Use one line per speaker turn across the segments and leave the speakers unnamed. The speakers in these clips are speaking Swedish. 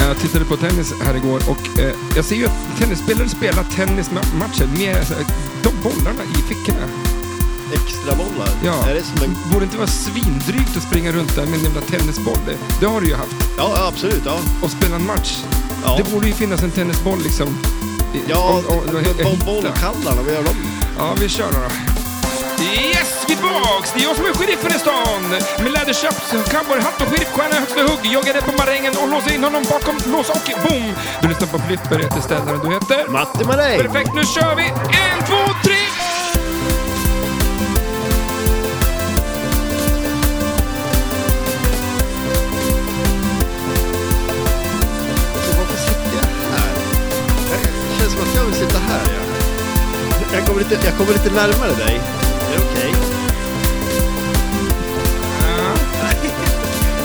Eh, jag tittade på tennis här igår och eh, jag ser ju att tennisspelare spelar tennismatcher med så här, alltså, de bollarna i fickorna.
Extra bollar?
Ja.
Är det som en...
Borde inte vara svindrygt att springa runt där med en jävla tennisboll? Det, det har du ju haft.
Ja, ja, absolut. Ja.
Och spela en match.
Ja.
Det borde ju finnas en tennisboll liksom. i-
Ja,
och- och- och- hitta.
bollkallarna, vad gör de?
Ja, vi kör då. då. Yes, vi är tillbaks! Det är jag som är sheriffen i stan! Med läderchaps, cowboyhatt och sheriffstjärna i högsta hugg. Jag är där på marängen och låser in honom bakom lås och bom! Du lyssnar på Flipper, jag heter Stellan och du heter?
Matte Maräng!
Perfekt, nu kör vi! En, två, tre!
Alltså, varför sitter jag här? Jag- Det känns som att jag vill sitta här. Ja. Jag, kommer lite, jag kommer lite närmare dig. Är det okej?
Ja,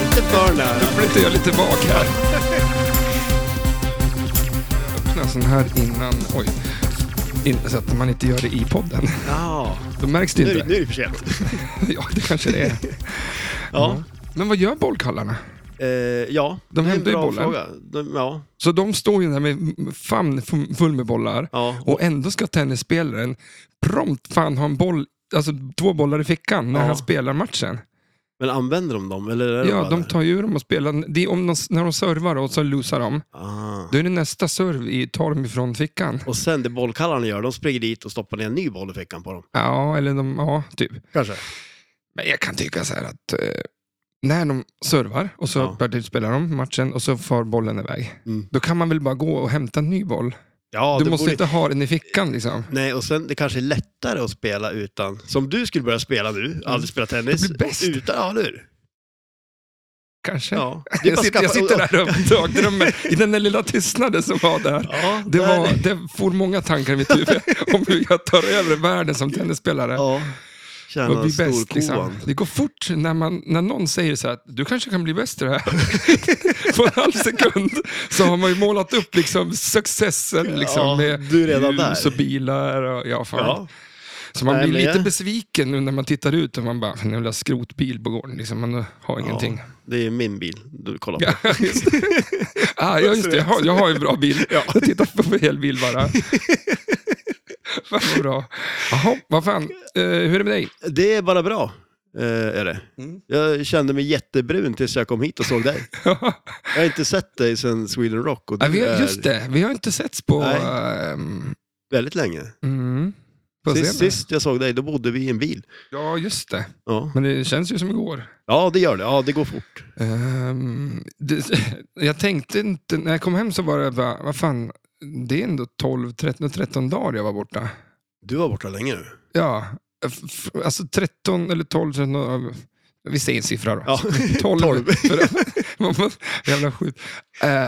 Inte för nära.
nu flyttar jag lite bak här. Jag öppnar sån här innan... Oj. In, så att man inte gör det i podden.
Ja.
Då märks det
Nu,
inte.
nu är det för sent.
Ja, det kanske det är.
Ja.
Men vad gör bollkallarna?
Eh, ja.
Mm. De
det är en
hämtar ju
bra
bollen.
Fråga. De, ja.
Så de står ju där med famn fu- full med bollar
Ja.
och ändå ska tennisspelaren prompt fan ha en boll, alltså två bollar i fickan när
Ja.
han spelar matchen.
Men använder de dem? Eller är det
Ja,
bara
de
där?
tar ju dem och spelar. Det är om de, när de servar och så losar de,
Ah.
då är det nästa serv i, tar de ifrån fickan.
Och sen det bollkallarna gör, de springer dit och stoppar ner en ny boll i fickan på dem.
Ja, eller de, ja, typ.
Kanske.
Men jag kan tycka så här att eh, när de servar och så
Ja.
partiet spelar de matchen och så far bollen iväg.
Mm.
Då kan man väl bara gå och hämta en ny boll.
Ja,
du
det
måste
borde-
inte ha den i fickan liksom.
Nej, och sen det kanske är lättare att spela utan... Som du skulle börja spela nu, aldrig spela tennis.
Det Mm. blir bäst.
Utan, ja, eller hur?
Kanske.
Ja. Det är
Jag
bara
sitter, jag
skaffa-
sitter där och dagdrömmer i den där lilla tystnaden som var där.
Ja,
Det,
där-
var, det for många tankar i mitt huvud om hur jag tar över världen som tennisspelare.
Ja.
och
Tjäna
blir bäst.
storkovan.
Liksom. Det går fort när, man, när någon säger så här, att du kanske kan bli bäst i det här. På en halv sekund så har man ju målat upp liksom successen liksom,
Ja,
med
du är redan där.
hus och bilar. Och, ja, fan.
Ja.
Så man
Nej,
blir
men
lite
jag-
besviken nu när man tittar ut och man bara, "Fan, en jävla skrotbil på gården, liksom. man har ingenting.
Ja, det är min bil du kollar på.
Ja, just det. Ah, ja, just det. Jag har, jag har en bra bil. Jag tittar på fel bil bara. Fan vad bra. Jaha, vad fan. Eh, hur är det med dig?
Det är bara bra. eh, är det.
Mm.
Jag kände mig jättebrun tills jag kom hit och såg dig. Jag har inte sett dig sedan Sweden Rock och
Ja,
du
vi har,
är
just det, vi har inte setts på...
Nej.
ehm,
väldigt länge.
mm, på
Sist,
scenen.
sist jag såg dig, då bodde vi i en bil.
Ja, just det.
Ja,
Men det känns ju som igår.
ja det gör det. Ja, det går fort.
Ehm, det, jag tänkte inte... När jag kom hem så var det bara, vad fan, det är ändå 12, 13, 13 dagar jag var borta.
Du var borta länge nu.
Ja, f- f- alltså 13 eller 12, 13, av- vi säger en siffra då.
Ja.
12.
Tolv.
För att- man måste- jävla skjut. Eh,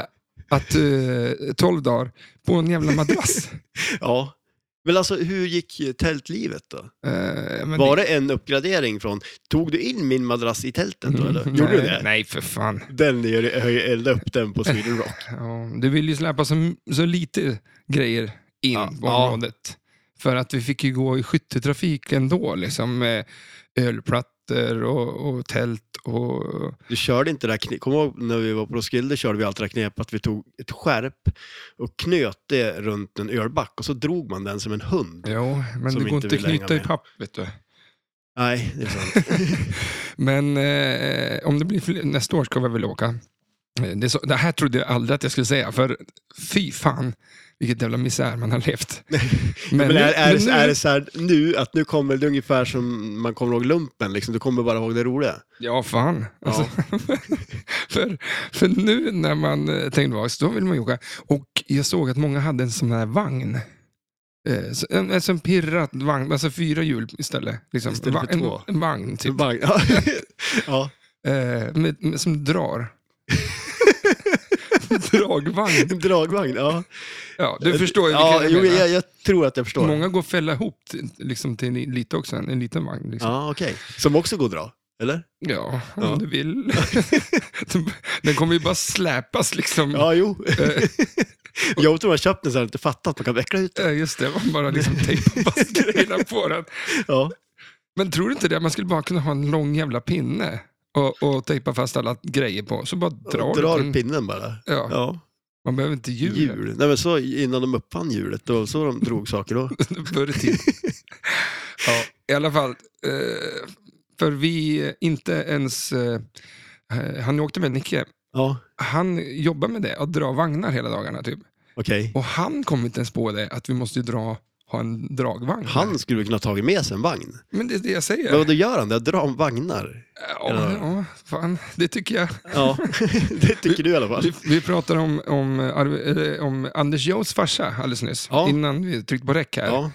att eh, 12 dagar på en jävla madrass.
Ja. Men alltså, hur gick tältlivet då?
Eh, men
Var det en uppgradering från, tog du in min madrass i tältet då eller? Gjorde
Mm. nej,
du det?
Nej, för fan.
Den gör, har ju eldat upp den på Sweden Rock.
Ja, du vill ju släppa så, så lite grejer in
Ja.
på
Ja.
området. För att vi fick ju gå i skytteltrafik ändå, liksom med ölplattor och, och tält och
Du körde inte det här knepet. Kommer du ihåg när vi var på Roskilde körde vi alltid det här knepet att vi tog ett skärp och knöt det runt en ölback och så drog man den som en hund.
Jo, men
Som
det går
inte
inte att
vill hänga
knyta i
med.
papp, vet du.
Nej, det är sant.
Men eh, om det blir fler, nästa år ska vi väl åka. Eh, Det, är så, det här trodde jag aldrig att jag skulle säga, för fy fan vilket jävla misär man har levt.
Men, är, är,
men
det- är det så här nu, att nu kommer det ungefär som man kommer ihåg lumpen, liksom. du kommer bara ihåg det roliga?
Ja, fan.
Ja.
Alltså, för, för nu när man eh, tänkte tillbaka, då vill man ju åka. Och jag såg att många hade en sån här vagn. Eh, så- En, en sån pirrat vagn, alltså fyra hjul istället. Liksom.
Istället för
Va- en,
två.
en vagn, typ.
Bara- ja. ja.
Eh, med, med, som drar. Dragvagn.
En dragvagn, ja.
Ja, du förstår ju
Eh, ja,
vilken jag
jo,
menar.
jag, jag tror att jag förstår.
Många går fälla ihop till, liksom, till en, lite också, en, en liten vagn. Liksom.
Ja, okej. Som också går att dra, eller?
Ja. om
Ja.
du vill. Den kommer ju bara släpas liksom.
Ja, jo. jag tror jag köpte den så jag inte fattat att man kan veckla ut den.
Eh, Just det, man bara liksom tejpar fast grejerna på den.
Ja.
Men tror du inte det? Man skulle bara kunna ha en lång jävla pinne och, och tejpa fast alla grejer på, så bara drar
Drar
du den. Mm.
pinnen bara.
Ja.
Ja.
Man behöver inte djur.
Jul. Nej, men så innan de uppfann hjulet, det var så de drog saker då.
Förr i tiden. ja, I alla fall, eh, för vi, inte ens, eh, han åkte med Nicke,
Ja,
han jobbar med det, att dra vagnar hela dagarna typ.
okej.
Och han kom inte ens på det, att vi måste ju dra, ha en dragvagn.
Han skulle väl kunna ha tagit med sig en vagn?
Men det är det jag säger.
Men då gör han det? Dra om vagnar?
Ja, ja, fan, det tycker jag.
Ja, det tycker du i alla fall.
Vi, vi pratade om, om, Arve- eller om Anders Joes farsa alldeles nyss,
Ja.
innan vi tryckte på räck här.
Ja,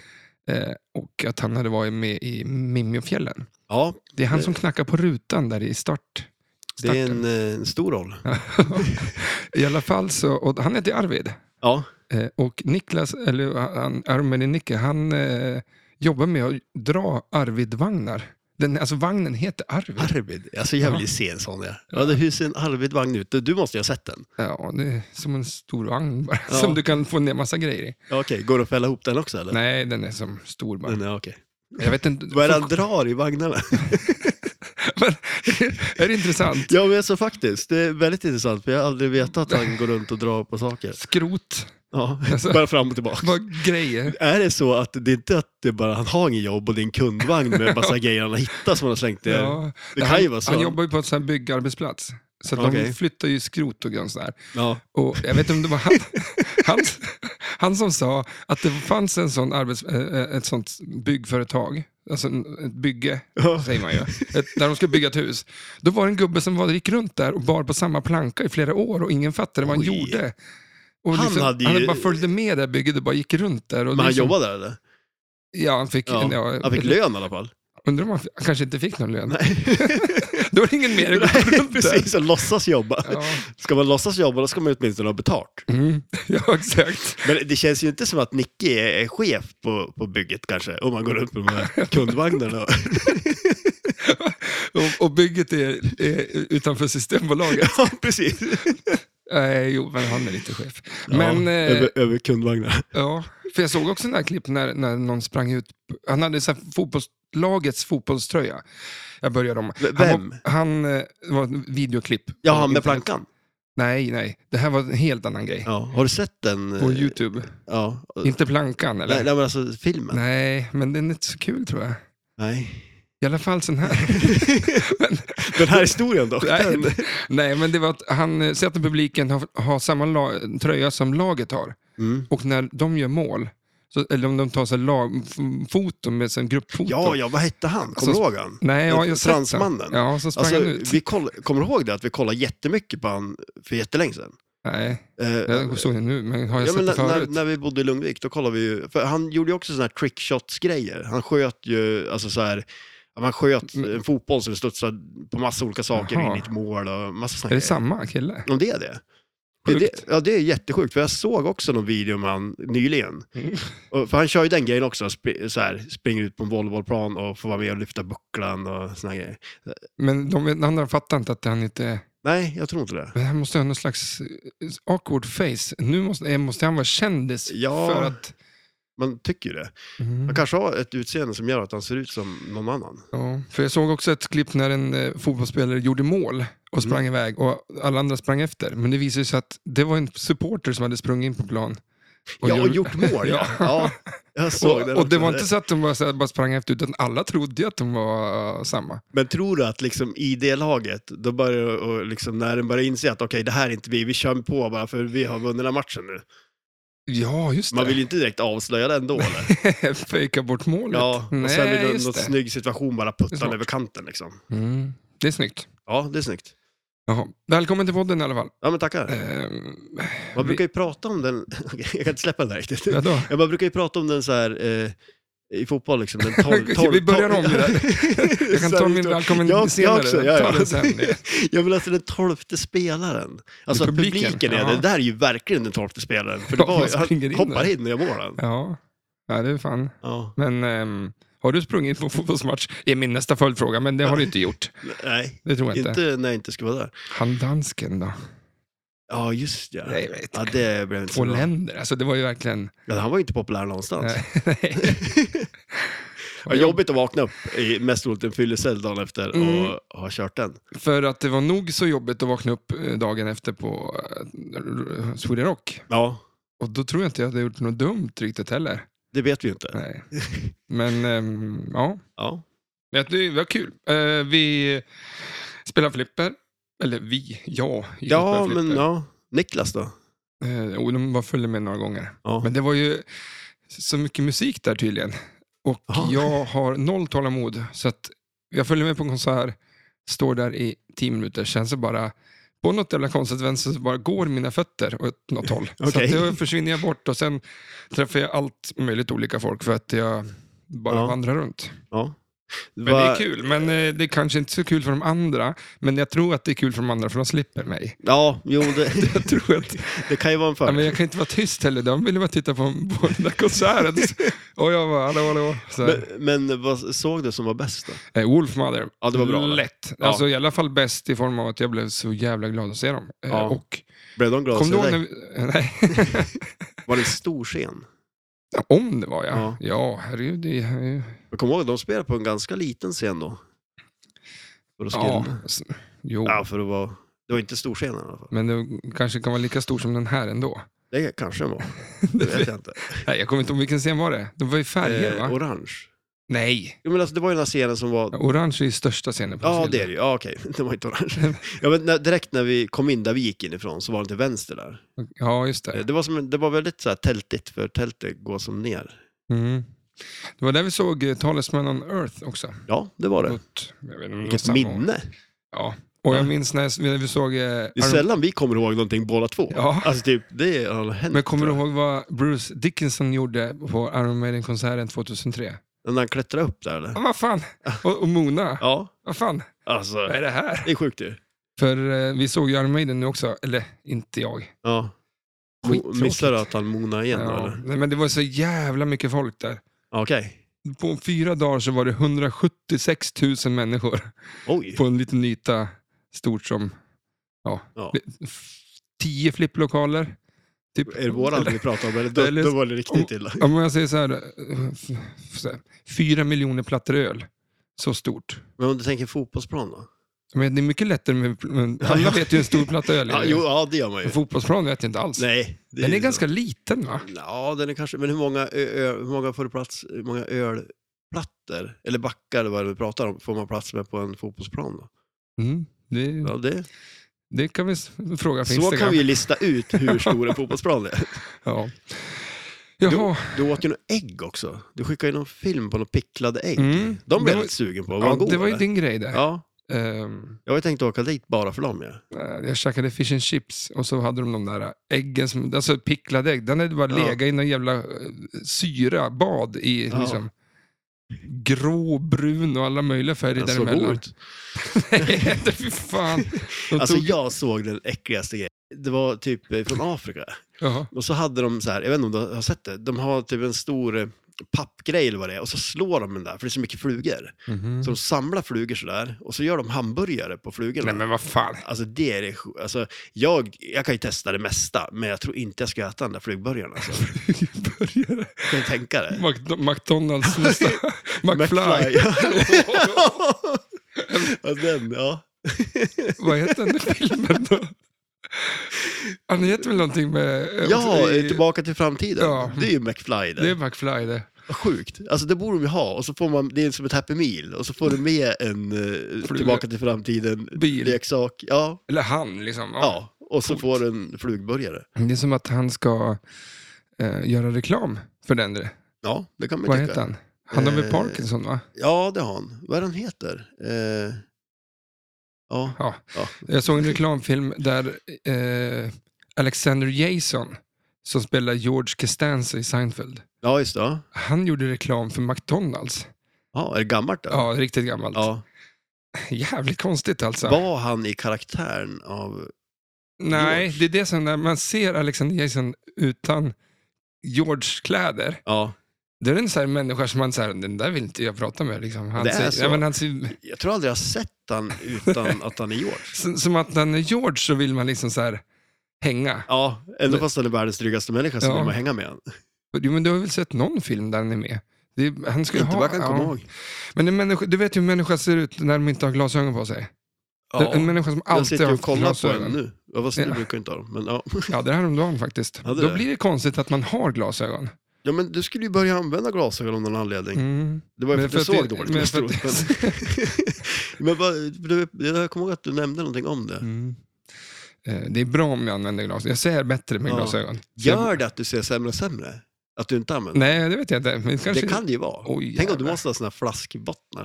Eh, och att han hade varit med i Mimmiofjällen.
ja
Det är han
Det-
som knackar på rutan där i start.
det är
starten.
en, eh, en stor roll.
I alla fall så, och han heter Arvid.
Ja,
Eh, och Niklas, eller eh, han, Armen i Nicke, han eh, jobbar med att dra Arvid-vagnar. Den, alltså vagnen heter Arvid.
Arvid. Alltså jag vill ju se en sån. Ja. Ja, det- hur ser en Arvid-vagn ut? Du måste ju ha sett den.
Ja, det är som en stor vagn bara,
Ja.
som du kan få ner massa grejer i.
Ja, okej. Går det att fälla ihop den också eller?
Nej, den är som stor bara.
Den är, okej.
Jag vet inte.
Vad är det han drar i vagnarna?
Men, är det intressant?
Ja, men alltså faktiskt. Det är väldigt intressant, för jag har aldrig vetat att han går runt och drar på saker.
Skrot,
Ja,
Alltså-
bara fram och tillbaka.
vad grejer.
Är det så att det är inte att det är bara han har ingen jobb och det är en kundvagn med massa grejer han har hittat som han har slängt ner?
Ja.
Det kan
han,
ju vara så.
han jobbar ju på en sån här byggarbetsplats. Så att de
Okej.
flyttar ju skrot och sånt där.
Ja.
Och jag vet inte om det var han, han, han som sa att det fanns en sån arbets, eh, ett sånt byggföretag, alltså en- ett bygge,
Ja.
säger man ju, ett, där de skulle bygga ett hus. Då var det en gubbe som var, gick runt där och bar på samma planka i flera år och ingen fattade vad han
Oj.
gjorde. Och
Han
liksom, han, hade
hade ju-
bara följde med det här bygget och bara gick runt där. Och
Men han
liksom,
jobbade där eller?
Ja, han fick, ja.
Ja. Han fick lön i alla fall.
Undrar om han, han kanske inte fick någon lön.
Nej,
Då är det ingen mer att gå
Nej
runt där.
precis. Han låtsas jobba.
Ja.
Ska man låtsas jobba, då ska man åtminstone ha betalt.
Mm. ja, exakt.
Men det känns ju inte som att Nicky är är chef på, på bygget kanske, om man går runt med de här kundvagnarna.
Och, och bygget är, är utanför Systembolaget.
Ja, precis.
Nej, jo, men han är lite chef.
Ja,
Men, eh,
över, över kundvagnar.
ja, för jag såg också den där klipp när, när någon sprang ut. Han hade så här fotbollslagets fotbollströja. Jag börjar om.
V-
Han,
vem?
var- han eh, det var ett videoklipp.
Ja,
På
han med
internet.
plankan.
Nej, nej. Det här var en helt annan grej.
Ja. Har du sett den? eh,
På YouTube.
Ja.
Inte plankan, eller?
Nej, nej, men alltså filmen. Nej.
nej, men den är inte så kul tror jag. I alla fall sån här.
Den här historien dock.
Nej,
Den...
nej, men det var att han eh, ser att publiken har, har samma la- tröja som laget har.
Mm.
Och när de gör mål, så, eller om de tar så här lag, f- foton med en gruppfoto.
Ja, ja, vad hette han? Kommer du
Så-
ihåg han?
Nej, ja, jag har sett den.
Fransmannen.
Ja, så Alltså, sprang
Alltså,
han ut.
vi koll... Kommer du ihåg det att vi kollade jättemycket på han för jättelänge sedan?
Nej,
Eh,
jag såg det nu, men har jag
ja, men
sett det
när, när,
förut?
när vi bodde i Lundvik, då kollade vi ju, för han gjorde ju också sådana här trickshots-grejer. Han sköt ju, alltså så här, ja, man sköt en fotboll som studsade på massa olika saker
Mm. Jaha.
in i ett mål och massa sådana
Är det samma kille?
Om det är det? Det,
Sjukt.
det, ja, det är jättesjukt, för jag såg också någon video med han nyligen.
Mm.
Och, för han kör ju den grejen också, sp- så här, springer ut på en volleybollplan och får vara med och lyfta bucklan och såna grejer.
Men de, de andra fattar inte att han inte...
Nej, jag tror inte det.
Men han måste ha någon slags eh, awkward face. Nu måste, eh, måste han vara kändis
Ja.
för att...
Man tycker ju det.
Mm.
Han kanske har ett utseende som gör att han ser ut som någon annan.
Ja, för jag såg också ett klipp när en eh, fotbollsspelare gjorde mål och sprang
Mm.
iväg och alla andra sprang efter. Men det visade sig att det var en supporter som hade sprungit in på plan.
ja, och
gjorde-
gjort mål ja. ja. Jag såg den
Och, och det
också.
var inte så att de bara, så här, bara sprang efter, utan alla trodde ju att de var eh, samma.
Men tror du att liksom i det laget, då börjar och liksom, när den börjar inse att okej, det här är inte vi, vi kör på bara för vi har vunnit den här matchen nu.
Ja, just
Man
det.
vill ju inte direkt avslöja den då eller?
Fejka bort målet.
Ja, och
Nej,
sen är det
just
någon
det.
snygg situation bara
Det är
putta
smart.
den över kanten liksom.
Mm, det är snyggt.
Ja, det är snyggt.
Jaha. Välkommen till podden i alla fall.
Ja, men tackar.
Ehm, vi-
Man brukar ju prata om den, Okej, jag kan inte släppa den där riktigt.
vadå?
Ja, man brukar ju prata om den så här eh, i fotboll liksom. Den torr, torr,
Vi börjar om det där.
där.
Jag kan ta min välkommen senare.
också, ja, ja.
Ta den sen.
Jag vill alltså den tolfte spelaren. Alltså att
publiken,
publiken, är
ja.
det. Det där är ju verkligen den tolfte spelaren. För det
Ja, man
var,
springer in
han hoppar in och gör målen.
Ja. ja, det är fan.
Ja.
Men ehm, har du sprungit på fotbollsmatch? Det är min nästa följdfråga, men det har du inte gjort.
Nej,
Det tror jag inte.
inte när jag inte ska vara där.
Han dansken då?
Ja, just ja.
Nej, jag vet
Ja, det blev inte
Två
så bra.
länder, alltså det var ju verkligen...
Ja, han var ju inte populär någonstans.
Nej.
Vad jobbigt att vakna upp i mest troligt en fyllecell dagen efter
Mm.
och ha kört den.
För att det var nog så jobbigt att vakna upp eh, dagen efter på eh, Sweden Rock.
Ja,
Och då tror jag inte jag hade gjort något dumt riktigt heller.
det vet vi ju inte.
Nej. Men ehm, ja,
Ja.
Men det var kul. Eh, vi spelar flipper. Eller vi, jag. gick och
ja,
spelade
men
flipper.
ja. Niklas då?
Eh, och de var följde med några gånger.
Ja.
Men det var ju så mycket musik där tydligen. Och
Ja.
jag har noll tålamod. Så att jag följer med på en konsert, står där i tio minuter, sen så bara på något jävla konstigt vänster så bara går mina fötter åt något håll.
Okej.
Så att då försvinner jag bort och sen träffar jag allt möjligt olika folk för att jag bara
Ja.
vandrar runt.
Ja.
Men det är kul, men eh, det är kanske inte så kul för de andra. Men jag tror att det är kul för de andra för de slipper mig.
Ja, jo, det,
Jag tror att
det kan ju vara en
Ja,
fördel.
men jag kan inte vara tyst heller. De ville bara titta på, på den där konserten. Och jag bara, hallå, hallå. Så, här.
Men, men vad såg du som var bäst då?
eh, Wolfmother.
Ja, det var bra, eller?
Lätt.
Ja.
Alltså i alla fall bäst i form av att jag blev så jävla glad att se dem. Eh,
Ja.
Och
Blev de glada
kom du
för
ihåg
dig?
när vi, nej,
Var det en stor scen?
om det var jag.
Ja.
Ja, herregud. Det, är ju-
Jag kommer ihåg, de spelade på en ganska liten scen då. För att
ja, Oh.
ja.
s- jo.
ja, för att vara... Det var inte stor scen i alla fall.
Men det kanske kan vara lika stor som den här ändå.
Det kanske den var. Det vet jag inte.
Nej, jag kommer inte ihåg vilken scen var det. De var i färger,
Eh,
va?
orange.
Nej,
Jo, men alltså, det var ju den här scenen som var...
orange är ju största scenen på
Ja,
Roskilde.
det är det ju. Ja, okej. Det var inte orange. Ja, men när, direkt när vi kom in, där vi gick inifrån, så var det till vänster där.
Ja, just det.
Eh, Det var, som, en- det var väldigt så här tältigt, för tältet går som ner.
Mm. Det var där vi såg eh, Talisman on Earth också.
Ja, det var det.
Mot, jag vet inte, om det var
Vilket
samma år.
minne.
Ja. Och
Ja.
jag minns när jag- när vi såg... eh,
Det är
Iron-
sällan vi kommer ihåg någonting båda två.
Ja.
Alltså typ, det har hänt.
Men kommer du
tror jag.
ihåg vad Bruce Dickinson gjorde på Iron Maiden-konserten 2003?
När han klättrar upp där eller?
Ja, vad fan! Och, och Mona,
Ja.
vad fan?
Alltså,
Vad är det här?
det är sjukt ju.
För eh, vi såg ju Iron Maiden nu också, eller inte jag.
Ja. Mo-
Skittråkigt.
Missar du att han monar igen då
Ja.
eller?
Nej, Men det var så jävla mycket folk där.
Ja, Okej.
På fyra dagar så var det 176 000 människor
Oj.
på en liten yta stort som
Ja.
tio flipplokaler. Typ.
Är det våran vi pratar om eller? Då,
Eller- Oh.
då var det riktigt illa.
Om jag säger så här, eh, f- f- så här, fyra miljoner plattor öl. Så stort.
Men om du tänker fotbollsplan då?
Men det är mycket lättare med... men Alla vet ju hur stor platta öl
Ja,
är.
jo, ja det gör man ju.
En fotbollsplan vet jag inte alls.
Nej. det
Den är
så.
ganska liten va?
Ja, den är kanske... Men hur många, ö, ö, hur många får du plats... Hur många ölplattor? Eller backar eller vad det är vi pratar om. Får man plats med på en fotbollsplan då?
Mm. Det,
Ja, det...
det kan vi s- fråga på
Så
Instagram.
kan vi ju lista ut hur stor en fotbollsplan är.
Ja. Jaha,
Du åt ju något ägg också. Du skickade ju någon film på några picklade ägg.
Mm.
De blev
Det var-
lite sugen på. Var
ja,
de god,
det var ju
eller?
din grej där.
Ja,
Ehm,
jag har ju tänkt åka dit bara för dem. Ja.
eh, jag käkade fish and chips och så hade de de där äggen, som, alltså picklade ägg. Den hade bara
Ja.
legat i någon jävla eh, syra, bad i
Ja.
liksom, grå, brun och alla möjliga färger
Den såg Alltså, god
däremellan.
ut.
Nej, det- fy fan. De
Alltså
tog,
jag såg den äckligaste grejen. Det var typ eh, från Afrika.
Jaha.
Och så hade de så här, jag vet inte om du har sett det, de har typ en stor eh, pappgrej eller vad det är och så slår de den där för det är så mycket flugor.
Mhm.
Så de samlar flugor sådär och så gör de hamburgare på flugorna.
Nej men vad fan.
Alltså det är det sj- alltså, jag, jag kan ju testa det mesta men jag tror inte jag ska äta den där flugburgaren alltså.
Började.
Kan du tänka dig?
Mc- McDonalds nästa. McFly.
ja, Alltså, den, ja.
Vad heter den filmen då? Han heter väl någonting med...
ja,
Alltså, i-
eh, tillbaka till framtiden.
Ja.
Det är ju McFly
Det är
det.
McFly det.
Vad Sjukt. Alltså det borde de ju ha. Och så får man, det är som ett Happy Meal. Och så får du med en eh, tillbaka till framtiden
Bil.
leksak. Ja,
Eller han liksom. Ja.
ja. Och så får du en flugburgare.
Det är som att han ska eh, göra reklam för den. där.
Ja, det kan man
Vad
tycka.
heter han? Han har väl
Eh,
Parkinson va?
Ja, det har han. Vad är han heter? Eh, ja,
Ja.
ja.
Jag såg en reklamfilm där eh, Alexander Jason, som spelar George Costanza i Seinfeld,
ja, just det. ja.
han gjorde reklam för McDonalds.
Ja, är det gammalt då?
Ja, riktigt gammalt.
Ja.
Jävligt konstigt alltså.
Var han i karaktären av...
Nej,
George?
det är det som när man ser Alexander Jason utan George kläder,
Ja,
då är det en sån här människa som man säger, den där vill inte jag prata med. Liksom. Han
Det är
ser,
så.
Ja, men han ser,
jag tror aldrig jag har sett han utan att han är George.
s- som att när han är George så vill man liksom så här hänga.
Ja, ändå fast han är världens drygaste människa så
Ja.
vill man hänga med hoon.
Jo, men du har väl sett någon film där han är med? Det är, han skulle
Inte
ha,
vad jag kan komma ihåg.
Men en människa, du vet hur en människa ser ut när de inte har glasögon på sig?
Ja.
En människa som
Jag
alltid
sitter
har
ju och
haft
kollar på
glasögon.
en nu. Ja, fast
Ja.
nu brukar jag inte ha dem. Men, ja.
Ja, det är häromdagen faktiskt.
Ja, det är
Då
det.
blir det konstigt att man har glasögon.
ja, men du skulle ju börja använda glasögon av någon anledning.
Mm.
Det var ju
Men
för att
för
du
att
såg
det-
dåligt.
men
mest
för att-
troligt, Men, men vad, du, jag kommer ihåg att du nämnde någonting om det.
Mm. Eh, Det är bra om jag använder glasögon. Jag ser bättre med
Ja.
glasögon. Så jag,
Gör det att du ser sämre och sämre? Att du inte använder
nej, det vet jag inte. Men kanske,
Det kan det ju vara.
Oj,
Tänk om du
jävlar.
måste ha såna här flaskbottnar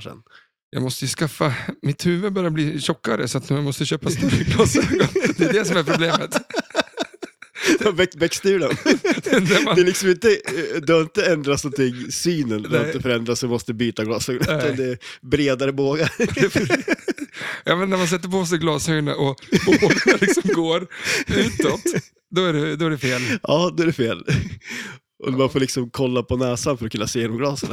sen.
Jag måste ju skaffa... Mitt huvud börjar bli tjockare så att jag måste köpa större glasögon. Det är det som är problemet.
Växte ur dem.
När man-
Det är liksom inte, eh, du har inte ändrat någonting, synen du har
Nej.
inte förändrats och måste byta glasögon.
Nej.
Utan det är bredare bågar.
Ja, men när man sätter på sig glasögonen och bågarna liksom går utåt, då är det, då är det fel.
Ja, då är det fel. Och man får liksom kolla på näsan för att kunna se genom glasen.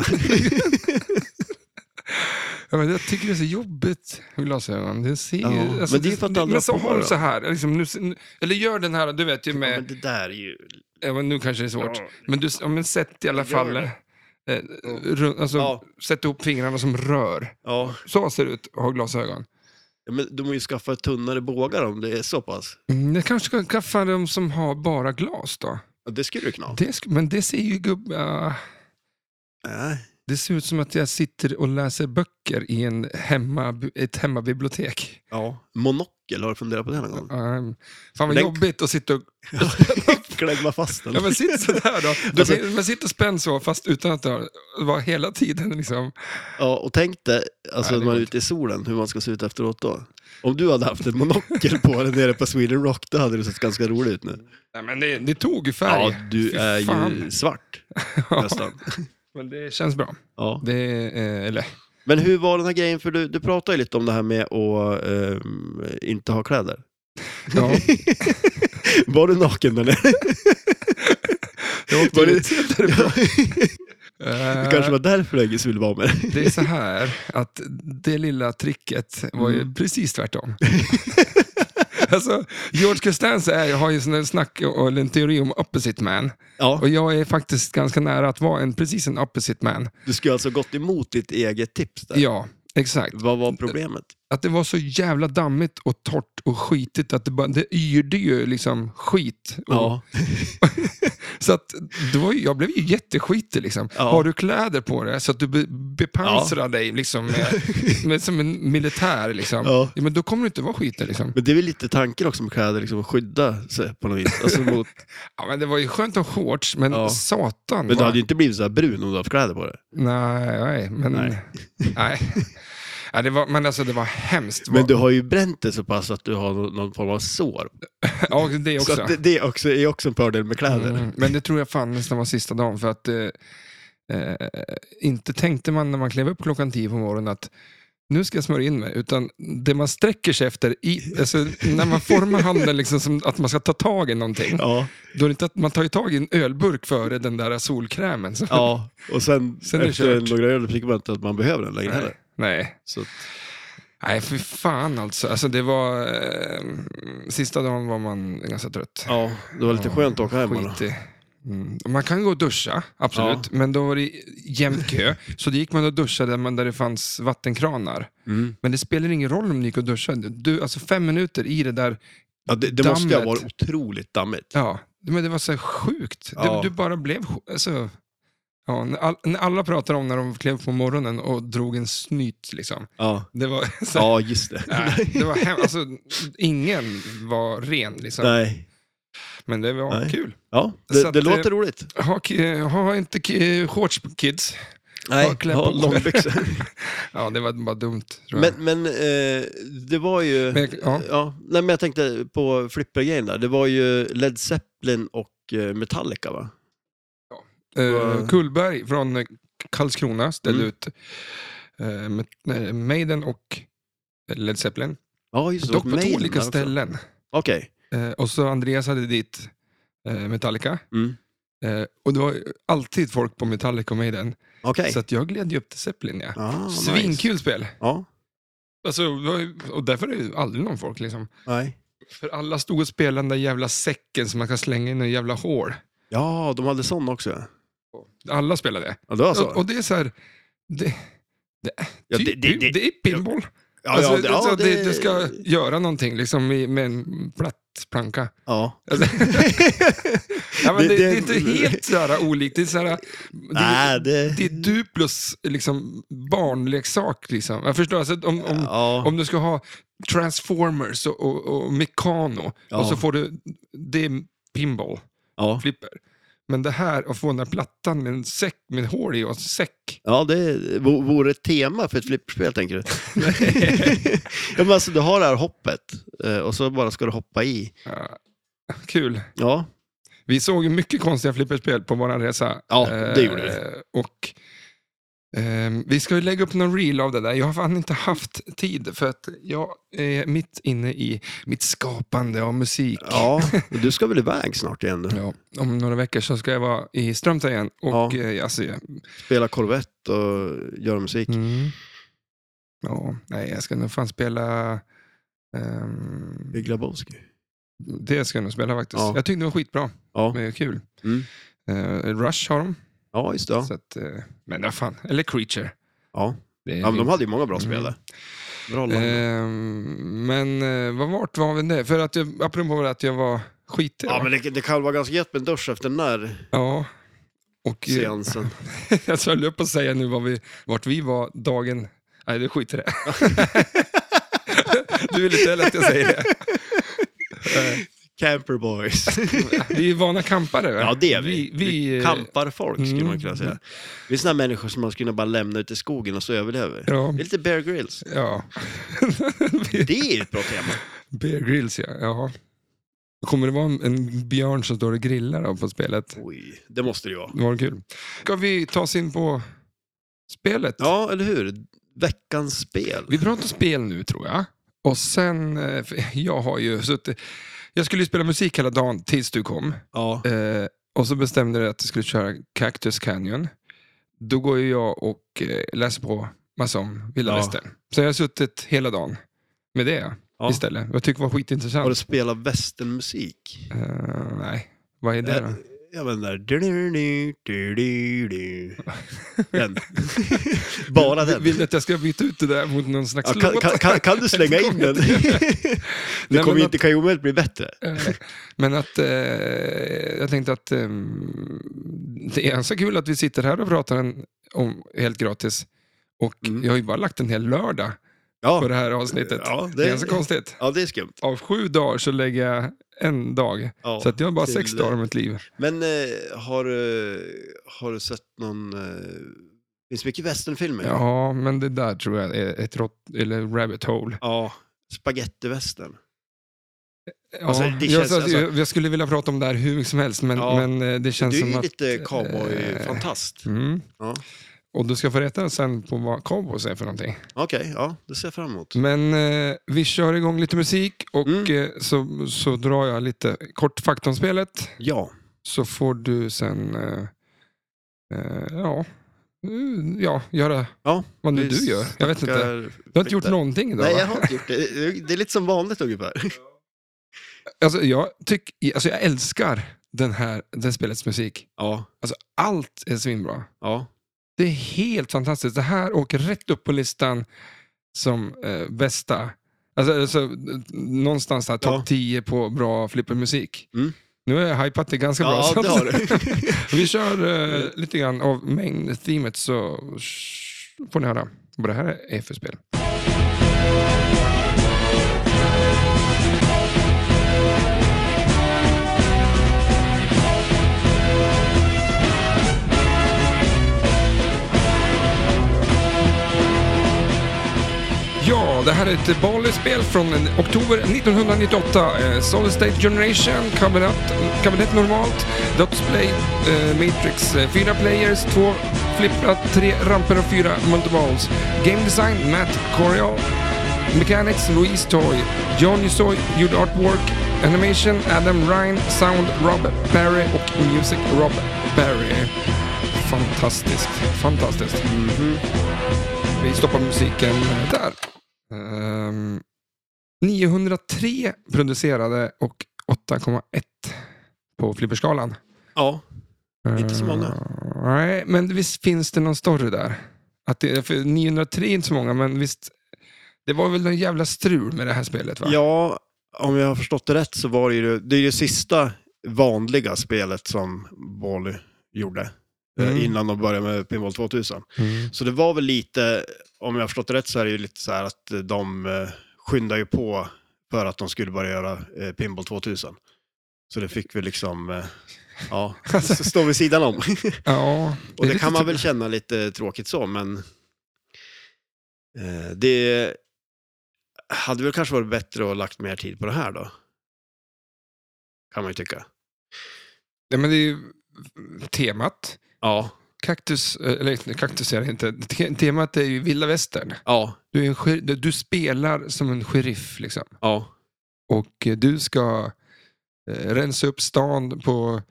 Ja, men jag tycker det är så jobbigt med glasögon. Det ser, alltså,
Ja, men det är för att alla
men så
har på
har du
det.
så här, liksom, nu, eller gör den här, du vet ju
Ja, men
med...
det där är ju...
Ja, men nu kanske det är svårt.
Ja.
Men, du, ja, men sätt i alla
Gör
fall...
det.
Eh, ru- alltså,
Ja.
Sätt ihop fingrarna som rör.
Ja,
Så ser det ut att ha glasögon.
men de måste ju skaffa tunnare bågar om det är så pass.
Mm, jag kanske ska skaffa dem som har bara glas då.
Ja, Det skulle du kunna ha.
Det, sk- men det ser ju gubb... ah.
Nej.
Det ser ut som att jag sitter och läser böcker i en hemma, ett hemmabibliotek.
Ja. Monokel, har du funderat på det någon gång?
Um, fan vad
Den-
jobbigt att sitta och,
Klämma fast den.
ja, men sitt sådär då. Du,
Alltså-
men sitt och spänn så fast utan att det var hela tiden liksom.
Ja, och tänk dig, alltså
Nej, det
när man är
går
ute i solen, hur man ska se ut efteråt då. Om du hade haft en monokel på dig nere på Sweden Rock, då hade det sett ganska roligt ut nu.
Nej, men det, det tog ju färg.
Eh, Ja, du
Fy
är ju
fan.
svart nästan.
Men det känns bra.
Ja.
Det, eh, eller,
Men hur var den här grejen, för du, du pratade ju lite om det här med att ehm, inte ha kläder.
ja,
Var du naken eller?
jag åkte
Var det-
ut. Det, är bra.
Det
Eh,
kanske var därför jag ville vara med dig.
det är så här att det lilla tricket var ju
Mm.
precis tvärtom. alltså, George Costanza är, har ju sån där snack och eller en teori om opposite man.
Ja,
Och jag är faktiskt ganska nära att vara en, precis en opposite man.
du skulle alltså gått emot ditt eget tips där.
Ja, exakt.
Vad var problemet?
Att det var så jävla dammigt och torrt och skitigt att det, bara, det yrde ju liksom skit. Och,
Ja.
Så att det var ju, jag blev ju jätteskitig liksom.
Ja.
Har du kläder på dig så att du be, bepansrar dig liksom med, med, som en militär liksom.
Mm. Ja.
Ja. men då kommer du inte vara skitig liksom.
Men det är väl lite tanken också med kläder, liksom, att skydda sig på något vis. Alltså, mot,
Ja, men det var ju skönt att ha shorts, men
Ja.
satan.
men du
vad-
hade ju inte blivit så här brun om du hade haft kläder på dig.
Nej, nej, men...
Nej.
Nej. nej. det var, men alltså det var hemskt.
Men du har ju bränt dig så pass att du har nå- någon form av sår.
Ja, det också.
Så att det, det är också, är också en fördel med kläder.
Mm, men det tror jag fan nästan var sista dagen. För att eh, eh, inte tänkte man när man klev upp klockan tio på morgonen att nu ska jag smörja in mig. Utan det man sträcker sig efter, i, alltså, när man formar handen liksom som att man ska ta tag i någonting.
Ja,
Då är det inte att man tar ju tag i en ölburk före den där solkrämen. Så.
ja. Och sen,
Sen är det
efter
kört.
några öl tycker man inte att man behöver den längre
Nej.
heller.
Nej.
Så att,
Nej, för fan alltså. alltså det var, eh, sista dagen var man ganska trött.
ja, det var lite skönt att åka hem. eller?
Skitig. Mm. Man kan gå och duscha, absolut. Men då var det jämn kö. Så då gick man och duschade där man- där det fanns vattenkranar.
Mm.
Men det spelar ingen roll om ni gick och duschade. Du, alltså fem minuter i det där,
Ja, det det måste ju ha
Dammet.
varit otroligt dammigt.
ja. Men det var så här sjukt.
Ja.
Du, du bara blev... sj- Alltså, ja, när, all, när alla pratar om när de klev på morgonen och drog en snyt, liksom.
Ja,
Det var... Så,
ja just det.
Nej, det var hem, alltså, ingen var ren, liksom.
Nej.
Men det var
Nej.
kul.
Ja,
Så
det,
att,
det
eh,
låter roligt.
Ha, ki- ha inte ki- shorts, kids.
Nej,
ha klä
ha
på.
långbyxor.
Ja, det var bara dumt. Tror jag.
Men, men eh, det var ju...
Men jag- ja.
Ja, nej, men jag tänkte på flippergrejen där. Det var ju Led Zeppelin och eh, Metallica va?
Eh, Kullberg från eh, Karlskrona ställde
Mm.
ut eh, med, eh, Maiden och Led Zeppelin.
Ja, just det.
Dock
och
på
Maiden
två olika
där också.
ställen.
Okej.
Eh, och så Andreas hade dit eh, Metallica.
Mm.
Eh, och det var ju alltid folk på Metallica och Maiden.
Okej.
Så att jag gled ju upp till Zeppelin. Ja.
Ah, nice.
Svinkul spel.
Ja,
Alltså, det var ju- och därför är det ju aldrig någon folk. Liksom.
nej.
För alla stod och spelade den där jävla säcken som man kan slänga in i en jävla hål.
Ja, de hade sån också.
Alla spelar det.
Ja, då alltså.
Och, och det är så här, det, det,
Ja,
typ,
det- det- det-
är pinball.
ja,
alltså,
ja, det- ja,
alltså, det,
det-
det ska göra någonting liksom, i- med en platt planka.
Ja.
Alltså, ja, men det,
Det-
det,
det-
är inte helt så här olikt. Det är, så här, det,
Nej, det...
det är du plus liksom, barnleksak. Liksom. Jag förstår, alltså, om, om,
ja.
om du ska ha Transformers och, och, och Mecano
Ja.
och så får du, det är pinball,
ja.
flipper. Men det här, att få den där plattan med en säck med hål i och en säck.
Ja, det v- vore ett tema för ett flipperspel, tänker du? ja, men alltså, du har det här hoppet eh, och så bara ska du hoppa i.
Ja, kul.
Ja,
Vi såg ju mycket konstiga flipperspel på vår resa.
Ja, det gjorde
vi. Och, ehm, vi ska ju lägga upp någon reel av det där. Jag har fan inte haft tid för att jag är mitt inne i mitt skapande av musik.
ja. Men du ska väl iväg snart igen? Du?
Ja, om några veckor så ska jag vara i Strömstad igen. Och,
Ja.
eh, alltså, jag-
Spela korvett och göra musik.
mm. ja, nej, jag ska nog fan spela... ehm,
Big Lebowski.
det ska jag nog spela faktiskt.
Ja.
Jag tyckte det var skitbra.
Ja.
Det är kul.
Mm.
Eh, Rush har de.
ja, just det. Ja.
Så att, eh, men vad fan, eller Creature.
Ja.
Det är
ja, men de
fint.
hade ju många bra
Mm.
spel där. Bra lag.
Eh, Ehm, men eh, vad- vart var vi nu? För att jag, apropå att jag var skitig.
Ja,
va?
men det, det kan vara ganska gött med en dusch efter den där
ja. Och eh,
seansen.
jag höll upp att säga nu vad vi, vart vi var dagen... Nej, det skiter i det. du vill inte heller att jag säger det. Eh,
Camper boys.
Vi är vana kampare. va?
Ja, det är vi.
Vi, vi, eh,
kampar folk, skulle
mm.
man kunna säga. Vi är sådana människor som man skulle kunna bara lämna ute i skogen och så överlever.
Ja,
Det är lite Bear Grylls.
ja.
Det är ju ett bra tema.
Bear Grylls, ja. Jaha. Kommer det vara en, en björn som står och grillar då på spelet?
Oj, det måste det ju vara.
Det var kul. Ska vi ta oss in på spelet?
Ja, eller hur? Veckans spel.
Vi pratar spel nu tror jag. Och sen, eh, för jag har ju suttit... Jag skulle ju spela musik hela dagen tills du kom.
Ja.
Eh, och så bestämde jag att jag skulle köra Cactus Canyon. Då går ju jag och eh, läser på massa om vilda
Ja.
västern. Så jag har suttit hela dagen med det
Ja.
istället. Jag tycker det var skitintressant.
Har du spelat västernmusik?
Eh, nej, vad är det då?
Jag- Jag vet inte. Du, du, du, du, du, du. Den. Bara den.
Vill du att jag ska byta ut det där mot någon slags
Ja, kan,
låt?
kan, kan, kan du slänga in den?
Nej,
Det
men
kommer ju
att-
inte, kan ju omöjligt bli bättre.
Eh, Men att eh, jag tänkte att eh, det är ganska kul att vi sitter här och pratar en, om helt gratis. Och
Mm.
jag har ju bara lagt en hel lördag på
Ja,
det här avsnittet.
ja,
det är
det,
ganska konstigt.
ja, det är skumt.
Av sju dagar så lägger jag en dag.
Ja.
Så att jag har bara
till-
sex dagar av mitt liv.
Men eh, har, du- har du sett någon... Eh, det finns mycket västernfilmer.
Ja, men det där tror jag är ett rått, eller rabbit hole.
ja. Spagettivästern.
Ja,
Alltså, det
jag-
känns-
jag,
alltså-
jag, jag skulle vilja prata om det här hur mycket som helst, men,
Ja.
men eh, det känns
Du är
som
ju
att...
lite
eh,
cowboy-fantast.
Mm.
Ja.
Och du ska få rätta sen på vad cowboys är för någonting.
Okej, ja, det ser jag fram emot.
Men eh, vi kör igång lite musik och
Mm.
eh, så, så drar jag lite kort fakta om spelet.
Ja,
Så får du sen, eh, eh, ja, mm, ja, göra
Ja,
vad nu
vi
du gör. Jag vet inte.
tackar.
Du har inte gjort någonting idag
Nej,
va?
jag har inte gjort det. Det är- Det är lite som vanligt ungefär.
Alltså, jag, tyck, alltså, jag älskar den här, det här spelets musik.
Ja,
Alltså, allt är svinbra.
ja.
Det är helt fantastiskt. Det här åker rätt upp på listan som eh, bästa. Alltså, alltså, eh, någonstans där, topp
Ja.
10 på bra flippermusik.
Mm.
Nu har jag hypat det ganska bra.
Ja,
så
det
att-
har du. Mm.
Vi kör eh, lite grann av mängdteamet så sh- får ni höra vad det här är för spel. Ja, det här är ett Bali-spel från en- oktober 1998. Eh, Solid State Generation, kabinett, kabinett normalt, Dotsplay, eh, Matrix, eh, fyra players, två flipprat, tre ramper och fyra multiballs. Game design, Matt Coriol. Mechanics, Louise Toy. John Yusoy gjorde artwork. Animation, Adam Ryan. Sound, Rob Perry. Och music, Rob Perry. Fantastiskt, fantastiskt. Vi stoppar musiken där. Ehm, 903 producerade och 8,1 på flipperskalan.
Ja, Inte så många.
Eh, Nej, men visst finns det någon story där? Att det, för 903 är inte så många, men visst. Det var väl någon jävla strul med det här spelet va?
Ja, om jag har förstått det rätt så var det ju det, är ju det sista vanliga spelet som Wally gjorde. eh,
Mm.
Innan de började med Pinball 2000.
Mm.
Så det var väl lite, om jag har förstått det rätt så är det ju lite så här att eh, de eh, skyndade ju på för att de skulle börja göra eh, Pinball 2000. Så det fick vi liksom, eh, ja,
Alltså,
så står vid sidan om.
ja,
Och det
är
typ kan
lite typ-
man väl
tr-
känna lite tråkigt så, men eh, det hade väl kanske varit bättre att ha lagt mer tid på det här då. Kan man ju tycka.
Ja, men det är ju temat.
Ja,
Kaktus, eh, eller kaktus är det inte. Te- Temat är ju vilda västern.
ja,
Du, är en, sher- du- du spelar som en sheriff liksom.
ja,
Och eh, du ska eh, rensa upp stan på,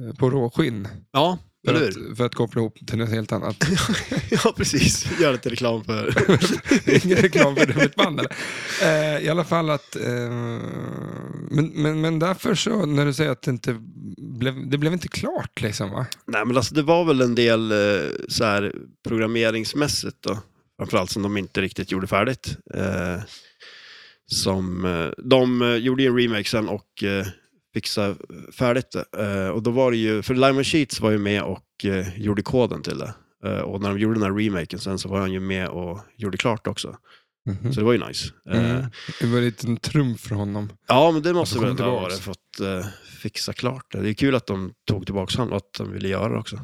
eh, på råskinn.
ja,
För
eller hur?
att, för att koppla ihop till något helt annat.
Ja, precis. Gör lite reklam för...
Ingen reklam för mitt band eller? Eh, I alla fall att... Eh, men, men, men därför så, när du säger att det inte blev, det blev inte klart liksom va?
Nej, men alltså det var väl en del eh, så här programmeringsmässigt då, framförallt som de inte riktigt gjorde färdigt. Eh, som, eh, de eh, gjorde ju en remake sen och eh, fixade färdigt det. Eh, och då var det ju, för Lyman Sheets var ju med och eh, gjorde koden till det. Eh, och när de gjorde den här remaken sen så var han ju med och gjorde klart också. Mm-hmm. Så det var ju nice. Eh,
Mm. Det var en liten trumf för honom.
Ja, men det
Att
måste
de kom
väl ha
tillbaks.
varit för att eh, fixa klart det. Det är kul att de tog tillbaka honom och att de ville göra det också.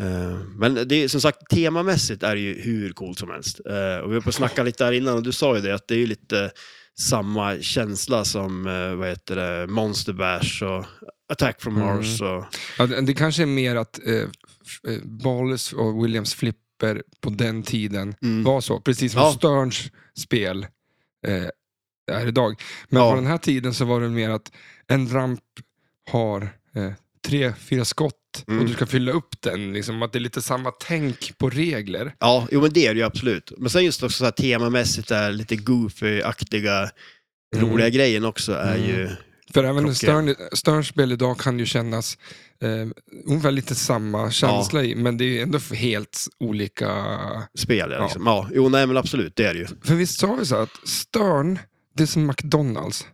Eh, men det är, som sagt, temamässigt är det ju hur coolt som helst. Eh, och vi var på att snacka lite där innan och du sa ju det, att det är ju lite samma känsla som eh, vad heter det, Monster Bash och Attack from
Mm.
Mars. Och,
Ja, det, det kanske är mer att eh, f- eh, Balles och Williams flipper på den tiden
mm.
var så. Precis som
Ja.
Sterns spel eh, är idag. Men
Ja.
på den här tiden så var det mer att en ramp har eh, tre, fyra skott
Mm.
och du ska fylla upp den. Liksom, att det är lite samma tänk på regler.
Ja, jo men det är det ju absolut. Men sen just också så här temamässigt, där, lite goofy-aktiga,
Mm.
roliga grejen också är
Mm.
ju...
För även
Klockrent.
Stern, Sterns spel idag kan ju kännas eh, ungefär lite samma känsla i, men det är ju ändå helt olika.
spel. Ja.
Ja.
Liksom. Ja, jo, nej men absolut, det är det ju.
För visst sa vi så här att Stern, det är som McDonalds.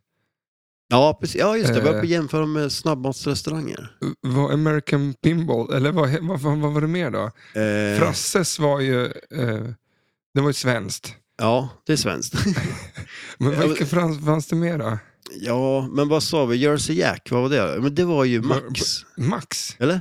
Ja, precis. ja just det. Jag börjar
Eh.
på att jämföra med snabbmatsrestauranger.
Var American Pinball, eller vad, vad, vad, vad var det mer då?
Eh,
Frasses var ju, eh, det var ju svenskt.
Ja, det är svenskt.
Men
Ja, men-
vilka frans, fanns det mer då?
ja, men vad sa vi? Jersey Jack, vad var det? Men det var ju Max,
Max?
eller?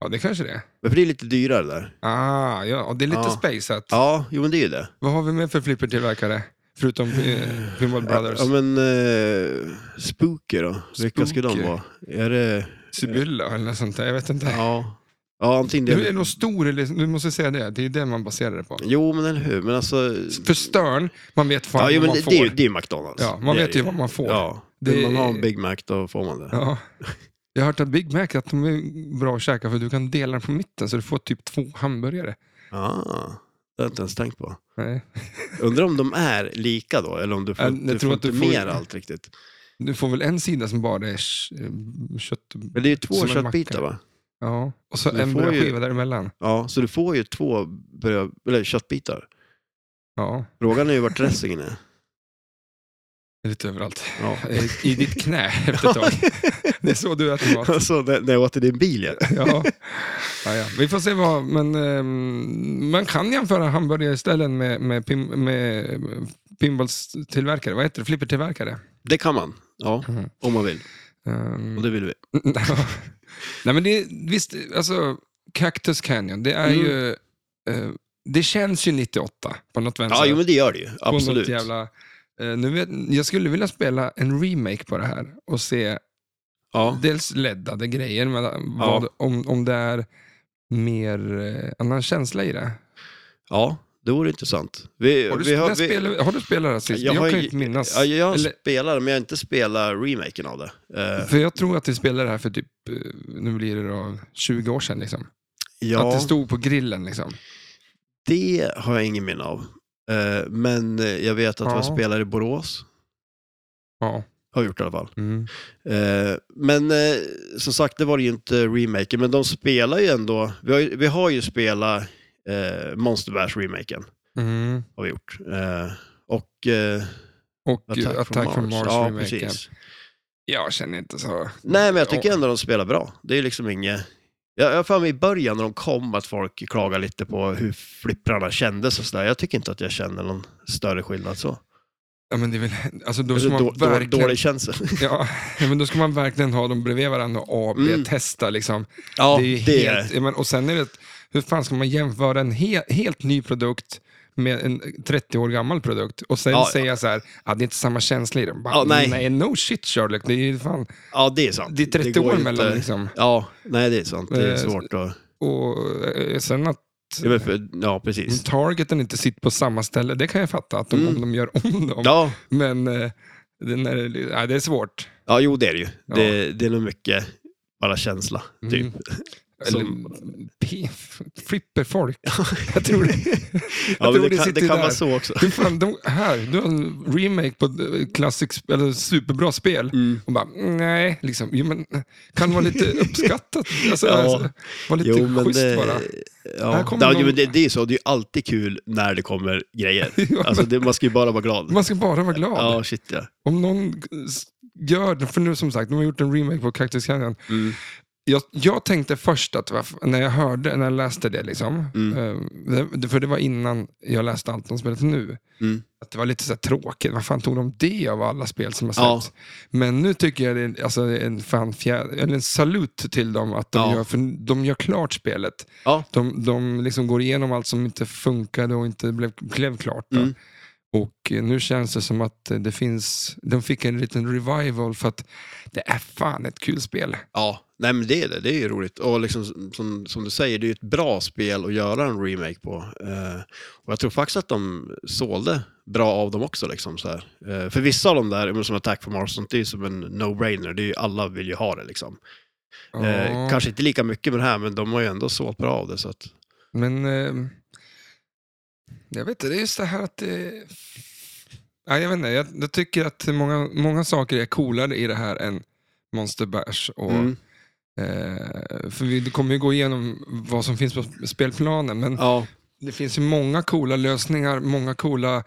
Ja, det kanske det är.
Men för det är lite dyrare där.
Ah, ja, och det är lite
Ja.
spaceat.
Ja, jo men det är ju det.
Vad har vi mer för flippertillverkare? Förutom eh, Pinball Brothers.
Ja, men eh, Spooky då? Vilka ska de
Spooky.
vara? Är det...
Sibylla eller något sånt där, jag vet inte.
Ja, ja antingen
Du är
det.
nog stor, eller- du måste säga det. Det är det man baserar det på.
Jo, men eller hur? Men alltså...
För Stern, man vet fan
Ja,
vad
jo, men
man
det,
får.
det, är ju- det är ju McDonalds.
Ja, man
Det är
vet
det
ju vad man får.
Ja,
Det
vill man
är-
ha en Big Mac då får man det.
Ja. Jag har hört att Big Mac att de är bra att käka för du kan dela den på mitten så du får typ två hamburgare.
Ah, det har jag inte ens tänkt på.
Nej.
Undrar om de är lika då, eller om du får,
Äh, Jag
du
tror
får
att du
inte
får-
mer allt riktigt.
Du får väl en sida som bara är k- kött.
Men det är ju två
Som en macka.
köttbitar va?
Ja. Och så
Du
en
får ju-
brödskiva däremellan.
Ja, så du får ju två bröd, eller köttbitar.
Ja,
Frågan är ju vart dressingen är.
det är lite överallt. Eh,
Ja.
I i ditt knä efter ett tag. Det är så du äter mat.
alltså, när när jag åt i din bil ja.
Ja. Ja, ja. Vi får se vad, men ehm, man kan jämföra hamburgerställen med, med, pin, med pinballstillverkare, vad heter det, flippertillverkare.
Det kan man, ja,
Mm.
om man vill.
Ehm,
Och det vill vi.
Nej men det, är- visst, alltså Cactus Canyon, det är
Mm.
ju, eh, det känns ju 98 på något vänster.
Ja, jo, men det gör det ju.
på något
Absolut.
jävla, eh, nu vet, jag skulle vilja spela en remake på det här och se
Ja.
dels leddade grejer, men vad, om, om det är mer eh, annan känsla i det.
ja, det vore intressant. Vi,
Har du,
vi
när spelar- har du spelat det här sist?
Jag
Jag,
har
kan
ju-
ju inte minnas.
ja, jag
Eller-
spelar, men jag har inte spelat remaken av det. Eh,
För jag tror att vi spelade det här för typ, eh, nu blir det då 20 år sedan. Liksom.
ja.
Att det stod på grillen. Liksom.
Det har jag ingen minne av. Eh, Men eh, jag vet att
Ja.
jag spelar i Borås.
Ja.
Har gjort i alla fall.
Mm.
Eh, men eh, som sagt, det var ju inte remaken, men de spelar ju ändå. Vi har ju, vi har ju spelat eh, Monsterverse-remaken,
Mm.
har vi gjort. Eh, och eh,
Och
Attack,
Attack, Attack from Mars,
ja,
remaken.
precis.
Jag känner inte så...
Nej, men jag tycker
Ja.
ändå de spelar bra. Det är liksom inget... Jag jag har för mig i början när de kom att folk klagade lite på hur flipprarna kändes och sådär. Jag tycker inte att jag känner någon större skillnad så.
Ja, men det är väl... Alltså då
Eller
ska man
då, då,
verkligen...
dålig känsel.
Ja, men då ska man verkligen ha dem bredvid varandra och AB-testa. Liksom.
Mm. ja,
det är ju helt, ja, men, och sen är det, ett- hur fan ska man jämföra en he, helt ny produkt med en 30 år gammal produkt och sen
Ja, ja.
säga så här, ah, det är inte samma känsla i den. Bara, "Mm,
Ja,
nej.
nej.
no shit Sherlock, det är, ju fan,
ja, det är sant.
det är 30
går
år
ju
mellan.
inte-
Liksom.
Ja, nej det är sant. Det är
Eh,
svårt att...
Och, eh, sen att
Ja, men för- ja
Mm.
precis.
targeten inte sitter på samma ställe, det kan jag fatta, att de,
Mm.
om de gör om dem.
Ja,
Men eh, det, när, det- nej, det är svårt.
ja, jo det är det ju. Det, det är nog mycket bara känsla, typ.
Mm.
Som-
Eller, p- flipperfolk. jag tror det.
Ja, men
tror det
det kan,
sitter
det kan
där.
vara så också.
Du, fan, de, här, du har en remake på ett klassisk, eller superbra spel.
Mm.
Och bara, nej, liksom, jo, men, kan vara lite uppskattat. Alltså,
Ja.
alltså, var lite
Jo, men
schysst
det,
bara. Här
ja.
kommer
Ja,
någon-
men det, det är ju så, det är ju alltid kul när det kommer grejer.
Ja,
Alltså, det, man ska ju bara vara glad.
Man ska bara vara glad.
Ja, shit ja.
Om någon s- gör det, för nu som sagt, de har gjort en remake på Cactus Canyon.
Mm.
Jag, jag tänkte först att, varf- när jag hörde, när jag läste det, liksom,
Mm.
eh, det, för det var innan jag läste allt om spelet nu,
Mm.
att det var lite så här tråkigt. Vad fan tog de det av alla spel som har
Ja.
släppts? Men nu tycker jag det är alltså, det är en, fan fjär, eller en salut till dem att de,
Ja.
gör, för de gör klart spelet.
Ja.
De, de liksom går igenom allt som inte funkade och inte blev, blev klart. då.
Mm.
Och eh, nu känns det som att eh, det finns, de fick en liten revival för att det är fan ett kul spel.
Ja, nej men det är det. Det är ju roligt. Och liksom, som, som du säger, det är ju ett bra spel att göra en remake på. Eh, och jag tror faktiskt att de sålde bra av dem också. Liksom, så här. Eh, för vissa av dem där, men som Attack from Mars, sånt, det är ju som en no-brainer. Det är ju, alla vill ju ha det liksom. Eh,
Ja.
kanske inte lika mycket med det här, men de har ju ändå sålt bra av det. Så att,
Men eh, jag vet inte, det är just det här att det... Ja, jag vet inte, jag, jag tycker att många, många saker är coolare i det här än Monster Bash. Och,
mm.
eh, för vi kommer ju gå igenom vad som finns på spelplanen, men
Ja,
det finns ju många coola lösningar, många coola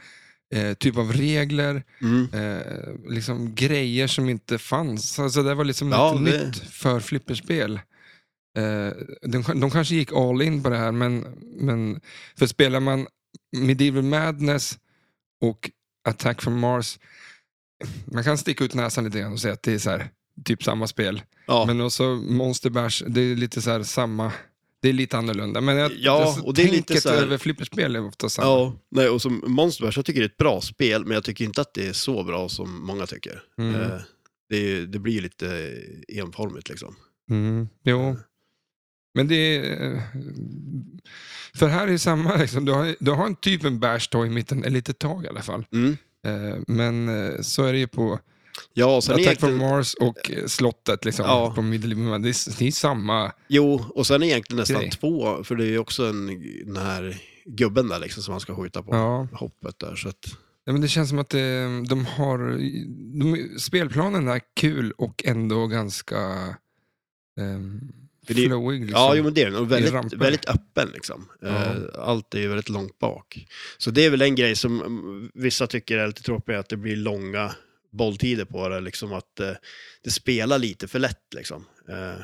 eh, typ av regler,
mm.
eh, liksom grejer som inte fanns. Alltså det var liksom
Ja,
lite
det-
nytt för flipperspel. Eh, de, de kanske gick all in på det här, men, men för spelar man Medieval Madness och Attack from Mars, man kan sticka ut näsan lite grann och säga att det är så här, typ samma spel.
ja.
Men också Monster Bash, det är lite så här samma, det är lite annorlunda. Men jag,
Ja,
alltså,
och det är lite
tänket
så här-
över flipperspel är ofta samma.
Ja, nej, och som Monsterverse, jag tycker det är ett bra spel, men jag tycker inte att det är så bra som många tycker.
Mm.
Eh, Det, är ju- det blir ju lite enformigt liksom.
Mm, jo. Men det är... eh, För här är det samma, liksom, du, har, du har en typ en bash toy i mitten, ett litet tag i alla fall.
Mm.
Eh, Men eh, så är det ju på
Ja, och sen
Attack
egentligen,
from Mars och eh, slottet liksom,
Ja.
på Middle East. Det är, det är samma.
jo, och sen är egentligen nästan
Grej.
två, för det är ju också en, den här gubben där liksom som man ska skjuta på.
Ja.
Hoppet där, så att,
Ja, men det känns som att eh, de har... De, spelplanen är kul och ändå ganska um,
För det är-
flowig. Liksom.
Ja, jo, men det är den. Och
I ramper.
väldigt, väldigt öppen liksom.
Ja.
Eh, Allt är ju väldigt långt bak. Så det är väl en grej som mm, vissa tycker är lite tråkigt, att det blir långa bolltider på det, liksom att eh, det spelar lite för lätt liksom. Eh,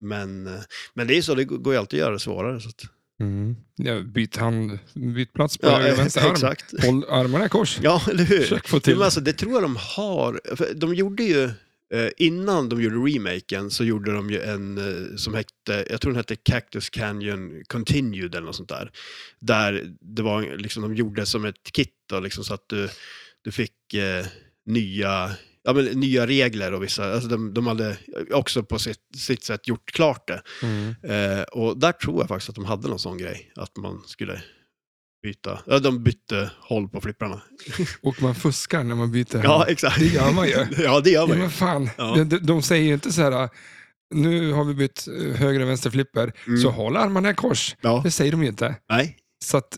Men, eh, men det är ju så, det går ju alltid att göra det svårare. Så att,
mm. ja, byt, hand, byt plats på höger och vänster arm.
exakt.
Håll armarna i kors.
Ja, eller hur?
Försök få
Jo,
till
men alltså, det tror jag de har. För de gjorde ju, eh, innan de gjorde remaken så gjorde de ju en eh, som hette, jag tror den hette Cactus Canyon Continued eller något sånt där. Där det var, en- liksom, de gjorde som ett kit då, liksom, så att du, du fick eh, nya Ja, men nya regler och vissa, alltså de, de hade också på sitt, sitt sätt gjort klart det.
Mm.
Eh, och där tror jag faktiskt att de hade någon sån grej, att man skulle byta, ja, de bytte håll på flipprarna.
Och man fuskar när man byter.
Ja, exakt.
Det gör man ju.
ja, det gör
ja
man ju.
men fan.
Ja.
De, de- de säger ju inte så här, nu har vi bytt eh, höger och vänster flipper,
Mm.
så håll armarna i kors.
Ja,
Det säger de ju inte.
nej.
Så att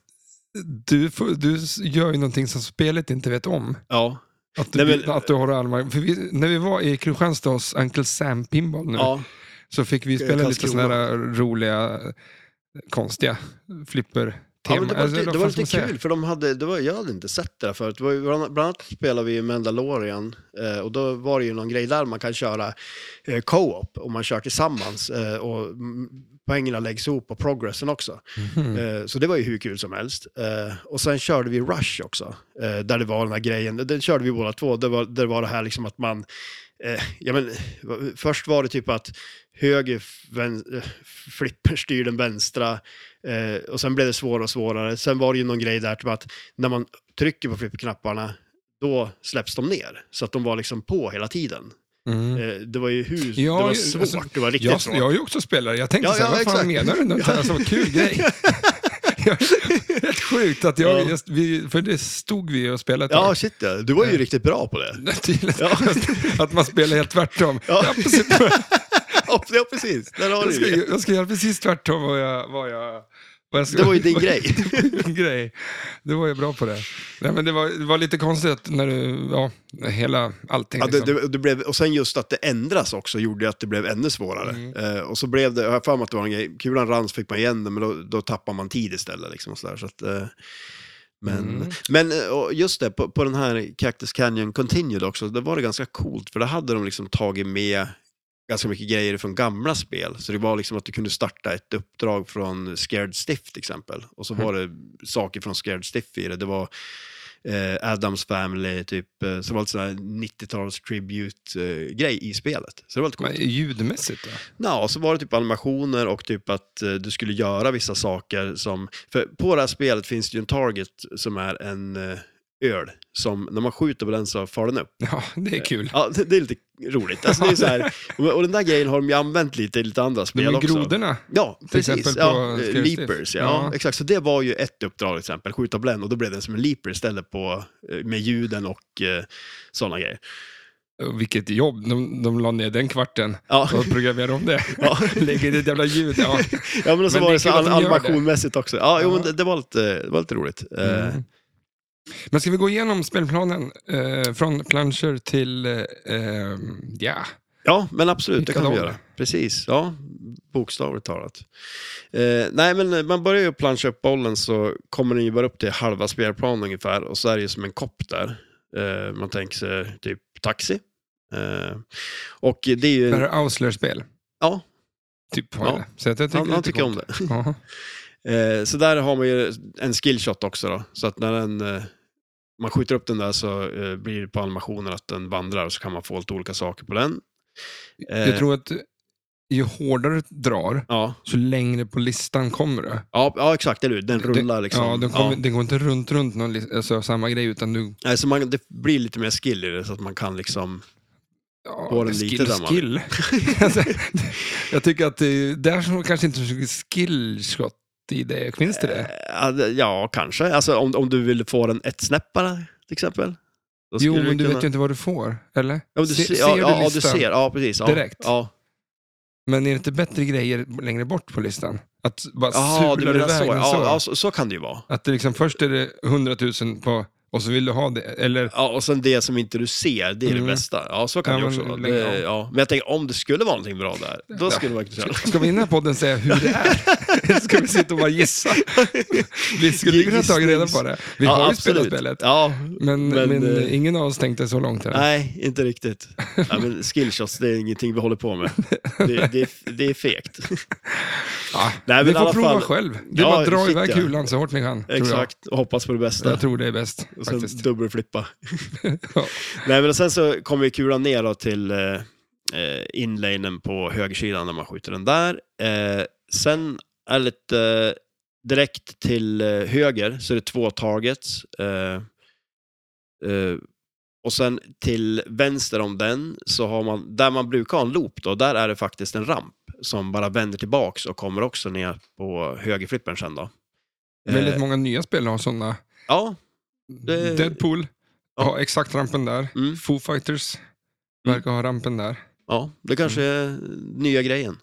du, får, du s- gör ju någonting som spelet inte vet om.
Ja,
Att du,
Nej, men-
att du har armar. För vi, när vi var i Kristianstad hos Uncle Sam Pinball nu,
Ja,
så fick vi
ska
spela
jag
lite
Karlskrona?
sådana här roliga, konstiga flipper
ja men det var,
Alltså,
lite,
vad
det var
fan ska man
lite
säga?
kul för de hade, det var, jag hade inte sett det där förut. Det var ju, bland bland annat spelade vi Mandalorian eh, och då var det ju någon grej där man kan köra eh, co-op och man kör tillsammans eh, och mm, poängerna läggs ihop och progressen också.
Mhm.
Eh, Så det var ju hur kul som helst. Eh, Och sen körde vi Rush också, eh, där det var den här grejen, den körde vi båda två, där var, där var det här liksom att man, eh, ja men v- först var det typ att höger f- vän, eh, flipper styr den vänstra eh, och sen blev det svårare och svårare. Sen var det ju någon grej där typ att när man trycker på flipperknapparna då släpps de ner, så att de var liksom på hela tiden.
Mhm.
Eh, Det var ju hur,
Ja,
det var
alltså,
svårt, det var riktigt
jag,
svårt.
jag är ju också spelare. Jag tänkte
Ja,
så här,
ja,
vad fan
exakt.
menar du? Det här var en kul grej. Jag- Helt sjukt att jag,
Ja.
just, vi, för det stod vi och spelade ett
Ja,
tag.
shit ja. Du var ju riktigt bra på det.
Tydligt.
Ja.
Att man spelar helt tvärtom.
Ja.
Jag, precis,
Ja, ja, precis. Där har
jag,
du
ska,
det.
jag ska göra precis tvärtom vad jag, vad jag, vad jag ska,
Det var ju din grej.
din grej. Det var ju bra på det. Nej, men det, var, det var lite konstigt att när du, ja, hela allting.
Ja, det,
liksom.
det, det blev, och sen just att det ändras också gjorde ju att det blev ännu svårare.
Mm.
Eh, och så blev det, jag har för mig att det var en grej, kulan rann så fick man igen den, men då, då tappar man tid istället. Liksom, och så där, så att, eh, men,
Mm.
men eh, och just det, på, på den här Cactus Canyon Continued också, det var det ganska coolt, för där hade de liksom tagit med ganska mycket grejer från gamla spel. Så det var liksom att du kunde starta ett uppdrag från Scared Stiff till exempel. Och så var det saker från Scared Stiff i det. Det var eh, Adams Family, typ, eh, som var lite sån här 90-tals tribute-grej i spelet. Så det var lite
Men
coolt.
Ljudmässigt då?
Ja, och så var det typ animationer och typ att eh, du skulle göra vissa saker som... För på det här spelet finns det ju en target som är en eh, öl som när man skjuter på den så far den upp.
Ja, det är kul.
Ja, det det är lite roligt. Alltså, det är så här, och och den där grejen har de ju använt lite i lite andra
De
spel
är
också.
grodorna.
Ja, precis.
exempel på
Ja, eh,
Scary Stiff.
leapers, ja.
Ja.
Exakt, så det var ju ett uppdrag till exempel, skjuta på den och då blev den som en leaper istället på, eh, med ljuden och eh, sådana grejer.
Vilket jobb, de, de la ner den kvarten
Ja.
och programmerade om det.
Ja.
Lägger in ett jävla ljud. Ja.
Ja, men och så
Men
var
det är
det så
kul att
an-
de gör det.
animationmässigt också. Ja, jo,
Ja.
men det, det, var lite, det var lite roligt. Eh,
Mm. Men ska vi gå igenom spelplanen eh, från planscher till, eh, ehm, ja,
Ja, men absolut,
Vilka
det kan vi
lag?
göra. Precis, ja, bokstavligt talat. Eh, nej, men man börjar ju plancha upp bollen så kommer den ju bara upp till halva spelplanen ungefär och så är det ju som en kopp där. Eh, man tänker sig typ taxi. Eh, och det är ju...
Barry Ausler-spel.
Eh, Ja,
Typ har
Ja.
jag det. Så att jag tycker
han,
det är
han
lite
tycker om
coolt.
det.
Ja.
Eh, så där har man ju en skillshot också då. Så att när den, eh, man skjuter upp den där så eh, blir det på animationen att den vandrar och så kan man få lite olika saker på den. Eh,
Jag tror att ju hårdare du drar,
ja,
så längre på listan kommer du.
ja, ja, exakt, eller hur? Den rullar liksom.
Ja, den, kommer, den går inte runt, runt någon, lis- alltså, samma grej, utan du...
Nej, så man, det blir lite mer skill i det så att man kan liksom...
Ja,
Går den
skill,
lite där, man?
skill. Alltså, jag tycker att det, där som kanske inte är så mycket skillshot i det. Finns det
Eh,
det?
Ja, det- Ja, kanske. Alltså om, om du vill få den ett snäppare till exempel. Då
Jo,
skulle
men du
kunna-
vet ju inte vad du får, eller?
Ja, men du
Se-
ser,
ser
ja, ja, ja, du
listan?
ser. Ja, precis. Ja,
Direkt?
Ja.
Men är det inte bättre grejer längre bort på listan? Att bara
Jaha, du
sula
menar
iväg
så.
så.
Ja, ja, så. Så kan det ju vara.
Att det liksom, först är det 100 000 på, och så vill du ha det, eller?
Ja, och sen det som inte du ser, det är
Mm.
det bästa. Ja, så kan
Ja,
det
men
ju också vara.
lägg
Det,
av.
ja. Men jag tänker, om det skulle vara någonting bra där, då skulle man kunna köra.
Ska vi innan podden säga hur det är? Eller ska vi sitta och bara gissa? Vi skulle kunna ha tagit reda på det. Vi
ja,
har ju
absolut.
spelat spelet.
Ja,
Men, men,
Men, eh,
ingen av oss tänkte så långt här.
nej, inte riktigt. Ja, men skillshots, det är ingenting vi håller på med. Det, det, är- det är fegt.
Ja,
Nej, men
ni
i alla
Ah, får prova
fall-
själv. Det är
Ja,
bara att dra
shit,
iväg
ja.
kulan så hårt ni kan. tror jag.
Exakt, och hoppas på det bästa.
Jag tror det är bäst,
Och sen
faktiskt.
dubbelflippa.
Ja.
Nej, men sen så kommer ju kulan ner då till eh, eh, inlanen på högersidan när man skjuter den där. Eh, sen är det lite eh, direkt till eh, höger så är det två targets. Eh, eh, och sen till vänster om den så har man, där man brukar ha en loop då, där är det faktiskt en ramp som bara vänder tillbaks och kommer också ner på högerflippen sen då.
Väldigt
Eh,
många nya spel har sådana.
ja, Det-
Deadpool
Ja.
har exakt rampen där.
mm,
Foo Fighters verkar ha rampen där.
ja, det kanske är nya grejen.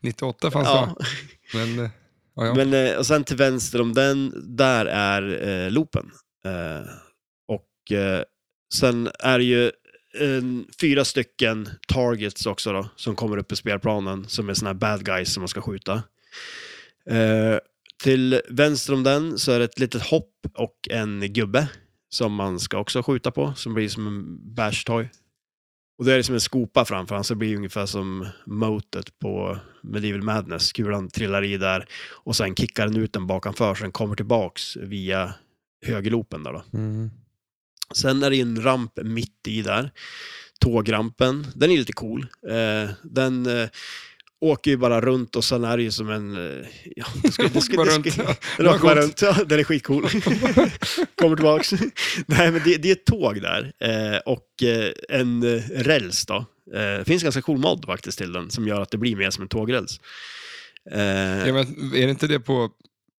98 fanns
ja.
ja. Men, eh, ja, ja.
Men eh, och sen till vänster om den, där är eh, loopen. Eh, och eh, sen är det ju en, fyra stycken targets också då, som kommer upp i spelplanen, som är såna här bad guys som man ska skjuta. Eh, till vänster om den så är det ett litet hopp och en gubbe som man ska också skjuta på, som blir som en bashtoy. Och det är liksom en skopa framför han, så det blir ungefär som motet på Medieval Madness. Kulan trillar i där och sen kickar den ut den bakanför, så den kommer tillbaks via högerloopen där då.
Mm.
Sen är det ju en ramp mitt i där. Tågrampen. Den är lite cool. Eh, den eh, åker ju bara runt och sen är det ju som en... Eh, ja, det skulle, det
Bara
skulle, det
runt.
skulle,
Vad
den åker bara
coolt.
runt. Ja, den är skitcool. Kommer tillbaks. Nej, men det, det är ett tåg där. Eh, och eh, en eh, räls då. Eh, Det finns en ganska cool mod faktiskt till den som gör att det blir mer som en tågräls. Eh,
Ja, men är det inte det på...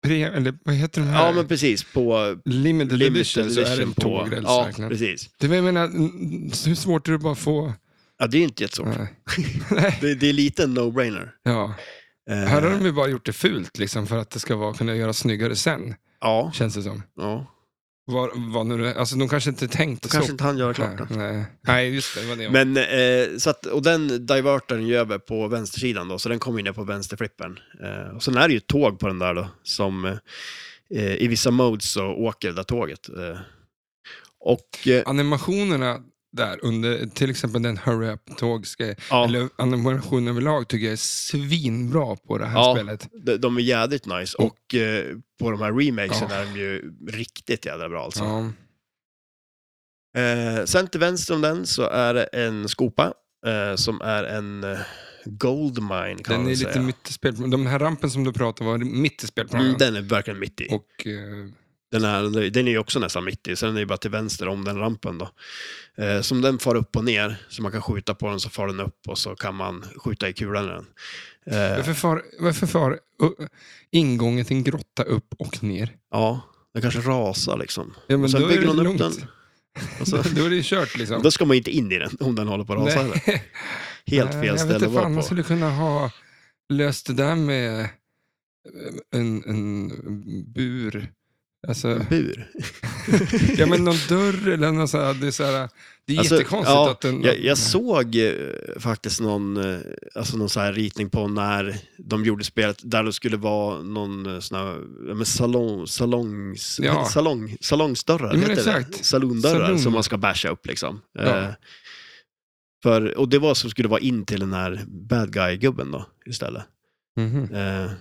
Pre, eller vad heter den här?
ja, men precis. På
Limited,
limited
edition, så är det en
edition. På,
tågräls.
ja,
verkligen.
precis.
Det var- jag menar, n- hur svårt är det bara att få...
Ja, det är inte jättesvårt.
Nej. Nej.
Det, det är lite en no-brainer.
Ja.
Eh,
Här har de ju bara gjort det fult liksom, för att det ska vara, kunna göra snyggare sen,
Ja,
känns det som.
ja.
Var, var nu, det- alltså, de kanske inte tänkte
kanske
så.
inte han gör klart den.
Nej. Nej, just det. det Var det.
Men, eh, så att, och den divertern gör vi på vänstersidan då, så den kommer in ner på vänsterflippen. Eh, och sen är det ju ett tåg på den där då, som eh, i vissa modes så åker det där tåget. Eh, och eh,
Animationerna där, under till exempel den Hurry Up Tågs
ja,
eller animationen överlag tycker jag är svinbra på det här
Ja.
spelet.
de, de är jädrigt nice. Och eh, på de här remakesen
Mm. Ja.
är de ju riktigt jädra bra alltså.
Ja.
Eh, sen till vänster om den så är det en skopa eh, som är en eh, goldmine kan
Den
man
är
väl
lite
säga.
mitt i spelplanen. Den här rampen som du pratade var mitt i spelplanen.
Mm, den är verkligen mitt i.
Och, eh,
Den är, den är ju också nästan mitt i, så den är ju bara till vänster om den rampen. Då. Eh, som den far upp och ner, så man kan skjuta på den så far den upp och så kan man skjuta i kulan i den. Eh,
varför far, varför far uh, ingången till en grotta upp och ner?
ja, den kanske rasar liksom.
Ja,
Och sen
då är
bygger
det
någon upp
lugnt.
den. Och så,
då är det ju kört liksom.
då ska man ju inte in i den om den håller på att rasa. heller.
Nej.
Helt
Nej,
fel
Eh, Jag vet
ställe att
inte
vara
fan,
på.
man skulle kunna ha löst det där med eh, en, en bur. Alltså,
En Bur.
ja, men någon dörr eller något så här, det är, så här, det är
Alltså,
jättekonstigt
ja,
att den...
Jag, jag såg eh, faktiskt någon, eh, alltså någon så här ritning på när de gjorde spelet, där det skulle vara någon eh, sån här, ja, men salong, salongs,
Ja.
men salong, salongsdörrar,
Ja, men
heter det?
exakt.
Salondörrar
Salon.
som man ska basha upp liksom.
Ja.
Eh, för, och det var som skulle vara in till den här bad guy-gubben då istället.
Mhm.
Eh,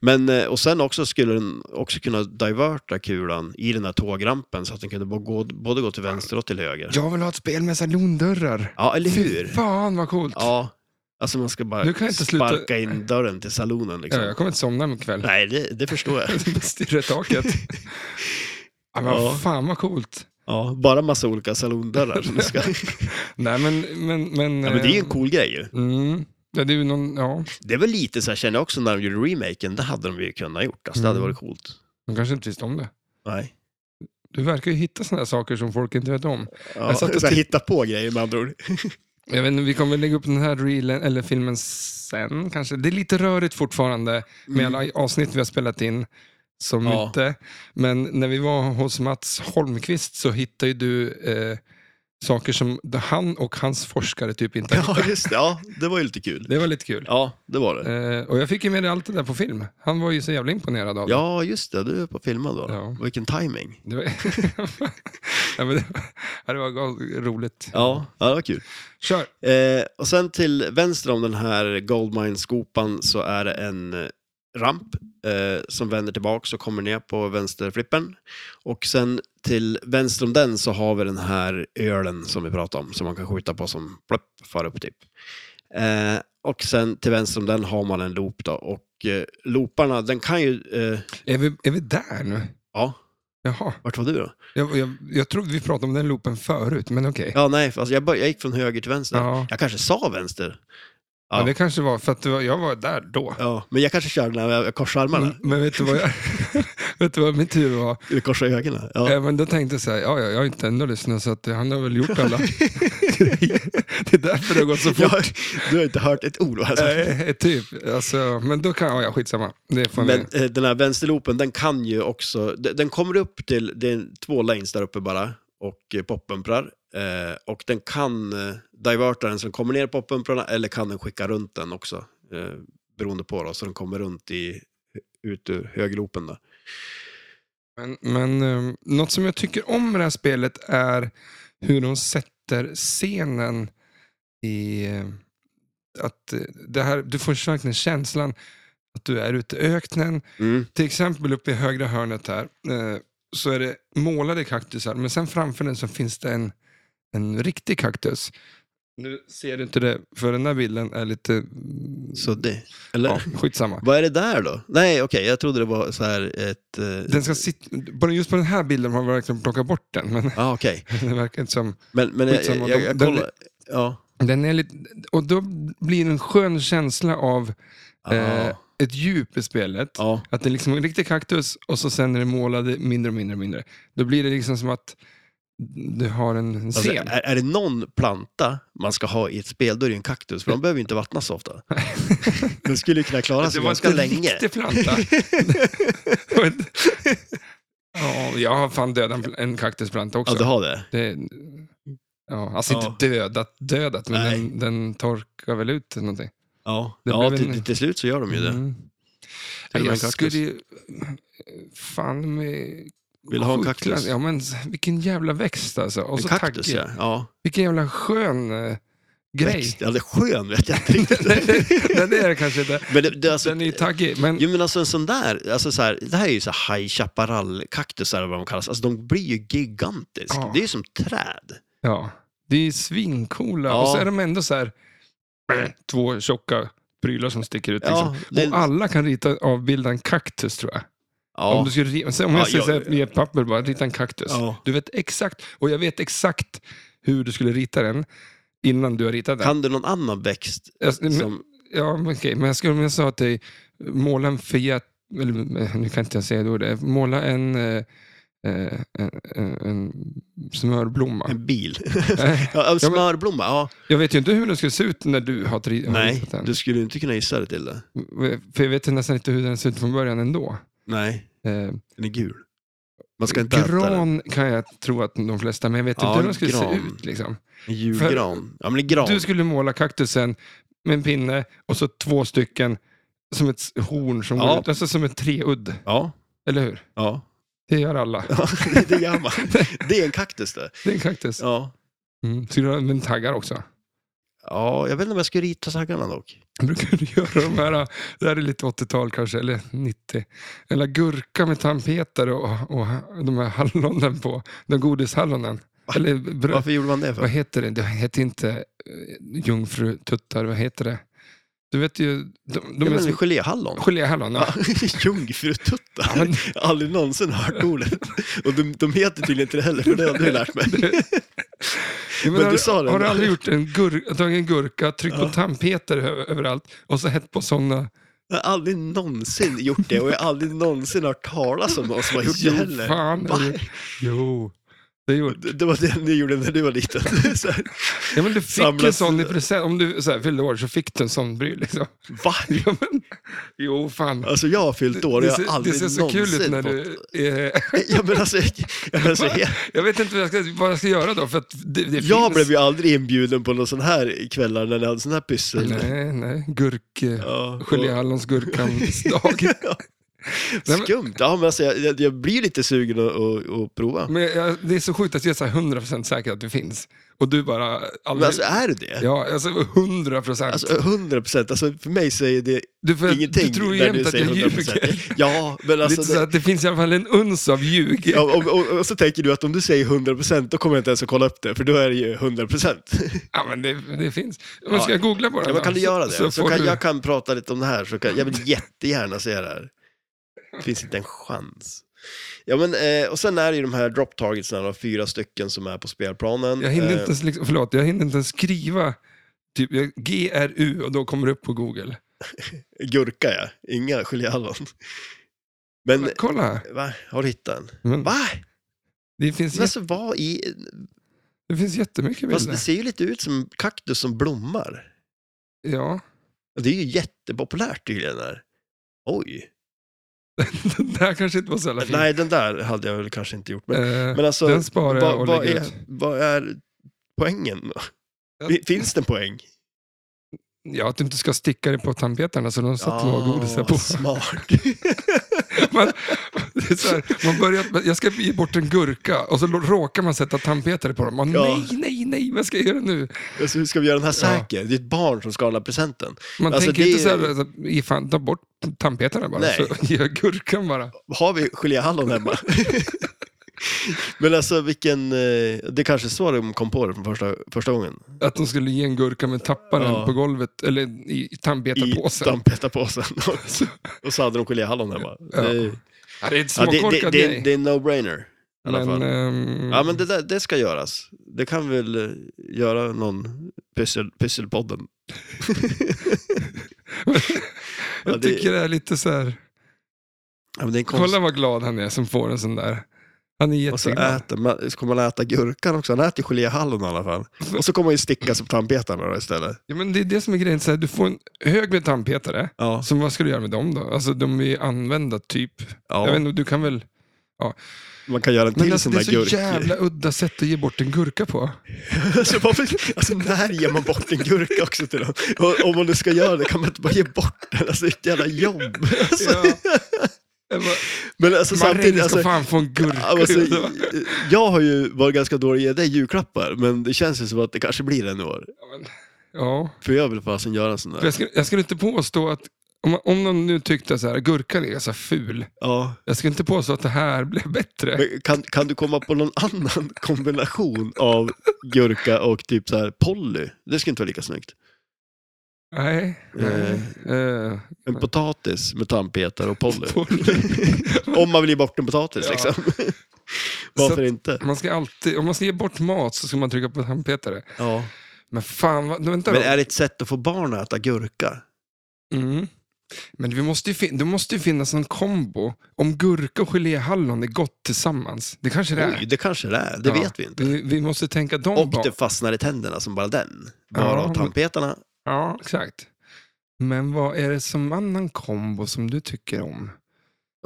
Men, eh, och sen också skulle den också kunna diverta kulan i den här tågrampen så att den kunde bo- gå, både gå till vänster och till höger.
Jag vill ha ett spel med salondörrar.
Ja, eller
Fy
hur?
fan vad coolt.
Ja, alltså man ska bara
Du kan inte sluta-
sparka in dörren till salonen liksom.
Ja, jag kommer inte somna om ikväll.
Nej, det, det förstår jag.
Stirra i taket. ja, men
Ja.
Fan vad coolt.
Ja, bara massa olika salondörrar. Som du ska...
Nej, men... men, men eh,
ja, men det är ju en cool grej ju.
Mm. Ja, det är ju någon, ja,
Det är väl lite så här, känner jag också, när de gjorde remaken, det hade de ju kunnat gjort. Alltså, det hade
Mm.
varit coolt.
de kanske inte visste om det.
Nej.
Du verkar ju hitta sådana här saker som folk inte vet om.
Ja,
Jag
så
satt och
att
titt-
hitta på grejer med andra ord.
Jag vet inte, vi kommer väl lägga upp den här reelen, eller filmen sen kanske. Det är lite rörigt fortfarande med alla avsnitt vi har spelat in. Som
Mm. Ja.
inte. Men när vi var hos Mats Holmqvist så hittade ju du eh, saker som han och hans forskare typ inte har
Ja, just det. Ja, det var ju lite kul.
Det var lite kul.
Ja, det var det.
Eh, och jag fick ju med dig allt det där på film. Han var ju så jävla imponerad av det.
Ja, just det. Du är på filmen då.
Ja.
Vilken timing.
Det var, ja, men det, var- ja, det var gal- roligt.
Ja, ja det var kul.
Kör!
Eh, och sen till vänster om den här Goldmine-skopan så är det en eh, ramp eh, som vänder tillbaka och kommer ner på vänsterflippen. Och sen till vänster om den så har vi den här ölen som vi pratade om, som man kan skjuta på som plopp, far upp typ. Eh, och sen till vänster om den har man en loop då. Och eh, looparna, den kan ju... Eh,
Är vi, är vi där nu?
ja,
Jaha.
vart var du då?
Jag, jag, jag tror vi pratade om den loopen förut, men okej.
Ja, nej, alltså jag, bör- jag gick från höger till vänster.
Ja.
Jag kanske sa vänster.
Ja. det kanske var för att du var, jag var där då.
Ja, men jag kanske körde när jag jag korsade armarna.
Men, men vet, du vad jag, vet du vad min tur var?
Du korsar ögonen? Ja.
Eh, men då tänkte jag så här, ja, ja, jag har inte ändå lyssnat så att han har väl gjort alla grejer. Det är därför det har gått så
Jag
fort.
har, du har inte hört ett ord alltså.
Eh, typ, alltså, men då kan ja, ja, skitsamma. Det får
Men
men,
eh, den här vänsterloopen, den kan ju också... de- Den kommer upp till... Det är två lanes där uppe bara. och eh, poppumprar. Eh, och den kan eh, diverta den så den kommer ner i poppumprarna eller kan den skicka runt den också. Eh, beroende på då, så den kommer runt i, ut ur höglopen. Då.
Men, men eh, något som jag tycker om med det här spelet är hur de sätter scenen i... eh, att eh, det här, Du får verkligen känslan att du är ute i öknen.
Mm.
Till exempel uppe i högra hörnet här eh, så är det målade kaktusar. Men sen framför den så finns det en, en riktig kaktus. Nu ser du inte det, för den här bilden är lite... mm,
Så det, eller?
ja, skitsamma.
Vad är det där då? Nej, okej, jag trodde det var så här ett... Eh,
Den ska sit- på- just på den här bilden har man verkligen plockat bort den, men
Ja, ah, okej.
det verkar inte som...
Men, men jag,
Skitsamma,
jag, jag,
de-
kollar. Ja.
Den är lite, och då blir det en skön känsla av eh,
Ja.
ett djup i spelet.
Ah, ja.
Att det är liksom en riktig kaktus och så sen är det målade mindre och mindre och mindre. Då blir det liksom som att du har en en
Alltså,
scen.
är, är det någon planta man ska ha i ett spel, då är det ju en kaktus, för de behöver ju inte vattnas så ofta. Den skulle ju kunna klara
det
sig
var
ganska
inte en
länge.
riktig planta. ja, jag har fan dödat en- en kaktusplanta också.
Ja, du har det?
det, ja, alltså
Ja.
inte dödat, dödat, men
Nej.
den, den torkar väl ut någonting.
Ja,
Det
ja
blev
till,
en-
till slut så gör de ju det.
Mm.
och med
Jag
en kaktus.
skulle ju... Fan med...
Vill du ha en kaktus?
Ja, men vilken jävla växt alltså. Och
en
så
kaktus,
tagg.
ja. ja.
Vilken jävla skön eh, grej.
Växt, ja, det är skön vet jag inte riktigt.
Nej, det är det kanske inte.
men det, det, alltså,
Den är ju taggig, men...
Jo men alltså en sån där, alltså så här, det här är ju så här High Chaparral-kaktusar eller vad de kallas. Alltså de blir ju gigantiska.
Ja.
Det är ju som träd.
Ja, det är svincoola.
Ja.
Och så är de ändå så här eh, två tjocka prylar som sticker ut.
Ja,
Liksom.
det-
Och alla kan rita avbilda en kaktus tror jag.
Ja.
Om, du skulle, ri- säg om
Ja,
jag säger
jag-
så här, i ett papper bara, rita en kaktus.
Ja.
Du vet exakt, och jag vet exakt hur du skulle rita den innan du har ritat den.
Kan du någon annan växt?
Jag, men,
Som,
Ja, men okej, men jag skulle om jag sa till dig, måla en Fiat, eller eh, nu kan inte jag säga det ordet, måla en, eh, eh, en, en, en smörblomma.
en bil.
Eh,
ja, en smörblomma, ja.
Jag vet ju inte hur den skulle se ut när du har tri- har
Nej,
ritat den.
du skulle ju inte kunna gissa det till det.
För jag vet ju nästan inte hur den ser ut från början ändå.
Nej,
Eh,
den är gul. Man ska inte äta den.
gran kan jag tro att de flesta, men jag vet
Ja,
inte hur
en
den skulle
gran.
se ut. Liksom.
En julgran. Ja, men en gran.
Du skulle måla kaktusen med en pinne och så två stycken som ett s- horn som
Ja.
går ut, alltså som ett treudd,
Ja,
eller hur?
ja.
Det gör alla.
ja det, det gör man. Det är en kaktus det.
Det är en kaktus.
Ja.
Mm. Skulle du ha men taggar också?
ja, jag vet inte om jag skulle rita taggarna dock.
Brukar du göra de här, det här är lite 80-tal kanske, eller 90. Eller gurka med tandpetare och, och de här hallonen på, de godishallonen. Eller bröd.
Varför gjorde man det för?
Vad heter det? Det heter inte eh, jungfrututtar, vad heter det? Du vet ju, de, de
ja,
är
men
som
geléhallon.
geléhallon. Ja.
Ja, Jungfrututtar.
Ja, men-
Jag har Aldrig någonsin hört ordet. Och de, de heter tydligen inte det heller, för det har du lärt mig.
Jo,
Men
har,
du sa det
har
ändå.
du aldrig gjort en gur, tagit en gurka, tryckt på tandpetare ö- överallt och så hett på sådana
Jag har aldrig någonsin gjort det och jag har aldrig någonsin hört talas om någon som har gjort det
Jo,
heller.
fan.
Va?
eller- Jo, det gjorde
Det det var det ni gjorde när du var liten. Så här,
ja, men Du fick en
Samlas-
sån i present. Om du så här, fyllde år så fick du en sån bry. Liksom.
Va?
Ja, men, jo, fan.
Alltså jag har fyllt år och
det,
jag
ser,
har aldrig
det ser så
någonsin
kul ut när du... Eh,
fått... Ja, men alltså, jag, jag, alltså, jag,
jag vet inte vad jag ska, vad jag ska göra då, för att det, det
jag
finns...
blev ju aldrig inbjuden på någon sån här kvällar när ni hade sån här pyssel.
Nej, nej. Gurk... eh, Ja.
Ja, och-
Geléhallonsgurkans dag. men-
Skumt. Ja, men alltså, jag- jag, jag blir lite sugen att, att, att prova.
Men jag, det är så sjukt att jag är så här 100% säker att det finns. Och du bara...
Men
Aldrig,
alltså är du det?
ja, alltså 100%.
Alltså 100 procent, alltså för mig säger det
du, för,
ingenting
du tror ju
när du
jämt att
säger
jag
100
ljuger.
Ja, men
Det är
alltså...
så
Det,
att det finns i alla fall en uns av ljug.
ja, och, och, och så tänker du att om du säger 100 procent, då kommer jag inte ens att kolla upp det, för då är det ju 100 procent.
Ja, men det, det finns. Men
Ja.
ska jag googla på det?
Ja, men kan du
då?
göra det?
Så,
Så,
får
kan,
du...
Jag kan prata lite om det här, så kan, jag vill jättegärna se det här. Det finns inte en chans. Ja, men, eh, och sen är det ju de här drop targets, då, fyra stycken som är på spelplanen.
jag hinner
Eh,
inte ens, liksom, förlåt, jag hinner inte ens skriva typ, jag- GRU och då kommer det upp på Google.
Eh, Gurka, ja. Inga geléhallon. Men, eh,
Kolla här.
va? Har du hittat en?
Men,
Va?
det, finns,
Men
jätte,
alltså, vad i...
det finns jättemycket
Fast
bilder.
det ser ju lite ut som kaktus som blommar.
Ja.
Och Det är ju jättepopulärt tydligen här. Oj.
Den där kanske inte var så jävla fin.
Nej, den där hade jag väl kanske inte gjort. Men,
Eh,
men alltså,
den sparar jag och
vad, vad,
lägger
är,
ut.
vad är poängen då?
Jag-
Finns det en poäng?
Ja, att du inte ska sticka dig på tandpetarna så de satt
Ah,
laggodis här på.
Smart.
Man, det är så här, man börjar, men jag ska ge bort en gurka och så råkar man sätta tandpetare på dem. Man,
Ja.
Nej, nej, nej, vad ska jag göra nu?
alltså, hur ska vi göra den här
Ja.
säker? Det är ett barn som ska hålla presenten.
Man
Alltså,
tänker
det-
inte så här, alltså, ge fan, ta bort tandpetarna bara,
Nej.
så ge gurkan bara.
Har vi geléhallon hemma? men alltså vilken... eh, Det är kanske är så de kom på det från första, första gången.
Att de skulle ge en gurka men tappa den
Ja.
på golvet, eller i i tandbetarpåsen.
dampetapåsen. och så hade de geléhallon hemma.
Ja.
Det,
Ja, det är ett
ja, det, det,
småkorkat
det,
grej.
det är en no-brainer. I alla fall.
Men, ehm,
Ja, men det, där, det ska göras. Det kan väl eh, göra någon pyssel, pysselpodden. ja,
jag
det-
tycker det är lite så här,
Ja, men det är en konst...
kolla vad glad han är som får en sån där. Han är
Och så,
jätteglad.
äter, man, så kommer man äta gurkan också. Han äter geléhallon i alla fall. Och så kommer han ju sticka sig på tandpetarna då istället.
Ja, men det är det som är grejen. Så här, du får en hög med tandpetare.
Ja.
Så Alltså, vad ska du göra med dem då? Alltså de är ju använda typ. Jag vet
ja.
inte, du kan väl...
Man kan göra en
Men
till
alltså,
sån
det är så
där gurk.
jävla udda sätt att ge bort en gurka på.
alltså, varför, alltså, när ger man bort en gurka också till dem? Och, om man nu ska göra det kan man inte bara ge bort den. Alltså, det är ett jävla jobb. Alltså,
Ja. Jag bara,
Men alltså,
Marie
samtidigt...
ska
Alltså,
fan få en gurka.
Alltså, jag har ju varit ganska dålig i att ge dig julklappar, men det känns ju som att det kanske blir en i år.
ja.
För jag vill fasen göra en sån
För
där.
jag, skulle, jag skulle inte påstå att... Om, om någon nu tyckte så här, gurkan är ganska ful.
Ja.
Jag skulle inte påstå att det här blev bättre.
Men kan, kan du komma på någon annan kombination av gurka och typ så här Polly? Det skulle inte vara lika snyggt.
Nej. nej. Eh,
En potatis med tandpetare och Polly.
Polly.
Om man vill ge bort en potatis
Ja.
liksom.
Så
Varför
att-
inte?
man ska alltid, om man ska ge bort mat så ska man trycka på tandpetare.
Ja.
Men fan, vad, vänta
Men
då.
är det ett sätt att få barn att äta gurka?
Mm. Men vi måste ju fin- det måste ju finnas någon kombo. Om gurka och geléhallon är gott tillsammans. Det kanske det är.
Oj, det kanske det är. Det
Ja.
vet vi inte.
Vi, vi måste tänka de
Och
ba-
det fastnar i tänderna som bara den. Bara
Ja,
av
men-
tandpetarna.
Ja, exakt. Men vad är det som annan kombo som du tycker om?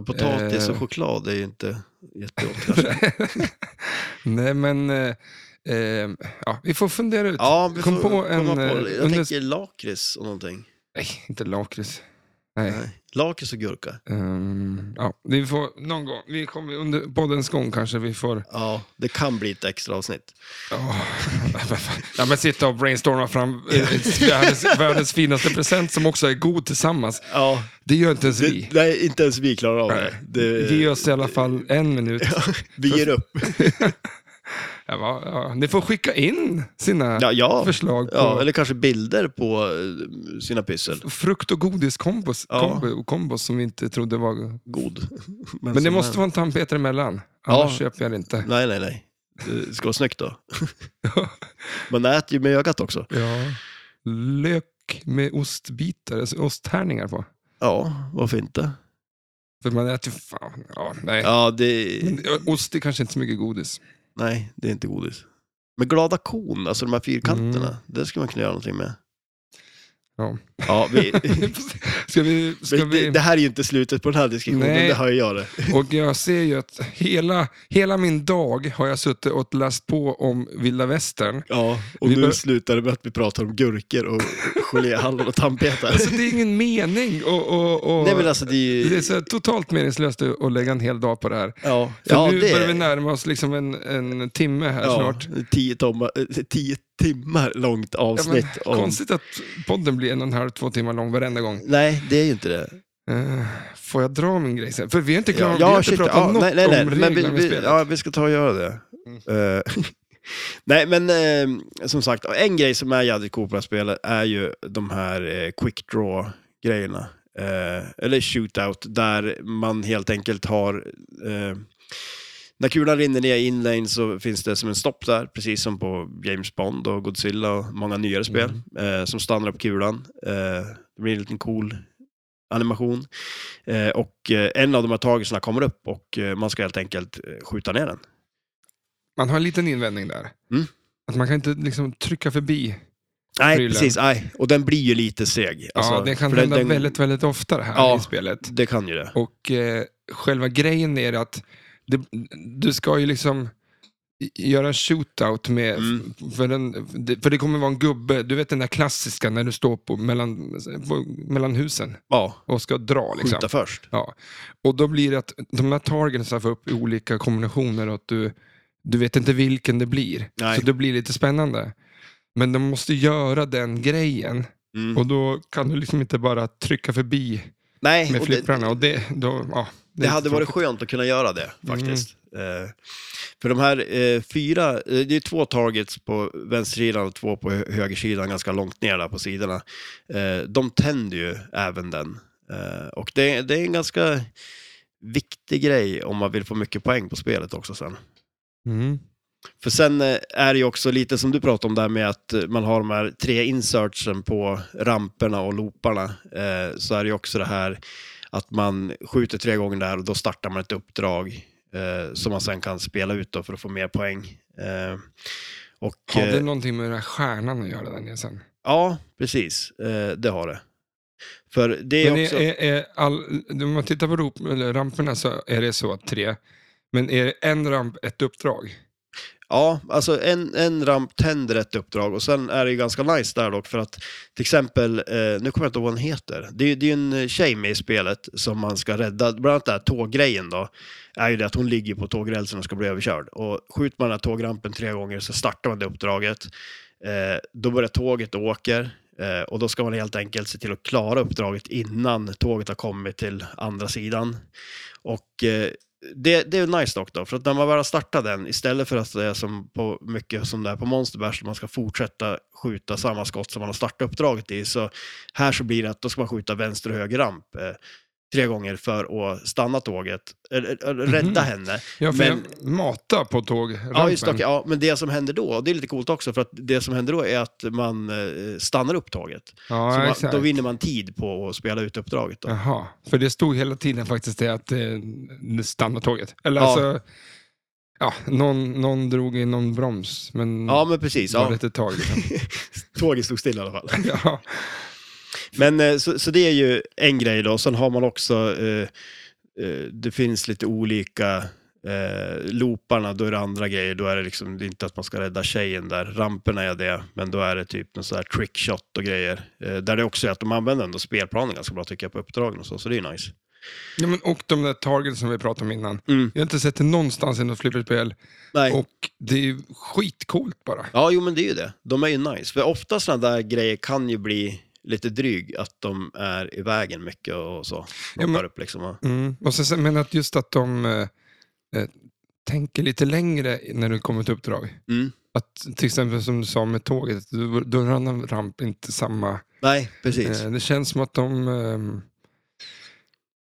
Potatis och
Eh.
choklad är ju inte jättegott kanske.
Nej, men eh, eh, ja, vi får fundera ut.
Ja, vi
Kom
får
på
komma
en,
på det.
eh,
Jag
under-
tänker lakrits och någonting.
Nej, inte lakrits. Nej.
Nej. Lakrits och gurka.
Ehm, ja, vi får någon gång, vi kommer under poddens gång kanske vi får
Ja, det kan bli ett extra avsnitt.
Ja, men fan. ja, men sitta och brainstorma fram eh, världens, världens finaste present som också är god tillsammans.
Ja,
Det gör inte ens vi.
det, nej, inte ens vi klarar av det.
Nej.
det
Ge oss i alla fall en minut.
vi ger upp.
Ja, va, ja. Ni får skicka in sina
Ja, ja.
förslag på
ja, eller kanske bilder på eh, sina pyssel.
frukt och godiskombos
Ja.
kombo, kombos som vi inte trodde var... Men,
God.
det
som
måste
är-
vara en tandpetare emellan,
Ja.
annars köper jag det inte.
Nej, nej, nej. Det ska vara snyggt då. Man äter ju med ögat också.
Ja. Lök med ostbitar, alltså osttärningar på.
Ja, varför inte?
För man äter ju fan... Ja, nej.
Ja, det...
Men, ja, Ost är kanske inte så mycket godis.
Nej, det är inte godis. Men glada kon, alltså de här fyrkanterna,
Mm.
det skulle man kunna göra någonting med.
Ja.
Ja, vi,
ska vi... Ska
men det,
vi
det här är ju inte slutet på den här diskussionen,
Nej.
det hör ju jag det.
och jag ser ju att hela, hela min dag har jag suttit och läst på om vilda västern.
Ja, och
Vi
nu
bör-
slutar det med att vi pratar om gurkor och geléhallon och tandpetare.
Alltså, det är ingen mening och, och, och
Nej men alltså det är
Det är
ju...
så här, totalt meningslöst att lägga en hel dag på det här.
Ja,
För
ja
nu
det
börjar vi närma oss liksom en, en timme här
ja,
snart.
tio, tomma, eh, tio timmar långt
Ja,
avsnitt.
men,
om...
konstigt att podden blir en och en halv, två timmar lång varenda gång.
Nej, det är ju inte det.
Eh, får jag dra min grej sen? För vi har inte, klarat,
Ja,
vi har inte
shit,
pratat
ja,
något
nej, nej, nej,
om
men vi,
reglerna med
vi,
spelet.
ja, vi ska ta och göra det. Eh, nej, men eh, som sagt, en grej som är jävligt cool på det här spelet är ju de här eh, quick draw-grejerna. Eh, eller shootout, där man helt enkelt har... Eh, när kulan rinner ner i inlane så finns det som en stopp där, precis som på James Bond och Godzilla och många nyare spel, eh, som stannar upp kulan. Eh, det blir en liten cool animation. Eh, och eh, en av de här tagelserna kommer upp och eh, man ska helt enkelt eh, skjuta ner den.
Man har en liten invändning där.
Mm.
Att man kan inte liksom trycka förbi
Nej,
prylen.
precis. Nej. Och den blir ju lite seg.
ja, det kan
Alltså, för
hända väldigt, väldigt ofta det här
Ja.
i spelet.
Det kan ju det.
Och eh, själva grejen är att det, du ska ju liksom i- göra en shootout med,
Mm.
för, den, det- för det kommer vara en gubbe, du vet den där klassiska när du står på mellan, på, mellan husen
Ja,
och ska dra. Liksom.
skjuta först.
Ja. Och då blir det att de här targetsen får upp i olika kombinationer och att du, du vet inte vilken det blir.
Nej.
Så det blir lite spännande. Men de måste göra den grejen
Mm.
och då kan du liksom inte bara trycka förbi
Nej,
med
och det,
flipprarna. Och det, då, ja, det är
det
lite
hade varit
tråkigt. Mm.
skönt att kunna göra det faktiskt. Eh, för de här eh, fyra, eh, det är två targets på vänstersidan och två på hö- högersidan, ganska långt ner där på sidorna. Eh, de tänder ju även den. Eh, och det, det är en ganska viktig grej om man vill få mycket poäng på spelet också sen.
Mm.
För sen eh, är det ju också lite som du pratade om där med att eh, man har de här tre insertsen på ramperna och looparna. Eh, så är det ju också det här att man skjuter tre gånger där och då startar man ett uppdrag eh, som man sen kan spela ut då för att få mer poäng. Eh, och,
Har det
eh,
någonting med den här stjärnan att göra? Där sen?
ja, precis. Eh, det har det. För det är
Men är,
också...
är, är all, om man tittar på rop, eller ramperna så är det så att tre, men är det en ramp ett uppdrag?
Ja, alltså en, en ramp tänder ett uppdrag och sen är det ju ganska nice där dock för att till exempel, eh, nu kommer jag inte ihåg vad hon heter, det är ju det är ju en tjej med i spelet som man ska rädda, bland annat den här tåggrejen då, är ju det att hon ligger på tågrälsen och ska bli överkörd. Och skjuter man den här tågrampen tre gånger så startar man det uppdraget, eh, då börjar tåget och åker. eh, Och då ska man helt enkelt se till att klara uppdraget innan tåget har kommit till andra sidan. Och eh, det, det är nice dock då, för att när man väl har startat den, istället för att det är som på, mycket som det är på Monster Bash, där man ska fortsätta skjuta samma skott som man har startat uppdraget i, så här så blir det att då ska man skjuta vänster och höger ramp eh, tre gånger för att stanna tåget, eller, eller rädda henne.
Ja, för
Men-
jag matar på tågrampen.
Ja, just det, okej. ja, men det som händer då, och det är lite coolt också, för att det som händer då är att man eh, stannar upp tåget.
Ja,
så man,
exakt.
då vinner man tid på att spela ut uppdraget. Då.
Jaha, för det stod hela tiden faktiskt det att eh, nu stannar tåget. Eller
Ja.
alltså, ja, någon, någon drog i någon broms, men
Ja, men precis.
det var
Ja.
ett tag. Liksom.
Tåget stod still i alla fall.
ja.
Men eh, så, så det är ju en grej då. Sen har man också, eh, eh, det finns lite olika eh, looparna, då är det andra grejer. Då är det liksom det är inte att man ska rädda tjejen där. Ramperna är det, men då är det typ någon sån här trickshot och grejer. Eh, där det också är att de använder ändå spelplanen ganska bra tycker jag på uppdragen och så, så det är nice.
Ja, men, och de där targets som vi pratade om innan.
Mm.
Jag har inte sett det någonstans i något flipperspel
Nej.
och det är ju skitcoolt bara.
Ja, jo men det är ju det. De är ju nice. För ofta sådana där grejer kan ju bli lite dryg, att de är i vägen mycket och så.
Ja, men-
Hoppar upp liksom. och-
Mm. Och sen, men att just att de eh, eh, tänker lite längre när det kommer till uppdrag.
Mm.
Att, till exempel som du sa med tåget, då då är en annan ramp inte samma
Nej, precis.
Eh, Det känns som att de ehm,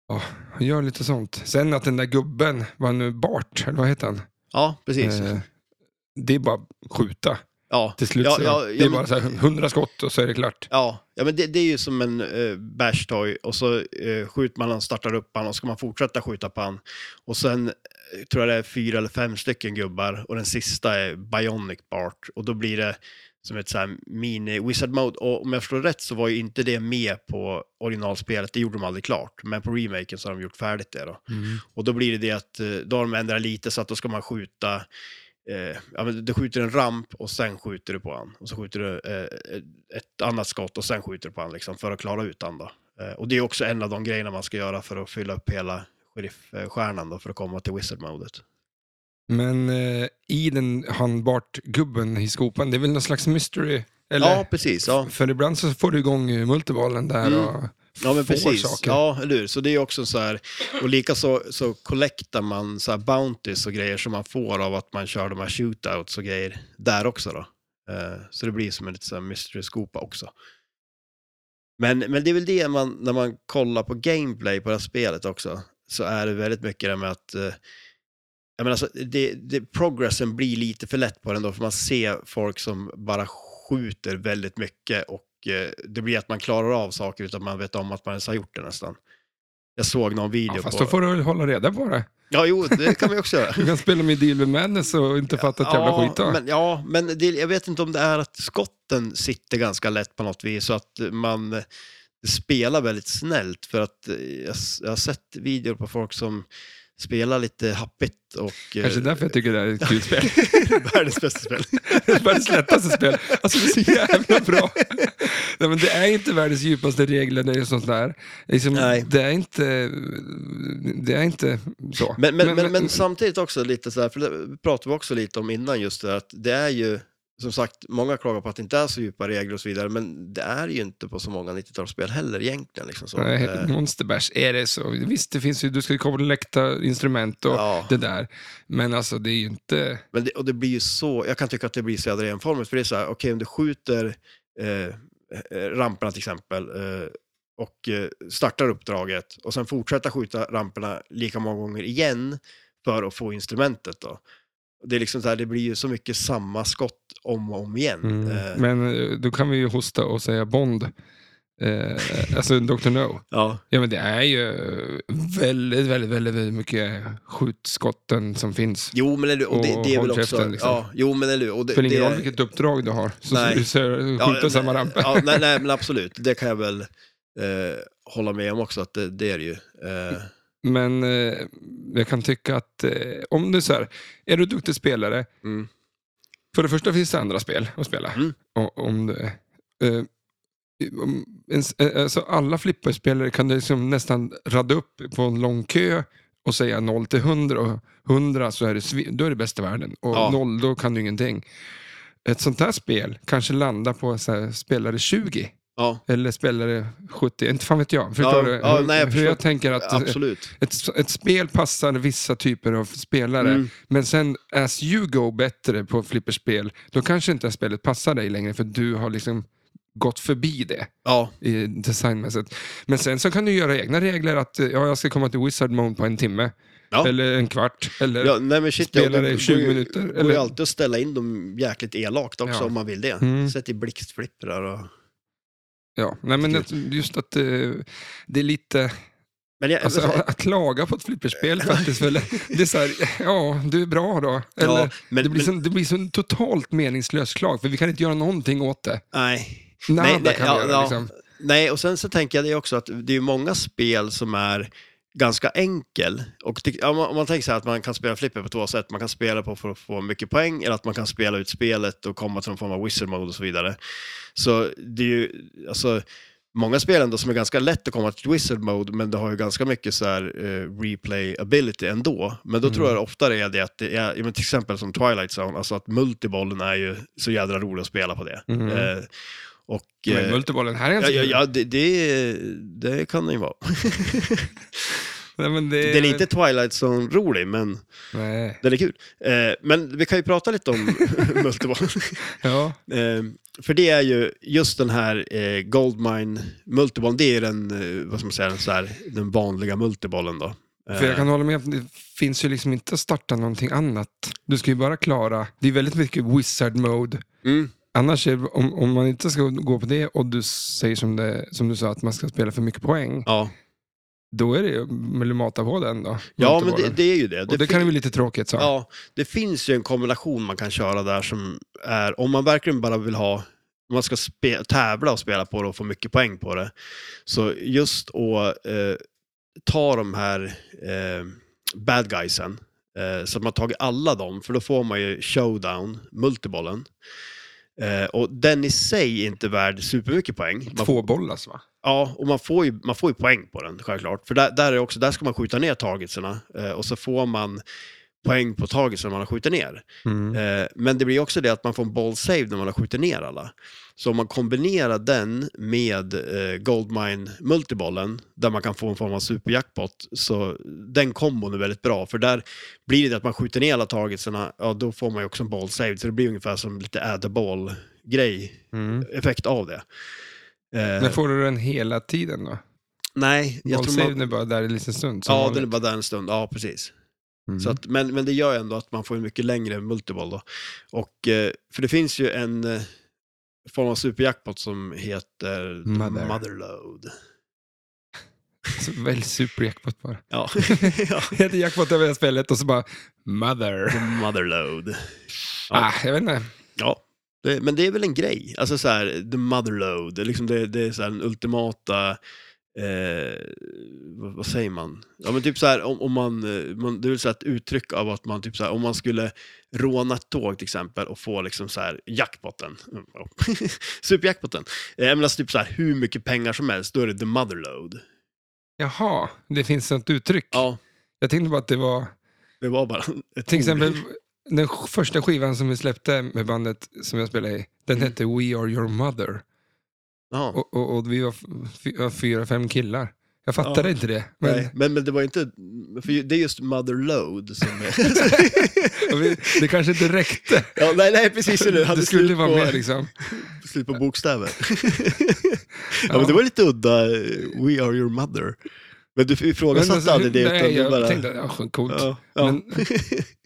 ja, gör lite sånt. Sen att den där gubben, vad nu, Bart, eller vad heter han?
Ja, precis.
Eh, det är bara skjuta
Ja,
till slut.
Ja,
så.
ja,
det
ja,
är
men-
bara så här, hundra skott och så är det klart.
Ja, ja men det, det är ju som en eh, bash toy och så eh, skjuter man han, startar upp han och ska man fortsätta skjuta på han. Och sen eh, tror jag det är fyra eller fem stycken gubbar och den sista är Bionic Bart och då blir det som ett så här mini Wizard Mode och om jag förstår rätt så var ju inte det med på originalspelet, det gjorde de aldrig klart. Men på remaken så har de gjort färdigt det då. Och då blir det det att eh, då har de ändrat lite så att då ska man skjuta eh, ja, men du skjuter en ramp och sen skjuter du på han. Och så skjuter du eh, ett annat skott och sen skjuter du på han liksom, för att klara ut han. Då. Eh, och det är också en av de grejerna man ska göra för att fylla upp hela sheriffstjärnan då, för att komma till wizard-modet.
Men eh, i den han Bart-gubben i skopan, det är väl någon slags mystery? Eller?
Ja, precis. Ja.
För ibland så får du igång eh, multibollen där
Mm.
och
Ja, men
får
precis.
saker.
Ja, eller hur? Så det är också så här, och lika så, så collectar man så här bounties och grejer som man får av att man kör de här shootouts och grejer där också då. Eh, Så det blir som en liten så här mystery-skopa också. Men, men det är väl det man, när man kollar på gameplay på det här spelet också, så är det väldigt mycket det med att eh, jag menar, alltså, det, det, progressen blir lite för lätt på den då, för man ser folk som bara skjuter väldigt mycket och eh, det blir att man klarar av saker utan att man vet om att man ens har gjort det nästan. Jag såg någon video
Ja, fast
på
då får du väl hålla reda på det.
Ja, jo, det kan vi också göra.
Du kan spela med Deal with Madness och inte fatta ett jävla skit då.
men, ja, men det, jag vet inte om det är att skotten sitter ganska lätt på något vis så att man eh, spelar väldigt snällt för att eh, jag, s- jag har sett videor på folk som spelar lite happigt och... eh,
Kanske därför jag tycker det här är ett kul spel.
Världens bästa spel.
världens lättaste spel. Alltså det är så jävla bra. Nej, men det är inte världens djupaste regler eller sånt där. Liksom,
Nej.
Det är inte Det är inte så.
Men, men, men, men, samtidigt också lite så här, för det pratade vi också lite om innan just det här, att det är ju som sagt, många klagar på att det inte är så djupa regler och så vidare, men det är ju inte på så många 90-talsspel heller egentligen. Liksom så.
Nej,
Eh,
Monster Bash är det så. Visst, det finns ju, du ska ju kollekta instrument och
Ja.
det där. Men alltså det är ju inte...
Men det, och det blir ju så, jag kan tycka att det blir så jädra enformigt, för det är så här, okej om du skjuter eh, eh, ramperna till exempel eh, och eh, startar uppdraget och sen fortsätter skjuta ramperna lika många gånger igen för att få instrumentet då. Det, är liksom så här, det blir ju så mycket samma skott om och om igen.
Mm.
Eh,
Men eh, då kan vi ju hosta och säga Bond. Eh, alltså Dr. No.
ja.
Ja, men det är ju väldigt, väldigt, väldigt, väldigt mycket skjutskotten som finns.
Jo men eller hur, och det,
Och
det är
håll
väl också,
käften, liksom.
ja, jo men eller hur, och det,
Det spelar ingen
det,
roll vilket uppdrag du har, så
Nej.
du ser- skjuter samma ramp.
Ja, nej, nej men absolut, det kan jag väl eh, hålla med om också att det, det är det ju. Eh,
Men eh, jag kan tycka att eh, om du så här, är du duktig spelare,
mm.
för det första finns det andra spel att spela.
Mm.
Och, om du, eh, om, en, s- eh, alltså alla flipperspelare kan du liksom nästan radda upp på en lång kö och säga 0 till 100 och 100 så är det, svi- då är det bäst i världen och
Ja.
0 då kan du ingenting. Ett sånt här spel kanske landar på så här, spelare 20.
Ja,
Eller spelare 70, inte fan vet jag. Förstår du?
ja,
hur,
nej, jag
hur
förstår.
jag tänker att eh,
absolut.
ett, ett spel passar vissa typer av spelare.
Mm.
Men sen, as you go bättre på flipperspel, då kanske inte spelet passar dig längre för du har liksom gått förbi det
Ja,
i designmässigt. Men sen så kan du göra egna regler att eh, ja, jag ska komma till Wizard Mode på en timme.
Ja.
Eller en kvart. Eller,
ja nej men shit, ja,
Spelare
det
i 20
går ju-
minuter,
går
eller?
ju alltid att ställa in dem jäkligt elakt också
Ja.
om man vill det.
Mm.
Sätt i blixtflipprar och...
ja. Nej, men att- just att eh, det är lite...
Men jag,
Alltså, att klaga på ett flipperspel faktiskt. Väl, det är så här, ja, du är bra då. Eller,
ja, men,
det, blir
men,
så, det blir så en totalt meningslös klag, för vi kan inte göra någonting åt det.
nej.
Nada
Nej, nej,
kan
ja,
vi göra.
ja.
Liksom.
Nej, och sen så tänker jag det också att det är ju många spel som är ganska enkel. Och det, om, man, om man tänker så här att man kan spela flipper på två sätt. Man kan spela på för att få mycket poäng eller att man kan spela ut spelet och komma till någon form av wizard mode och så vidare. Så det är ju, alltså, många spel ändå som är ganska lätt att komma till wizard mode men det har ju ganska mycket så här eh, replay ability ändå. Men då tror
Mm.
jag det oftare är det att det är, ja, men till exempel som Twilight Zone, alltså att multibollen är ju så jädra rolig att spela på det.
Mm.
Eh, och,
Men
eh,
multibollen här är inte
Ja,
så
ja,
kul.
ja det, det, det kan den ju vara.
Nej, men det,
Den är inte Twilight Zone rolig, men
Nej.
den är kul. Eh, men vi kan ju prata lite om Multiball.
Ja.
Eh, för det är ju just den här eh, Goldmine Multiball, det är ju den, eh, vad ska man säga, den, så här, den vanliga Multibollen då. Eh,
För jag kan hålla med, det finns ju liksom inte att starta någonting annat. Du ska ju bara klara, det är väldigt mycket wizard mode.
mm,
Annars, är, om, om man inte ska gå på det och du säger som, det, som du sa, att man ska spela för mycket poäng,
ja,
då är det ju, vill du mata på den då?
ja men det,
multibollen.
det är ju det.
och det
fin-
kan ju bli lite tråkigt. Så.
Ja, det finns ju en kombination man kan köra där som är, om man verkligen bara vill ha, om man ska spe, tävla och spela på det och få mycket poäng på det, så just att eh, ta de här eh, bad guysen, eh, så att man tagit alla dem, för då får man ju showdown, multibollen. Eh, och den i sig är inte värd supermycket poäng. Man,
Två bollas va?
ja, och man får, ju, man får ju poäng på den, självklart. För där, där, är också, där ska man skjuta ner targetsarna eh, och så får man poäng på targets som man har skjutit ner.
Mm,
Eh, Men det blir också det att man får en ball save när man har skjutit ner alla. Så om man kombinerar den med eh, Goldmine multibollen, där man kan få en form av superjackpot, så den kombon är väldigt bra. För där blir det att man skjuter ner alla targetsarna, ja då får man ju också en ball save. Så det blir ungefär som lite add the ball grej
Mm.
effekt av det. Eh,
Men får du den hela tiden då?
nej, jag tror
Målsaven
man...
är bara där en liten stund. som
Ja,
vanligt.
den är bara där en stund. Ja, precis.
Mm.
Så att, men, men det gör ändå att man får en mycket längre multiboll då. Och, eh, för det finns ju en eh, form av superjackpot som heter
Mother.
Motherload.
Så Välj superjackpot bara.
Ja. ja.
Jag heter jackpot över det här spelet och så bara mother.
Motherload.
Ah, jag vet inte.
Ja. Det, men det är väl en grej. Alltså så här, the motherload. Det är Liksom det, det är så här den ultimata... Eh, vad, vad säger man? Ja men typ så här, om, om man, eh, man... Det är väl så här ett uttryck av att man typ så här, om man skulle råna ett tåg till exempel och få liksom så här jackpotten. Mm, ja. Superjackpotten. Eh, men alltså typ så här hur mycket pengar som helst, då är det the motherload.
Jaha, det finns sånt uttryck.
Ja,
Jag tänkte bara att det var...
det var bara ett
Till
ord.
exempel den sk- första skivan som vi släppte med bandet som jag spelade i, den
Mm.
hette We Are Your Mother.
Ja.
Och, och, och vi var f- fy- var fyra, fem killar. Jag fattade
Ja.
inte det. Men,
Men... Men, men det var inte, för ju- det är just motherload som är...
och vi, det kanske inte räckte.
ja, nej, nej, precis. Det, hade
Det skulle
slut
vara
på,
mer liksom.
Slut på bokstäver. ja. men det var lite udda, eh, We are your mother. Men du
Men
ifrågasatte
alltså,
aldrig det?
hur- Nej,
du
jag tänkte, ja, coolt.
ja, ja,
Men-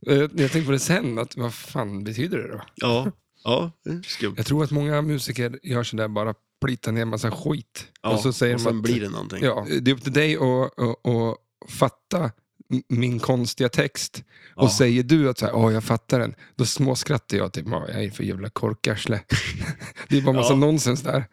Eh, Jag tänkte på det sen, att vad fan betyder det då?
ja, ja, eh, skumt.
Jag tror att många musiker gör sådär bara plitar ner massa skit.
Ja,
och så säger
och
de
sen
att
blir det någonting.
ja, det är upp till dig att, att, att fatta m- min konstiga text.
Ja.
Och säger du att så här, "Åh, jag fattar den, då småskrattar jag typ, "Åh, jag är för jävla korkarsle. det är bara massa
Ja.
nonsens där.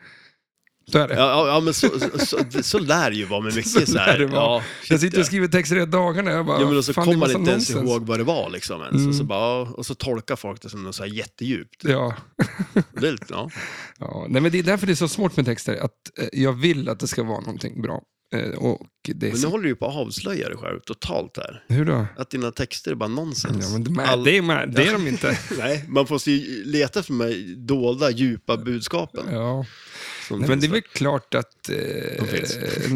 Så är det.
Ja, ja, ja, men så, så, så, så lär ju vara med mycket
Så
så, här.
lär det vara.
Ja,
jag
shit,
sitter
ja.
och skriver texter hela dagarna. Jag bara,
Ja, men och så
"Fan, det är
kommer man
massa
inte ens
nonsens."
ihåg vad det var liksom ens.
Mm.
Och, så bara, ja, och så tolkar folk det som något så här jättedjupt.
Ja.
Det är lite, ja.
Ja, nej, men det är därför det är så svårt med texter. Att eh, jag vill att det ska vara någonting bra. Eh, och det är
Men nu
så...
håller du ju på att avslöja dig själv totalt här.
Hur då?
Att dina texter är bara nonsens.
Ja, men de är,
All-
det, är, man- det är de inte.
Nej, man får se, leta efter de här dolda, djupa budskapen.
Ja.
som
Nej, men det är
finns
väl klart att, eh,
finns.
eh,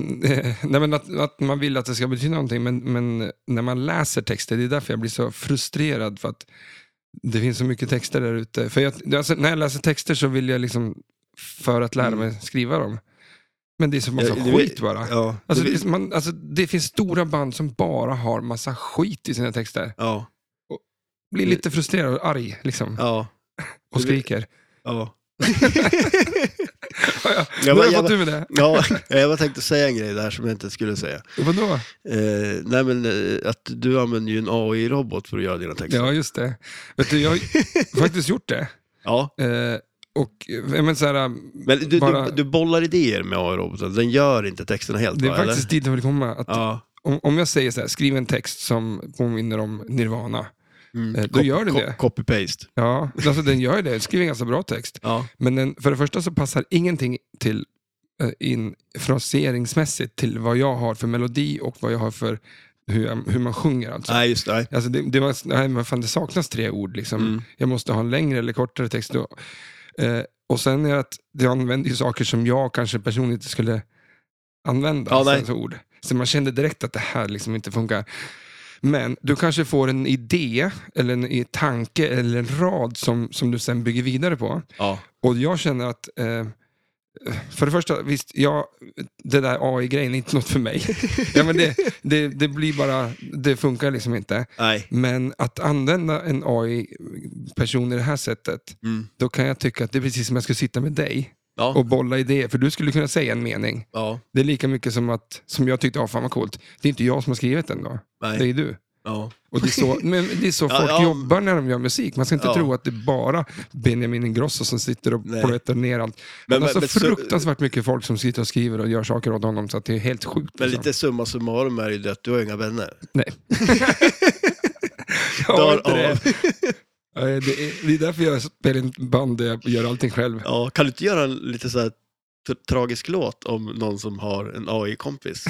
nej, men att, att man vill att det ska betyda någonting, men, men när man läser texter, det är därför jag blir så frustrerad. för att Det finns så mycket texter där ute. För jag, alltså, när jag läser texter så vill jag liksom, för att lära
Mm.
mig skriva dem. Men det är så
där.
massa
Ja, det-
skit bara.
Ja,
Alltså,
det-
det, är- man, alltså, det finns stora band som bara har massa skit i sina texter.
ja,
Blir lite frustrerad och arg liksom,
ja,
och skriker.
ja.
Ja, ja. Nu
Jag
har
bara-
jag
jag
fått ur med det.
Ja, jag var tänkt att säga en grej där som jag inte skulle säga.
Vadå?
Eh, nej, men eh, att du använder ju en AI-robot för att göra dina texter.
Ja, just det. Vet du, jag har faktiskt gjort det.
ja.
Eh, och, eh, men så här,
Men du,
Bara-
du, du bollar idéer med AI-roboten, den gör inte texterna helt
det är
va,
faktiskt dit jag vill komma. Att
eller? Ja.
om, om jag säger så här, skriv en text som påminner om Nirvana.
Mm.
Eh, då gör den det.
Copy-paste.
Ja, alltså den gör ju det. Skriv en ganska bra text.
Ja.
Men den, för det första så passar ingenting till eh, in fraseringsmässigt till vad jag har för melodi och vad jag har för hur, jag, hur man sjunger. Alltså.
Nej, just det. Nej.
Alltså det, det, var, nej, men fan, det saknas tre ord. Liksom.
Mm.
Jag måste ha en längre eller kortare text. Då. Eh, och sen är det att det använder ju saker som jag kanske personligen inte skulle använda.
Ja, nej.
alltså ord. Så man kände direkt att det här liksom inte funkar. Men du kanske får en idé, eller en i- tanke eller en rad som, som du sen bygger vidare på.
Ja.
Och jag känner att, eh, för det första, visst, jag, det där AI-grejen är inte något för mig. ja, men det, det, det blir bara, det funkar liksom inte.
Nej.
Men att använda en AI-person i det här sättet,
Mm.
då kan jag tycka att det är precis som jag skulle sitta med dig
Ja.
och bolla idéer. För du skulle kunna säga en mening.
ja.
Det är lika mycket som att, som jag tyckte, ja fan vad coolt. Det är inte jag som har skrivit den då,
Nej.
det är du.
Ja.
Och det är så, men det är så
Ja,
folk
ja.
jobbar när de gör musik. Man ska inte
Ja.
tro att det är bara Benjamin Ingrosso som sitter och
Nej.
plättar ner allt.
Men-
Men, alltså
men- men så-
fruktansvärt mycket folk som sitter och skriver och gör saker åt honom så att det är helt sjukt.
Men
liksom.
lite summa summarum är ju det att du har inga vänner.
Nej. jag har
Dör
inte det. Nej, Det är, det är därför jag spelar i ett band där jag gör allting själv.
Ja, kan du inte göra en lite så här tra- tragisk låt om någon som har en AI-kompis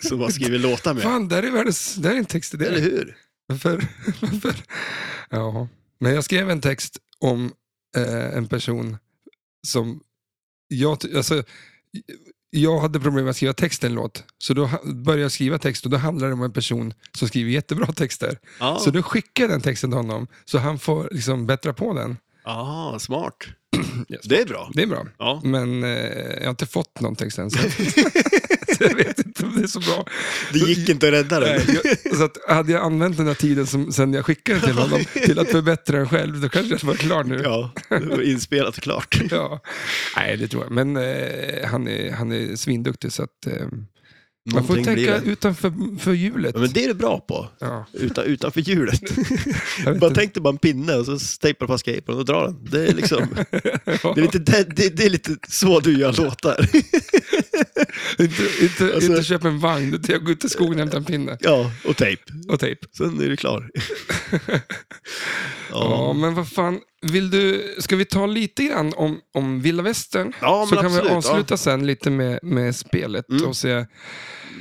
som har skrivit låtar med?
Fan, där är världens, där är en text i
Eller
det.
hur?
Varför? Varför? Ja. Men jag skrev en text om eh, en person som jag, ty- alltså, jag hade problem med att skriva text i en låt. Så då ha- började jag skriva text och då handlar det om en person som skriver jättebra texter.
Ja,
Så då skickade jag den texten till honom så han får liksom bättra på den.
ah, smart.
Yes.
Det är bra.
Det är bra.
Ja.
Men eh, jag har inte fått någon text än. Så så jag vet inte om det är så bra.
Det gick inte att rädda den.
Mm. Nej, jag, så att, hade jag använt den här tiden som, sen jag skickade till honom till att förbättra den själv, då kanske jag hade varit klar nu. Ja.
Ja, det var inspelat och klart.
Nej, det tror jag. Men eh, han, är, han är svinduktig, så att, eh, Man får
Någonting blir
tänka
det.
utanför för hjulet.
Ja, men det är det bra på.
Ja,
Utan, utanför hjulet.
jag vet
bara
inte.
tänk dig bara en pinne och så tejpar du fast skateboarden och drar den. Det är liksom... Det är lite, det, det, det är lite så du gör låtar.
inte, inte,
Alltså-
inte köpa en vagn, utan jag går ut i skogen och hämtar en pinne
Ja, och tejp.
och tejp.
Sen är du klar.
Ja,
Ja,
men vad fan. Vill du, ska vi ta lite grann om, om vilda västern?
ja
Så
men
kan
absolut.
vi avsluta sen lite med, med spelet
Mm.
och se.
Ja.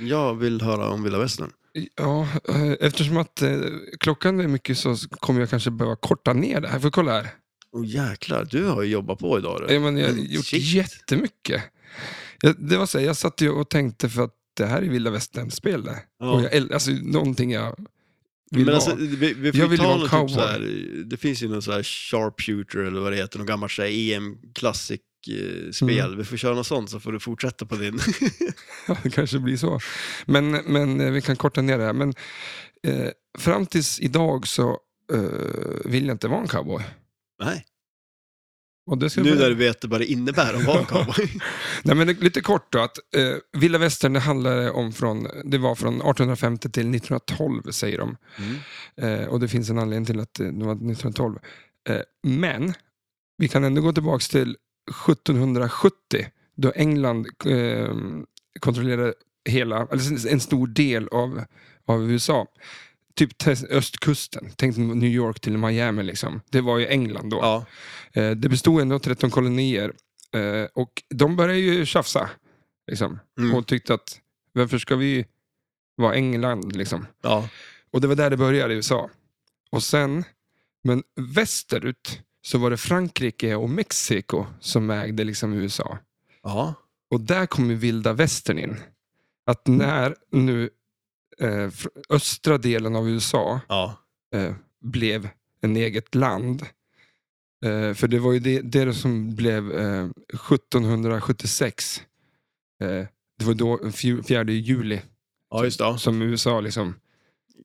Jag vill höra om vilda västern.
Ja, eh, eftersom att eh, klockan är mycket så kommer jag kanske behöva korta ner det här. För kolla här.
Åh jäklar, du har ju jobbat på idag. Du.
Ja, men jag har
Mm,
gjort
shit.
jättemycket. Jag, det var så här, jag satt ju och tänkte för att det här är vilda västern-spel. det.
Ja.
Och jag äl- Alltså någonting jag vill ha.
men alltså, vi, vi får
Jag
ju
vill ju
ta
vara
någon
cowboy.
typ så här, det finns ju någon så här sharpshooter eller vad det heter, någon gammal så här E EM-klassik-spel. eh,
Mm.
Vi får köra något sånt så får du fortsätta på din.
Ja, det kanske blir så. Men, men eh, vi kan korta ner det här. Men, eh, fram tills idag så eh, vill jag inte vara en cowboy.
Nej,
Och det ska
nu
jag-
när du vet vad det innebär att vara en cowboy.
Nej, men lite kort då, att eh, vilda västern det handlade om från, det var från 1850 till 1912 säger de.
Mm.
Eh, och det finns en anledning till att det var 1912. Eh, men vi kan ändå gå tillbaka till 1770 då England eh, kontrollerade hela, alltså en stor del av, av USA. Typ te- östkusten, tänk New York till Miami liksom. Det var ju England då.
Ja.
Eh, det bestod ändå av 13 kolonier eh, och de började ju tjafsa. Liksom,
Mm.
Och tyckte att varför ska vi vara England liksom?
ja.
Och det var där det började i USA. Och sen, men västerut så var det Frankrike och Mexiko som ägde liksom USA.
Ja.
Och där kom ju vilda västern in. Att när nu eh, fr- östra delen av USA
Ja.
eh, blev en eget land. Eh, för det var ju det, det som blev eh, 1776. Eh, det var då fju- 4 juli
ja, just det. Ja.
som USA liksom,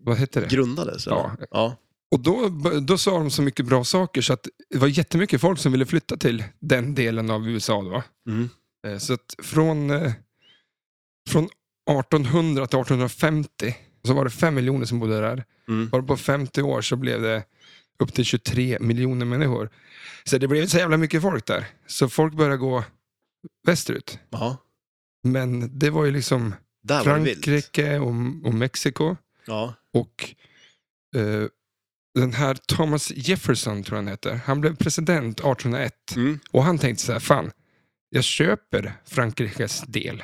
vad hette det?
Grundades? eller?
Ja.
ja.
Och då, då sa de så mycket bra saker så att det var jättemycket folk som ville flytta till den delen av USA. Då.
Mm.
Eh, Så att från, eh, från 1800 till 1850 så var det 5 miljoner som bodde där.
Mm.
Bara på 50 år så blev det upp till 23 miljoner människor. Så det blev så jävla mycket folk där. Så folk började gå västerut.
ja.
Men det var ju liksom
Där var det vilt.
Frankrike och, och Mexiko.
Ja.
Och eh, den här Thomas Jefferson, tror jag han heter, han blev president 1801.
Mm.
Och han tänkte så här, fan, jag köper Frankrikes del.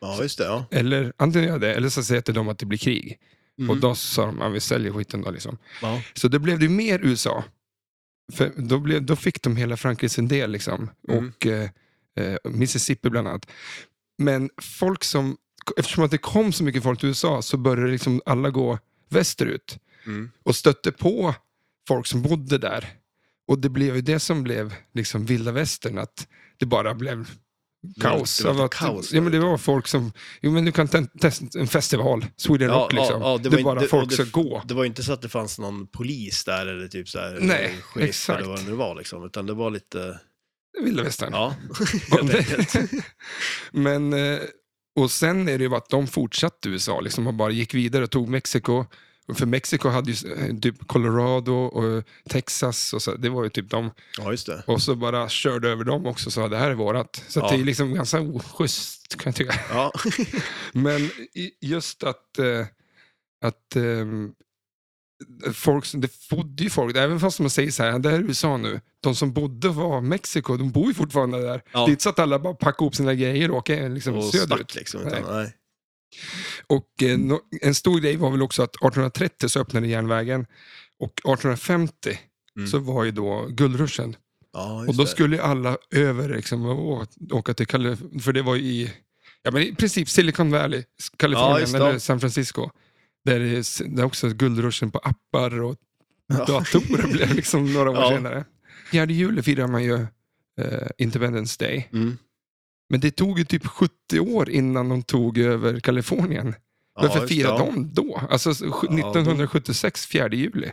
ja, just det. Ja.
Eller antingen gör jag det, eller så säger jag till dem att det blir krig.
Mm.
Och då sa de, ja, vi säljer skiten då liksom.
ja.
Så det blev det ju mer USA. För då, blev, då fick de hela Frankrikes en del liksom.
Mm.
Och eh, eh, Mississippi bland annat. Men folk som, eftersom att det kom så mycket folk till USA så började liksom alla gå västerut
Mm.
och stötte på folk som bodde där. Och det blev ju det som blev liksom vilda västern, att det bara blev kaos.
Det var
av att,
kaos.
ja, men det var folk som, jo men du kan te- testa en festival, Sweden
Ja,
Rock
ja,
liksom.
ja, det
det,
var
är bara
inte- och
folk
det-
som går.
Det var ju inte så att det fanns någon polis där eller typ så här,
Nej,
eh, sheriff
exakt.
eller vad det nu var liksom, utan det var lite,
Vilda västern.
ja,
Och
helt
det-
enkelt.
men, eh, och sen är det ju bara att de fortsatte USA, liksom, och bara gick vidare och tog Mexiko. För Mexiko hade ju eh, typ Colorado och eh, Texas, och så, det var ju typ de.
Ja, just det.
Och så bara körde över dem också och sa det här är vårat. Så att
Ja.
det är liksom ganska oschysst kan jag tycka.
Ja,
Men i- just att, eh, att eh, folk, som- det bodde ju folk, även fast man säger så här, det här är USA nu, de som bodde var Mexiko, de bor ju fortfarande där.
Ja.
Det är inte så att alla bara packar ihop sina grejer och åker liksom
och
söderut.
stack liksom. Utan, nej.
Och eh, no- en stor grej var väl också att 1830 så öppnade järnvägen och 1850
Mm.
så var ju då guldruschen.
Ja, just
Och då
det.
skulle ju alla över liksom, och åka till Kalifornien, för det var ju i, ja, men i princip Silicon Valley,
Ja,
Kalifornien
just det.
eller San Francisco. Där det är, s- där också guldruschen på appar och
Ja.
datorer blev liksom några år
Ja.
senare. 4 juli firar man ju eh, Independence Day.
Mm.
Men det tog ju typ 70 år innan de tog över Kalifornien.
Ja,
Varför
just det,
firade
ja.
de då? Alltså s- sj-
Ja, de-
1976, 4 juli.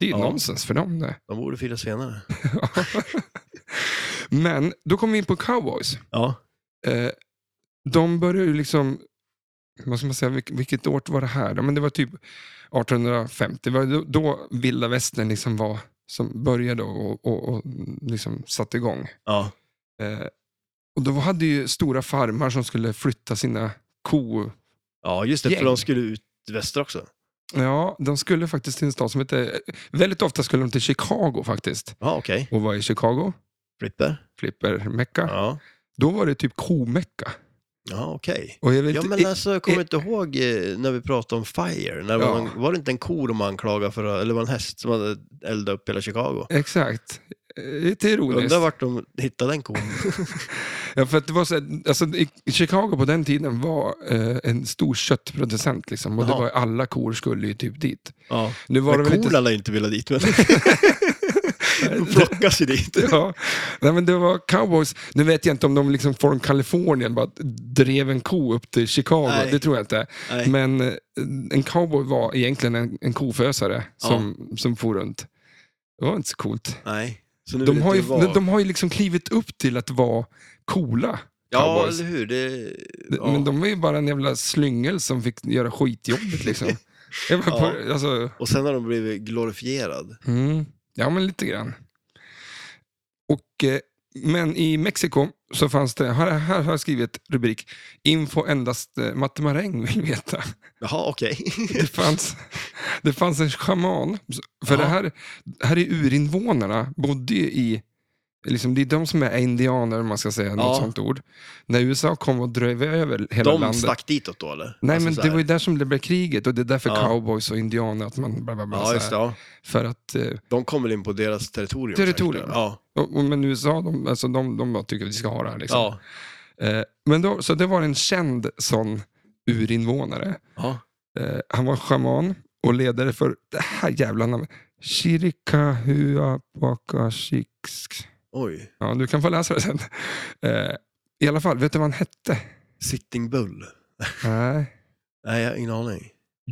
Det är ju
Ja.
nonsens för dem det.
De borde fira senare.
Men då kom vi in på cowboys.
Ja,
Eh, de började ju liksom vad ska man säga, vilk- vilket år var det här? Ja, men det var typ 1850. Det var då, då vilda västern liksom var, som började och, och, och liksom satte igång.
Ja.
Eh, och då hade ju stora farmar som skulle flytta sina ko.
ja, just det.
Gäng.
För de skulle ut i väster också.
Ja, de skulle faktiskt till en stad som hette... Väldigt ofta skulle de till Chicago faktiskt.
Ja, okej.
Och var i Chicago,
Flipper.
flippermecka.
Ja,
Då var det typ komecka.
ja okej.
Och jag vet
Ja,
inte-
men alltså, jag kommer
i-
inte ihåg eh, när vi pratade om Fire. När
eh, Ja.
man, var det inte en ko de anklagade för, att- eller var det en häst som hade eldat upp hela Chicago?
Exakt. Eh, Lite ironiskt.
Undrar vart de hittade den kon.
Ja, för att det var så, här- alltså, i Chicago på den tiden var eh, en stor köttproducent. Liksom, och det
Jaha.
var, alla kor skulle ju typ dit.
ja.
Nu var
men
det väl
korna
inte...
lär ju inte vilja dit, men de plockas ju dit.
Ja. Nej, men det var cowboys. Nu vet jag inte om de liksom från Kalifornien bara drev en ko upp till Chicago.
Nej.
Det tror jag inte.
Nej.
Men eh, en cowboy var egentligen en, en kofösare som, som for runt. Det var inte så coolt.
Nej. Så nu
De
vill
har, ju,
inte vara-
de, de har ju liksom klivit upp till att vara coola.
Ja,
cowboys.
eller hur? Det...
Det-
Ja.
Men de är ju bara en jävla slyngel som fick göra skitjobbet liksom. Jag bara,
Ja.
på, alltså,
Och sen har de blivit glorifierad.
mm, ja, men lite grann. Och, eh, men i Mexiko så fanns det, här, här har jag skrivit rubrik, info endast eh, Matte Maräng vill veta.
Jaha, okej.
Det fanns, det fanns en schaman, för
Ja.
det här, här är urinvånarna, bodde ju i Liksom, det är de som är indianer, om man ska säga något
Ja.
sånt ord. När USA kom och drev över hela
De
landet.
stack ditåt då eller?
Nej,
Alltså,
men
så
det
här.
var ju där som det blev kriget och det är därför
Ja.
cowboys och indianer, att man bla bla bla, så
Ja, just det.
här.
Ja.
För att, eh,
De kom väl in på deras territorium?
Territorium.
säkert. Ja.
och, och, men USA, de, alltså, de, de bara tycker att vi ska ha det här. Liksom.
Ja.
Eh, men då, så det var en känd sån urinvånare.
ja.
Eh, han var schaman och ledare för det här jävla namnet. Chirikahuapakashiksk.
Oj.
Ja, du kan få läsa det sen. Eh, I alla fall, vet du vad han hette?
Sitting Bull?
Nej.
Nej, jag har ingen aning.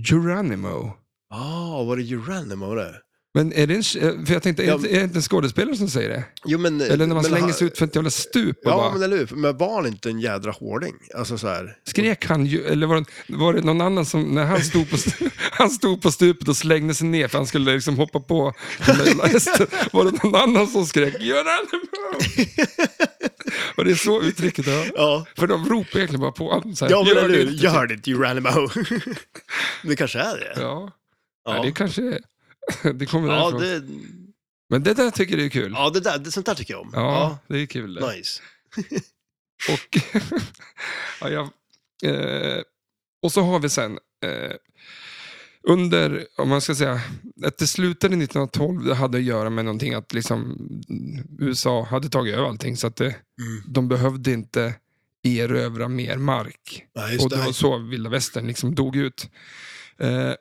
Geronimo.
Ah, var det Geronimo det?
Men är det en, eh, för jag tänkte, är det, är det inte en skådespelare som säger det?
Jo, men...
Eller när man
men
slänger
han-
sig ut för ett jävla stup och
Ja,
bara,
men eller hur? Men var han inte en jädra hårding? Alltså så här...
Skrek han ju, eller var det, var det någon annan som, när han stod, på, st- han stod på stupet och slängde sig ner för han skulle liksom hoppa på den där lilla hästen. Var det någon annan som skrek Geronimo? Och det är så uttrycket är.
Ja.
För de ropar egentligen bara på honom. så här,
Ja, men
"Gör
eller hur?
inte."
Gör det, Geronimo! det kanske är det?
Ja. Nej, det kanske är. Det kommer
ja,
därifrån.
det,
Men det där tycker jag är kul.
ja det där, det, sånt där tycker jag om.
Ja, det är kul.
Ja, nice.
Och, ja, jag, eh, och så har vi sen, eh, under, om man ska säga, att det slutade 1912, det hade att göra med någonting att liksom, mm, USA hade tagit över allting, så att det,
Mm.
de behövde inte erövra mer mark.
Ja, just
och det var så vilda västern liksom dog ut. Eh,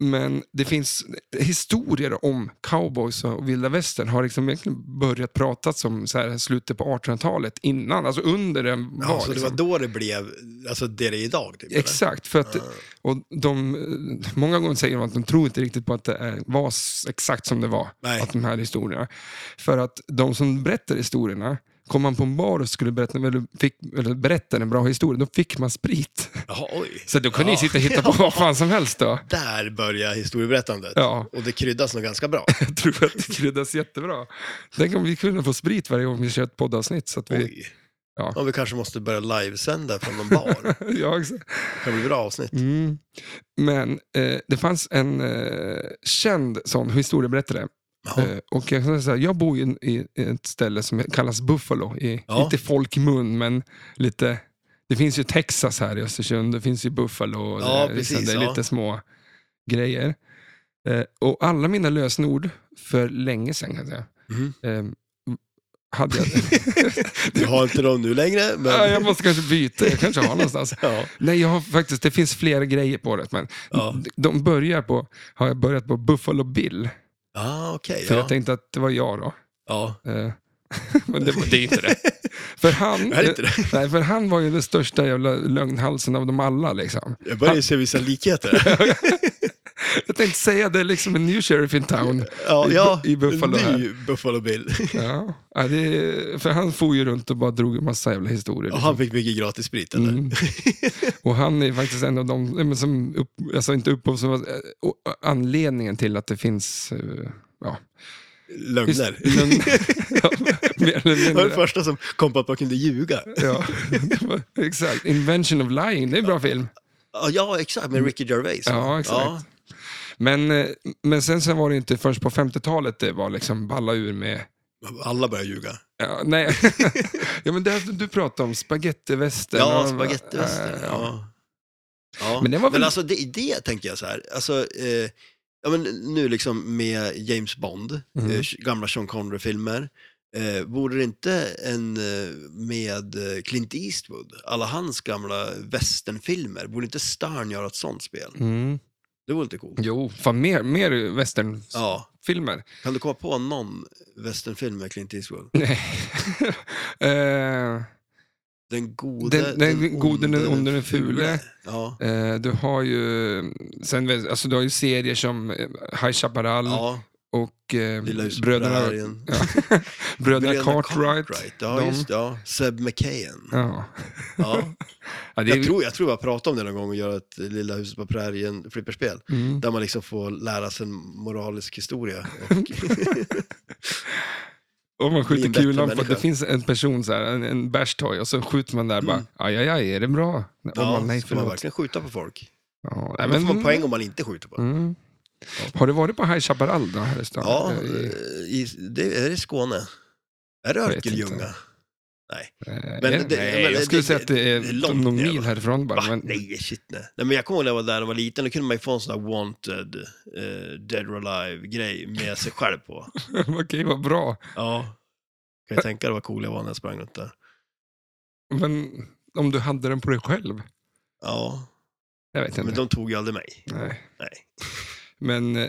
men det finns historier om cowboys och vilda västern har liksom egentligen börjat pratas om så här slutet på 1800-talet innan, alltså under den var.
Ja, så det
liksom.
var då det blev alltså, det det är idag? Typ, eller?
Exakt, för att
Ah.
och de, eh, många gånger säger de att de tror inte riktigt på att det är, var s- exakt som det var,
Nej.
att de här historierna. För att de som berättar historierna, kom man på en bar och skulle berätta, eller fick, eller berätta en bra historia, då fick man sprit.
Jaha, oj.
Så då kunde
Ja.
ni sitta och hitta på vad fan som helst då.
Där börjar historieberättandet.
Ja,
Och det kryddas nog ganska bra.
jag tror att det kryddas jättebra. Tänk om vi kunde få sprit varje gång vi kör ett poddavsnitt. Så att vi,
Oj.
Ja.
Ja, vi kanske måste börja livesända från någon bar.
ja, exakt.
Det kan bli bra avsnitt.
mm. Men eh, det fanns en eh, känd sån historieberättare.
Jaha.
Eh, och jag, kan säga, jag bor ju i i ett ställe som kallas Buffalo. I,
Ja.
Inte folkmun, men lite... Det finns ju Texas här i Östersund, det finns ju Buffalo. Och
Ja,
det, är liksom-
precis,
det är
ja.
lite små grejer. Eh, och alla mina lösenord för länge sedan kan jag säga,
Mm.
ehm, hade jag...
Du har inte dem nu längre, men...
Ja, jag måste kanske byta, jag kanske har någonstans.
Ja.
Nej, jag har faktiskt, det finns flera grejer på det, men
Ja.
de börjar på, har jag börjat på Buffalo Bill,
Ah, okej.
för
ja.
jag tänkte att det var jag då.
ja.
Eh, Men det, var- det är inte det. För han,
Det här är inte det.
Nej, för han var ju den största jävla lögnhalsen av dem alla. Liksom.
Jag börjar ju se vissa likheter.
Jag tänkte säga, det är liksom en new sheriff in town.
Ja,
I
ja,
Bu- i Buffalo
en ny Buffalo Bill.
Ja. Ja, det är, för han for ju runt och bara drog en massa jävla historier.
Och
Liksom.
han fick mycket gratis sprit, eller?
Mm. Och han är faktiskt en av de, nej, men som upp, alltså inte upphov, som var- eh, och anledningen till att det finns, eh, ja. Just-
Lögner.
men- ja, mer eller
Det var den
mindre.
första som kom på att man kunde ljuga.
Ja, det var- exakt. Invention of lying, det är en bra film.
Ja, Ja, exakt, med Ricky Gervais.
Mm. Ja, exakt. Men, eh, men sen så var det inte först på 50-talet det var liksom balla ur med
Ja, alla började ljuga.
Ja, nej. ja, men det här, du pratade om spagettivästen.
Ja,
och-
spagettivästen.
eh,
Ja. Ja.
Men
Men,
det var väl-
alltså det, det tänker jag så här, alltså, eh, ja, men nu liksom med James Bond,
Mhm.
eh, gamla Sean Connery-filmer, eh, vore det inte en eh, med eh, Clint Eastwood, alla hans gamla westernfilmer, borde inte Stern göra ett sånt spel?
Mm.
Det vore lite coolt.
Jo, fan mer, mer westernfilmer.
Ja, kan du komma på någon westernfilm med Clint Eastwood?
Nej. Eh,
Den gode,
Den- den gode, den onde, den fule.
Ja,
eh, du har ju sen, alltså, du har ju serier som eh, High Chaparral
ja.
och eh,
Lilla huset på
Bröderna,
prärien.
ja, bröderna Cartwright.
Ja,
de-
just det. Ja. Seb McKahan.
Ja.
Ja.
Ja, det är,
Jag, tror, jag tror jag pratade om det någon gång och göra ett Lilla huset på prärien flipperspel.
mm.
Där man liksom får lära sig en moralisk historia. Och,
Om man
Bli en
skjuter
bättre
kulan på,
människa.
det finns en person, så här, en, en bärstoy, och så skjuter man där bara, aj, aj, aj, är det bra? Ja,
Mm. ja,
man, nej,
ska man
förlåt.
verkligen skjuta på folk?
Ja,
Ja,
nej,
men,
men,
får man poäng om man inte skjuter på dem.
mm. Har du varit på High Chaparral då, här i stan?
Ja,
Eh, i-
i, det, är det Skåne? Är det
vet
Örkelljunga?
eh,
men
är-
det-
nej,
men
jag
det-
skulle
det-
säga att det är,
det är långt
någon
ner,
mil
va?
härifrån bara.
Va?
men,
Nej, shit nej. nej. Men jag kommer ihåg när jag var där och var liten, då kunde man ju få en sån här wanted, eh, dead or alive-grej med sig själv på.
Okej, vad bra.
Ja. Kan jag tänka dig vad cool jag var när jag sprang runt där.
Men om du hade den på dig själv?
Ja,
Jag vet inte.
men de tog ju aldrig mig.
Nej.
Nej.
Men eh,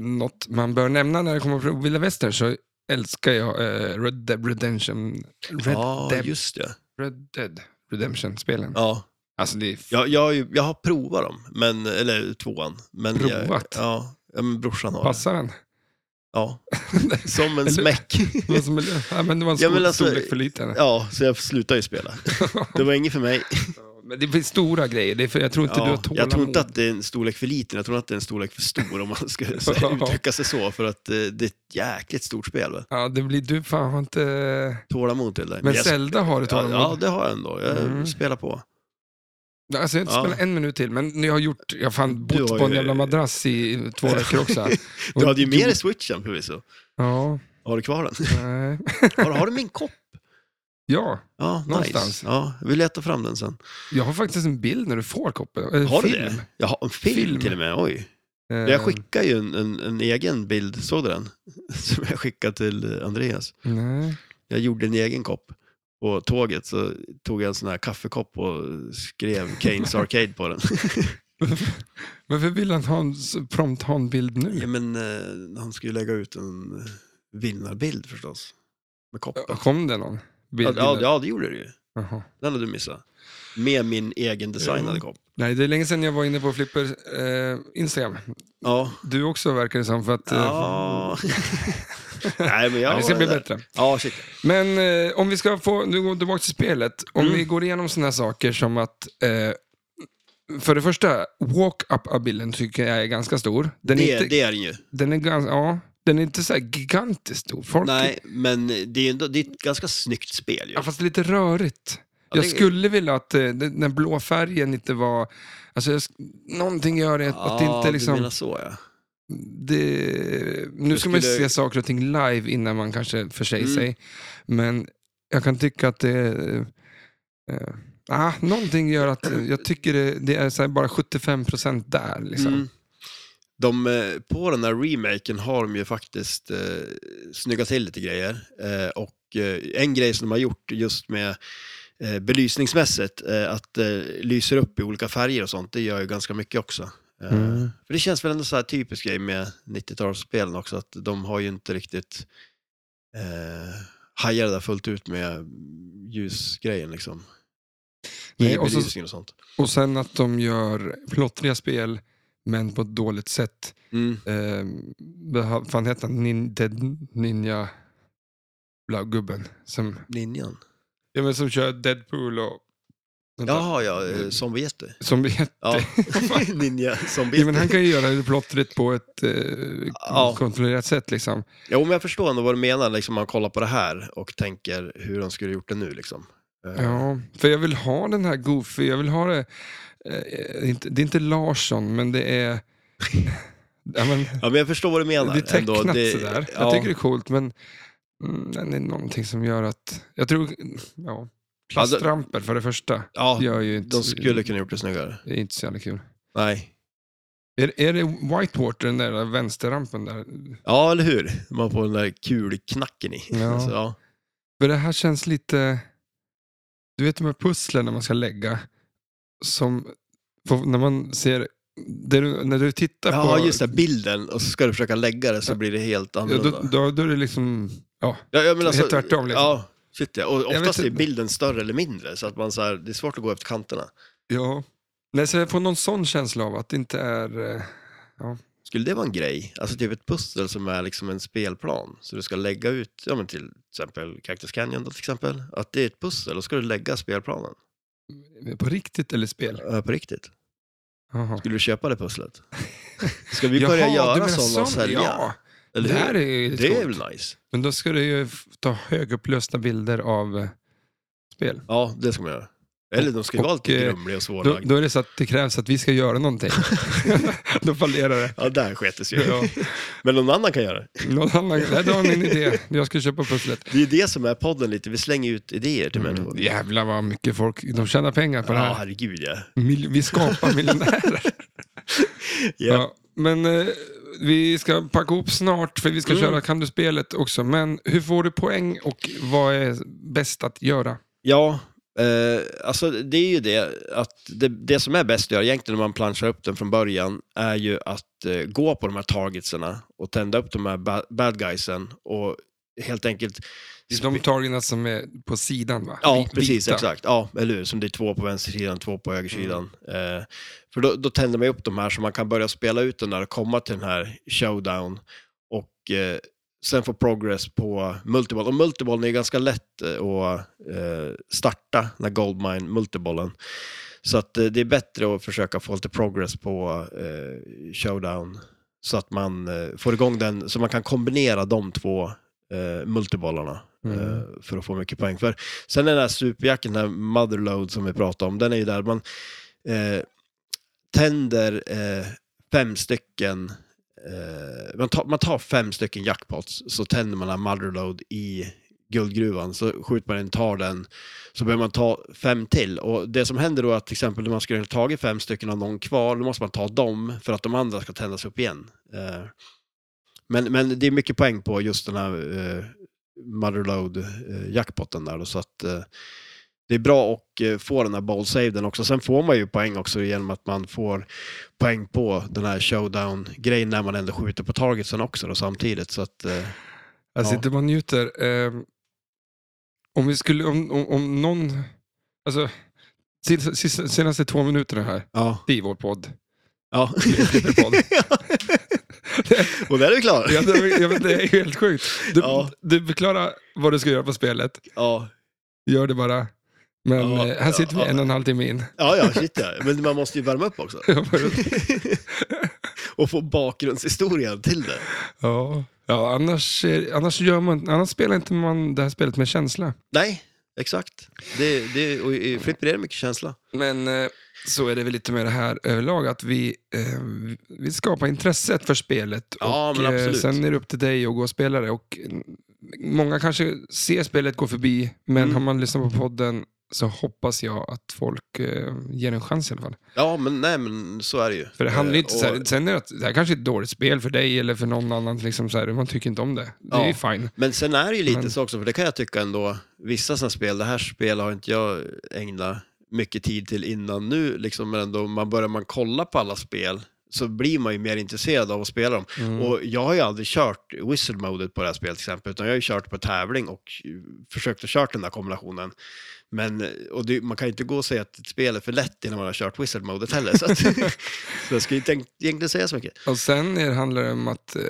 något man bör nämna när det kommer från Villa Väster så älskar jag eh, Red Dead Redemption. Red,
ja,
Dead.
just det.
Red Dead Redemption-spelen.
Ja.
Alltså det är f-
Jag, jag, har ju- jag har provat dem, men, eller tvåan. Men Jag,
Provat?
ja, ja, men brorsan har det.
passar den.
Ja. Som en smäck.
Det var som en- ja, men det var en
Ja, men
stor,
alltså-
storlek för liten.
Ja, så jag slutar ju spela. Det var inget för mig.
Men det blir stora grejer. Det är för, jag tror inte du har
Ja,
tålamod.
jag tror inte att det är en storlek för liten, jag tror att det är en storlek för stor om man ska så här, uttrycka sig så. För att eh, det är ett jäkligt stort spel. Va?
Ja, det blir du fan har inte...
Tålamod till det.
Men
jag-
Zelda har du
ja,
tålamod.
ja, det har jag ändå. Jag
Mm.
spelar på.
Alltså jag har inte
Ja.
spelat en minut till, men jag har gjort, jag har fan
Du
bott
har
på en
ju-
jävla madrass i två veckor också.
Du hade ju
Och-
med dig switchen förvisso.
Ja,
Har du kvar den?
nej.
Har, har du min kopp?
ja,
Ja,
Någonstans.
nice. Ja, vi letar fram den sen.
jag har faktiskt en bild när du får koppen. Äh,
Har du
film. Eh,
det? Jag har en film,
Film.
till och med, oj.
det?
Jag skickar ju en, en, en egen bild, såg du den? Som jag skickade till Andreas.
Nej.
Jag gjorde en egen kopp. På tåget så tog jag en sån här kaffekopp och skrev Keynes Arcade på den.
Varför vill han ha en, så prompt ha en bild nu?
Ja, men eh, han skulle ju lägga ut en eh, vinnarbild förstås. Med koppen.
Kom det någon? Bild,
Ja, ja, ja, det gjorde det ju.
Jaha.
Den hade du missat. Med min egen designade kopp.
Nej, det är länge sedan jag var inne på Flipper eh, Instagram.
Ja.
Du också verkar det som. För att, eh,
ja. Nej, men jag
ja, det ska
var
bli
där.
bättre.
Ja, shit.
Men eh, om vi ska få, nu går vi tillbaka till spelet. Om
Mm.
vi går igenom sådana saker som att, eh, för det första, walk-up-abilden tycker jag är ganska stor. Den
Det,
är inte,
det är den ju.
Den är, ganska, ja, den är inte så här gigantiskt stor. Folk,
Nej, men det är, ju ändå, det är ett ganska snyggt spel ju.
Ja, fast det är lite rörigt.
Ja,
jag
det-
skulle vilja att eh, den, den blå färgen inte var... Alltså, jag, sk- någonting gör det att, att det inte liksom...
Ah, du menar så ja.
det, nu
Jag
ska man ju
skulle-
se saker och ting live innan man kanske försäger
Mm.
sig. Men jag kan tycka att det... eh, Eh, ah, någonting gör att eh, jag tycker det, det är så här bara 75% där. Liksom.
Mm. De, eh, på den här remaken har de ju faktiskt eh, snyggat till lite grejer. Eh, och eh, en grej som de har gjort just med eh, belysningsmässigt, eh, att det lyser upp i olika färger och sånt, det gör ju ganska mycket också. Eh,
Mm.
För det känns väl ändå så här typisk grej med 90-talsspelen också, att de har ju inte riktigt eh, hajar det där fullt ut med ljusgrejen liksom. I
Nej, och så-
belysningen och sånt.
Och sen att de gör plottriga spel men på ett dåligt sätt.
Mm.
Eh, vad fan hette han? Nin, Dead Ninja... Bla, gubben. Som,
Ninjan.
ja, men som kör Deadpool och... Vänta.
Jaha, ja. eh, Zombieter.
Som vet,
Ja. Ninja
ja, men
zombieter.
han kan ju göra plottret på ett eh,
Ja.
kontrollerat sätt. Liksom.
Jo, men jag förstår ändå vad du menar, liksom man kollar på det här och tänker hur de skulle gjort det nu liksom. Eh,
Ja, för jag vill ha den här Goofy, jag vill ha det... Eh, inte, det är inte Larsson, men det är... ja, men,
ja, men jag förstår vad du menar.
det är tecknat
ändå. Det-
sådär.
ja.
Jag tycker det är coolt, men mm, det är någonting som gör att... Jag tror... Ja, plastramper för det första
Ja,
gör ju inte,
de skulle kunna gjort det snyggare.
det är inte så jävla kul.
Nej.
Är, är det Whitewater, den där vänsterrampen där?
Ja, eller hur? Man får den där kulknacken i.
Ja.
Alltså, ja.
För det här känns lite... Du vet de här pusslen när man ska lägga. Som... på- När man ser... det du, när du tittar
ja,
på...
just det, bilden och så ska du försöka lägga det så blir det helt
ja,
annorlunda.
då, då, då är det liksom... Ja,
Ja, ja, men alltså,
Helt tvärtom, liksom.
Ja, shit ja. Och
Jag
oftast
vet
är
inte.
bilden större eller mindre, så att man så här, det är svårt att gå efter kanterna.
ja. Nej, så jag får någon sån känsla av att det inte är... eh,
Skulle det vara en grej? Alltså typ ett pussel som är liksom en spelplan. Så du ska lägga ut, ja men till exempel Cactus Canyon då, till exempel. Att det är ett pussel, då ska du lägga spelplanen.
På riktigt eller spel?
Ja, på riktigt.
Jaha.
Skulle du köpa det pusslet? Ska vi börja göra sådana och sälja?
Ja,
Eller
det här
hur?
är ju
Det är
coolt.
väl nice?
Men då ska du ju f- ta högupplösta bilder av eh, spel.
Ja, det ska man göra. Eller de ska ju
Och,
vara lite
eh,
grumliga
Då,
och svårlagda.
då är det så att det krävs att vi ska göra någonting. då fallerar det.
Ja, där sketes ju.
Ja.
Men någon annan kan göra det.
Någon annan, där har ni en idé. Jag ska köpa pusslet.
Det är ju det som är podden lite, vi slänger ut idéer till människor.
Jävlar vad mycket folk, de tjänar pengar Mm, på det
Ja,
här.
herregud ja.
Mil- vi skapar miljonärer.
Ja.
men eh, vi ska packa ihop snart för vi ska
Mm.
köra Kan du-spelet också. Men hur får du poäng och vad är bäst att göra?
Ja, eh, alltså det är ju det att det, det som är bäst att göra egentligen när man planschar upp den från början är ju att eh, gå på de här targetserna och tända upp de här ba- bad guysen och helt enkelt...
De targerna som är på sidan va?
Ja,
Vi-
precis,
vita.
exakt. Ja, eller hur? Som det är två på vänstersidan, två på högersidan. Eh, för då, då tänder man ju upp de här så man kan börja spela ut den där och komma till den här showdown och eh, sen få progress på multiball. Och multiballen är ju ganska lätt eh, att eh, starta, den här goldmine multibollen. Så att eh, det är bättre att försöka få lite progress på eh, showdown så att man eh, får igång den, så man kan kombinera de två eh, multibollarna
Mm.
eh, för att få mycket poäng. För sen den där superjacken, den här motherload som vi pratade om, den är ju där man eh, tänder eh, fem stycken eh, man, tar, man tar fem stycken jackpots, så tänder man den här motherload i guldgruvan, så skjuter man en, tar den, så behöver man ta fem till. Och det som händer då är att till exempel när man skulle ha tagit fem stycken av någon kvar, då måste man ta dem för att de andra ska tändas upp igen. Eh, Men, men det är mycket poäng på just den här eh, Motherload-jackpotten där då, så att eh, det är bra att eh, få den här ballsaven också. Sen får man ju poäng också genom att man får poäng på den här showdown-grejen när man ändå skjuter på targetsen också då, samtidigt. Så att, eh,
Jag
Ja.
sitter bara och Alltså, njuter. Ehm, om vi skulle, om, om, om någon, alltså sis- sis- senaste två minuterna här,
ja.
det är vår podd.
ja.
Flipperpodd.
Och där är du klar.
Ja, det, jag vet, det är helt sjukt. Du,
Ja.
du förklarar vad du ska göra på spelet,
Ja,
gör det bara. Men
Ja,
eh, här sitter vi
ja,
en och en halv timme in.
ja, ja shit ja. Men man måste ju värma upp också. Och få bakgrundshistorien till det.
ja. Ja, annars, eh, annars, gör man, annars spelar inte man det här spelet med känsla.
Nej, exakt. Det, det, och i flipper är det mycket känsla.
Men eh, så är det väl lite med det här överlag, att vi eh, vill skapa intresset för spelet.
Ja,
och,
men absolut.
Eh, sen är det upp till dig att gå och spela det. Och, eh, många kanske ser spelet gå förbi, men
Mm.
har man lyssnat på podden så hoppas jag att folk eh, ger en chans i alla fall.
Ja, men nej, men så är det ju.
För det handlar ju inte
Eh,
så här,
och-
sen är det att det här kanske är ett dåligt spel för dig eller för någon annan, liksom så här, man tycker inte om det. Det är
Ja.
ju fine.
Men sen är det ju lite
Men-
så också, för det kan jag tycka ändå, vissa sådana spel, det här spel har inte jag ägnat mycket tid till innan nu, liksom, men ändå, man börjar man kolla på alla spel så blir man ju mer intresserad av att spela dem.
Mm.
Och jag har ju aldrig kört whistle-modet på det här spelet till exempel, utan jag har ju kört på tävling och eh, försökt att kört den där kombinationen. Men, eh, och det, man kan ju inte gå och säga att ett spel är för lätt innan man har kört whistle-modet heller. Så, att, så jag ska ju inte tänk- egentligen säga så mycket.
Och sen är det- handlar det om att eh,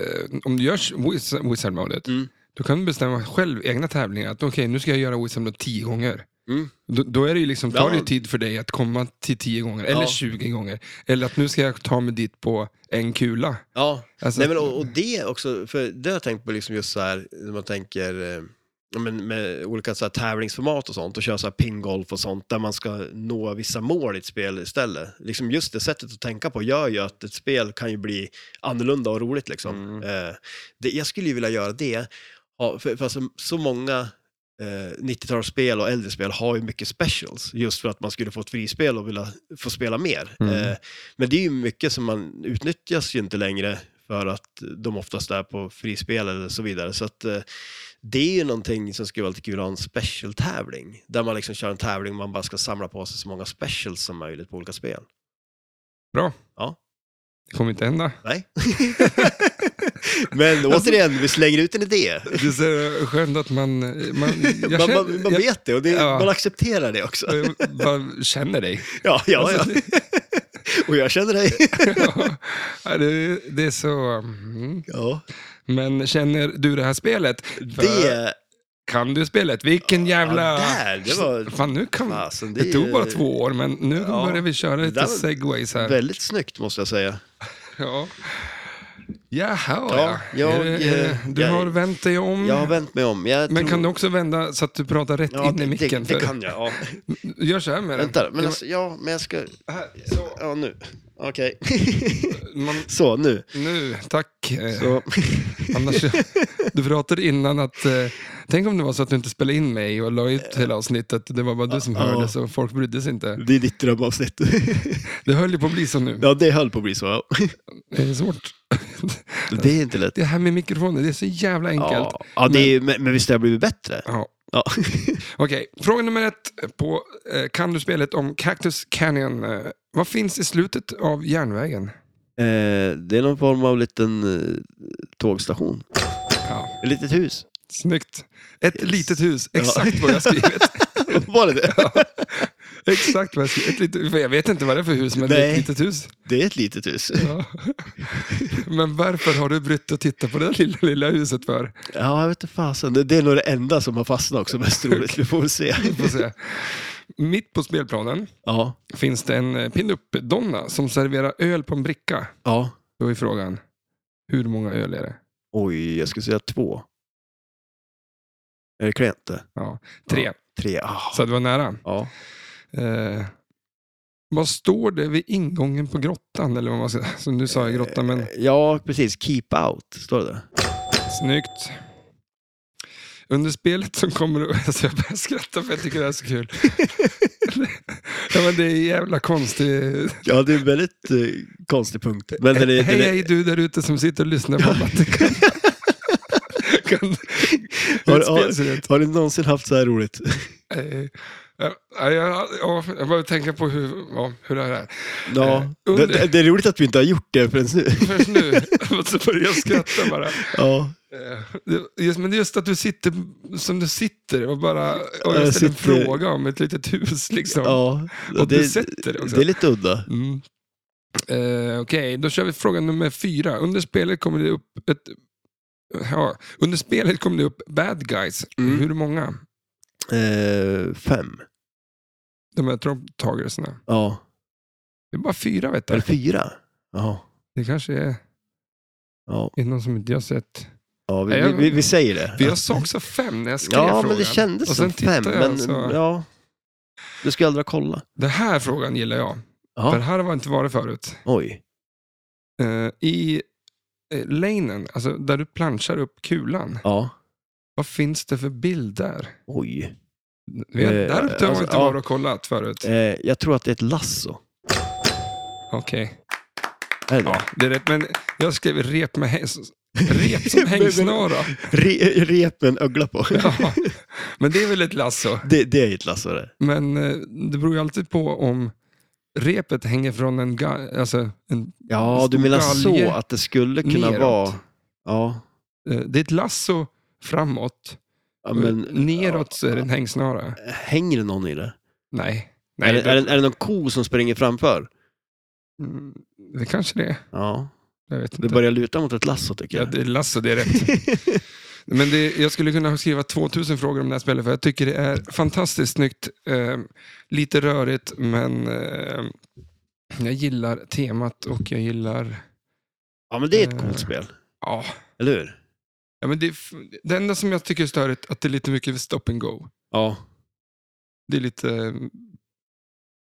om du gör whis- wizard-modet,
Mm.
då kan du bestämma själv egna tävlingar. Att okej, nu ska jag göra wizard-modet tio gånger.
Mm.
Då, då är det ju liksom, tar det ju
Ja.
tid för dig att komma till tio gånger, eller
Ja.
20 gånger. Eller att nu ska jag ta mig dit på en kula.
Ja,
Alltså-
Nej, men, och, och det också, för det har jag tänkt på liksom just så här, när man tänker eh, ja, men med olika så här tävlingsformat och sånt, och köra så här pinggolf och sånt, där man ska nå vissa mål i ett spel istället. Liksom just det sättet att tänka på gör ju att ett spel kan ju bli annorlunda och roligt. Liksom.
Mm.
Eh, det, jag skulle ju vilja göra det, ja, för, för alltså, så många eh, 90-talsspel och äldre spel har ju mycket specials, just för att man skulle få ett frispel och vilja få spela mer.
Mm.
Eh, men det är ju mycket som man utnyttjas ju inte längre för att de oftast är på frispel eller så vidare. Så att, eh, det är ju någonting som skulle vara lite kul att ha en special-tävling. Där man liksom kör en tävling och man bara ska samla på sig så många specials som möjligt på olika spel.
Det kommer inte hända.
Nej. Men
Alltså-
återigen, vi slänger ut en idé.
Det är så skönt att man... Man, jag
Man, man, man
jag-
vet det och det,
Ja.
man accepterar det också.
jag bara känner dig.
Ja, ja, ja.
Alltså,
Och jag känner dig.
Ja, det, det är så... mm.
Ja.
Men känner du det här spelet? För-
Det,
Kan du spelet? Vilken jävla...
ja, där, det var...
Fan, nu kan...
Fasen,
det,
det är-
tog bara två år, men nu
Ja,
börjar vi köra
där
lite
var-
segways här.
Väldigt snyggt måste jag säga.
Ja. Jaha, ja.
Ja, jag,
Är det-
eh,
du
jag-
har vänt dig om.
Jag har vänt mig om. Jag
Mm. men
tror-
kan du också vända så att du pratar rätt
ja,
in i
det-
micken?
Det, det
för-
kan jag, ja.
Gör så här med den.
Vänta, men
Ja,
alltså, ja, men jag ska...
här, så,
Ja, nu. Okej.
man,
så, nu.
nu, tack. Eh,
Så.
Annars, du pratade innan att, eh, tänk om det var så att du inte spelade in mig och la ut hela avsnittet. Det var bara du som
Ja.
hörde, så folk brydde sig inte.
Det är ditt drömavsnitt.
Det höll ju på att bli så nu.
ja, det höll på att bli så. ja.
Det är svårt.
det är inte lätt.
Det här med mikrofonen, det är så jävla enkelt.
Ja, ja det är, men, men visst har jag blivit bättre?
Ja.
Ja.
Okej, fråga nummer ett på eh, Kan du spelet om Cactus Canyon. Eh, vad finns i slutet av järnvägen?
Eh, det är någon form av liten eh, tågstation.
Ja.
Ett litet hus.
Snyggt. Ett
Yes.
litet hus,
Ja.
exakt vad jag skrivit.
Var det det?
exakt vad jag skrivit. Ett litet, för jag vet inte vad det är för hus, men det är ett
Nej.
litet hus.
Det är ett litet hus.
Ja. men varför har du brytt och tittat på det där lilla, lilla huset för?
Ja, jag vet inte fasen. Det, det är nog det enda som har fastnat också, mest roligt. Vi får väl se.
Vi får se. Mitt på spelplanen
Ja.
finns det en eh, pinup-donna som serverar öl på en bricka.
ja.
Då är frågan, hur många öl är det?
Oj, jag skulle säga två. Är det klent det?
Ja, tre.
Tre. Ah.
Så det var nära.
Ja.
Eh, vad står det vid ingången på grottan? Eller vad man ska, så nu sa jag grottan, men
Eh. ja, precis. Keep out, står det där.
snyggt. Under spelet så kommer det... Alltså jag börjar skratta för jag tycker det här är så kul. ja, men det är jävla konstigt.
Ja, det är en väldigt eh, konstig punkt. Men den är,
hej,
den är,
hej du där ute som sitter och lyssnar på Mattikan. kan, hur
Har-
ett spel
har-
ser ut.
har du någonsin haft så här roligt?
Eh, ja, ja, ja, jag bara tänka på hur, ja, hur det här är. Eh,
Ja.
under-
Det, det, det är roligt att vi inte har gjort det förrän nu.
Först nu, så börjar jag skratta bara.
Ja.
Eh, det- Just, men det är just att du sitter som du sitter och bara och
Jag
jag ställer en
sitter-
fråga om ett litet hus. Liksom.
ja.
och du
Det,
sätter det också.
det är lite udda.
Mm. Eh, Okej, då kör vi fråga nummer fyra. Under spelet kommer det upp ett... Ja, under spelet kommer det upp bad guys.
Mm.
Hur många?
Eh, fem.
De här tromtagelserna.
Ja.
Det är bara fyra vet
Eller
du.
fyra. Ja.
Det kanske är,
Ja,
är någon som inte jag har sett.
ja
Nej,
vi,
jag-
vi, vi säger det.
För jag sa också fem när jag skrev
Ja,
frågan.
men det kändes
Och sen
som fem.
tittade jag
Men,
så-
ja. Du ska ju aldrig kolla.
Den här frågan gillar jag.
Ja.
För här har jag inte varit förut.
Oj.
Eh, I eh, lanen, alltså där du planchar upp kulan,
Ja.
vad finns det för bild där?
Oj.
Vi har,
Eh,
där uppe har vi
alltså,
inte
ja.
varit och kollat förut.
Eh, jag tror att det är ett lasso.
Okej,
Är det?
ja, det är rätt. Men jag skrev rep med häs- Rep som hängsnara.
Re, rep med en ögla på.
Ja. Men det är väl ett lasso.
det, det är ett lasso det.
Men eh, det beror ju alltid på om repet hänger från en, ga- alltså, en
Ja,
En
du
stor
menar så
galge
att det skulle kunna
neråt.
vara... Ja,
eh, det är ett lasso framåt.
ja, men...
Och Neråt så är det en hängsnara.
Hänger det någon i det?
Nej. Nej,
är, det,
det,
är, det är det någon ko som springer framför?
Mm, det kanske det är.
Ja,
Jag vet
det
inte.
börjar luta mot ett lasso tycker
Ja,
jag.
det är lasso, det är rätt. Men det, jag skulle kunna skriva 2000 frågor om det här spelet, för jag tycker det är fantastiskt snyggt. Eh, lite rörigt, men eh, jag gillar temat och jag gillar...
Ja, men det är ett
Eh.
coolt spel,
Ja,
eller hur?
ja men det, är f- det enda som jag tycker är störigt är att det är lite mycket stop and go.
Ja,
Det är lite... eh,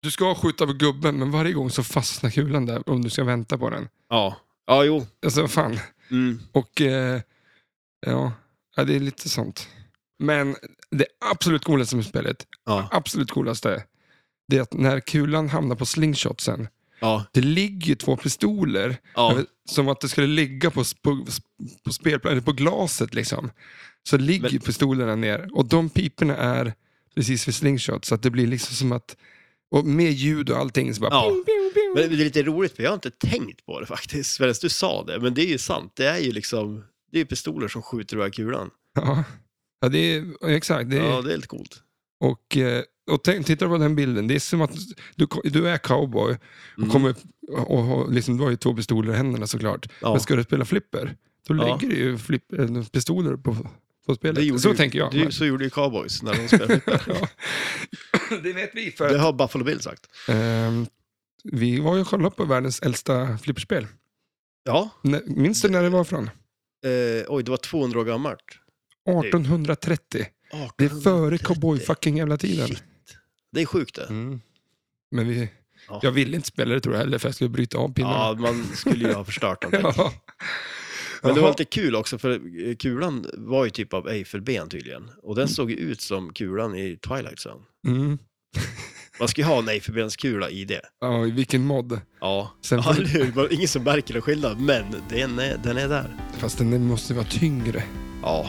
Du ska skjuta på gubben, men varje gång så fastnar kulan där om du ska vänta på den.
ja, ja jo.
Alltså, vad fan.
Mm.
Och eh, ja, ja, det är lite sånt. Men det absolut coolaste med spelet,
Ja,
absolut coolaste, det är att när kulan hamnar på slingshotsen,
ja,
det ligger ju två pistoler, jag
ja.
vet, som att det skulle ligga på, s- på, s- på, spelplan, eller på glaset. liksom. Så ligger
Men-
ju pistolerna ner och de piporna är precis vid slingshot, så att det blir liksom som att, och med ljud och allting, så bara
Ja.
ping, ping, ping.
Men det är lite roligt, för jag har inte tänkt på det faktiskt förrän du sa det. Men det är ju sant, det är ju liksom, det är ju pistoler som skjuter iväg kulan.
Ja. Ja, det är, exakt. Det är,
Ja, det är lite coolt.
Och, eh, och tänk, titta på den bilden, det är som att du, du är cowboy och,
Mm.
kommer, och, och liksom, du har ju två pistoler i händerna såklart.
Ja.
Men ska du spela flipper, då
Ja.
lägger du ju flipp, eh, pistoler på, på
Det gjorde
spelet. Så
ju-
tänker jag.
Det, är ju- så gjorde ju cowboys när de spelade.
Ja. det vet vi. för
det
att,
har Buffalo Bill sagt.
ehm, Vi var ju och kollade på världens äldsta flipperspel.
Ja,
Nä- Minns du när det var från?
eh, oj, det var 200 år gammalt.
1830. Det är före cowboy-fucking-jävla-tiden.
Shit. Det är sjukt det.
Mm. Men vi,
Ja.
jag ville inte spela det tror jag heller, för jag skulle bryta av pinnarna.
Ja, man skulle ju ha förstört någonting.
Ja.
Men det
Jaha.
var lite kul också, för eh, kulan var ju typ av Eiffelben tydligen. Och den såg ju ut som kulan i Twilight Zone.
Mm.
Man ska ju ha en Eiffelbenskula i det.
Ja, i vilken mod.
Ja,
Sen
ja eller hur? Man- Ingen som märker någon skillnad, men den är, den är där.
Fast den måste vara tyngre.
Ja,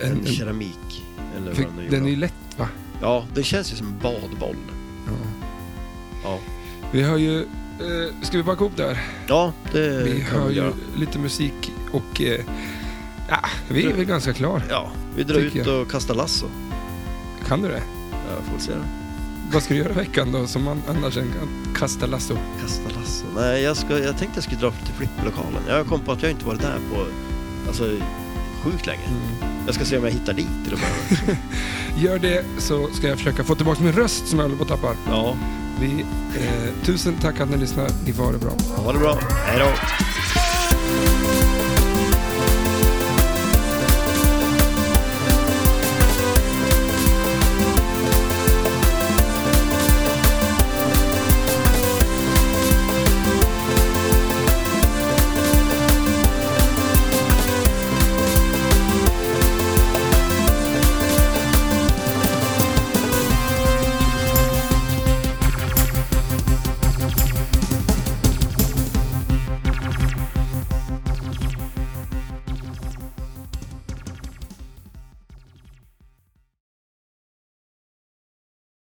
Än,
en
än,
keramik. Eller
för
vad den är,
den är ju
gjord
lätt va?
av. Ja, den känns ju som en badboll.
Ja.
Ja,
Vi har ju... Eh, ska vi backa ihop där?
ja det
Vi
kan
har
vi
ju
göra.
lite musik och... Eh, ja, vi är väl ganska klar.
Ja, vi drar
Tycker
ut och kastar lasso.
Kan du det?
Ja, får se då.
Vad ska du göra i veckan då som man annars än kan kasta lasso?
Kasta lasso. Nej, jag, ska, jag tänkte jag skulle dra till flipplokalen. Jag kom på att jag inte varit där på alltså, sjukt länge.
Mm.
Jag ska se om jag hittar dit till och med.
Gör det så ska jag försöka få tillbaka min röst som jag håller på att tappa.
Ja,
Vi, eh, tusen tack att ni lyssnar. Ni får ha det bra.
ha det bra. Hej då.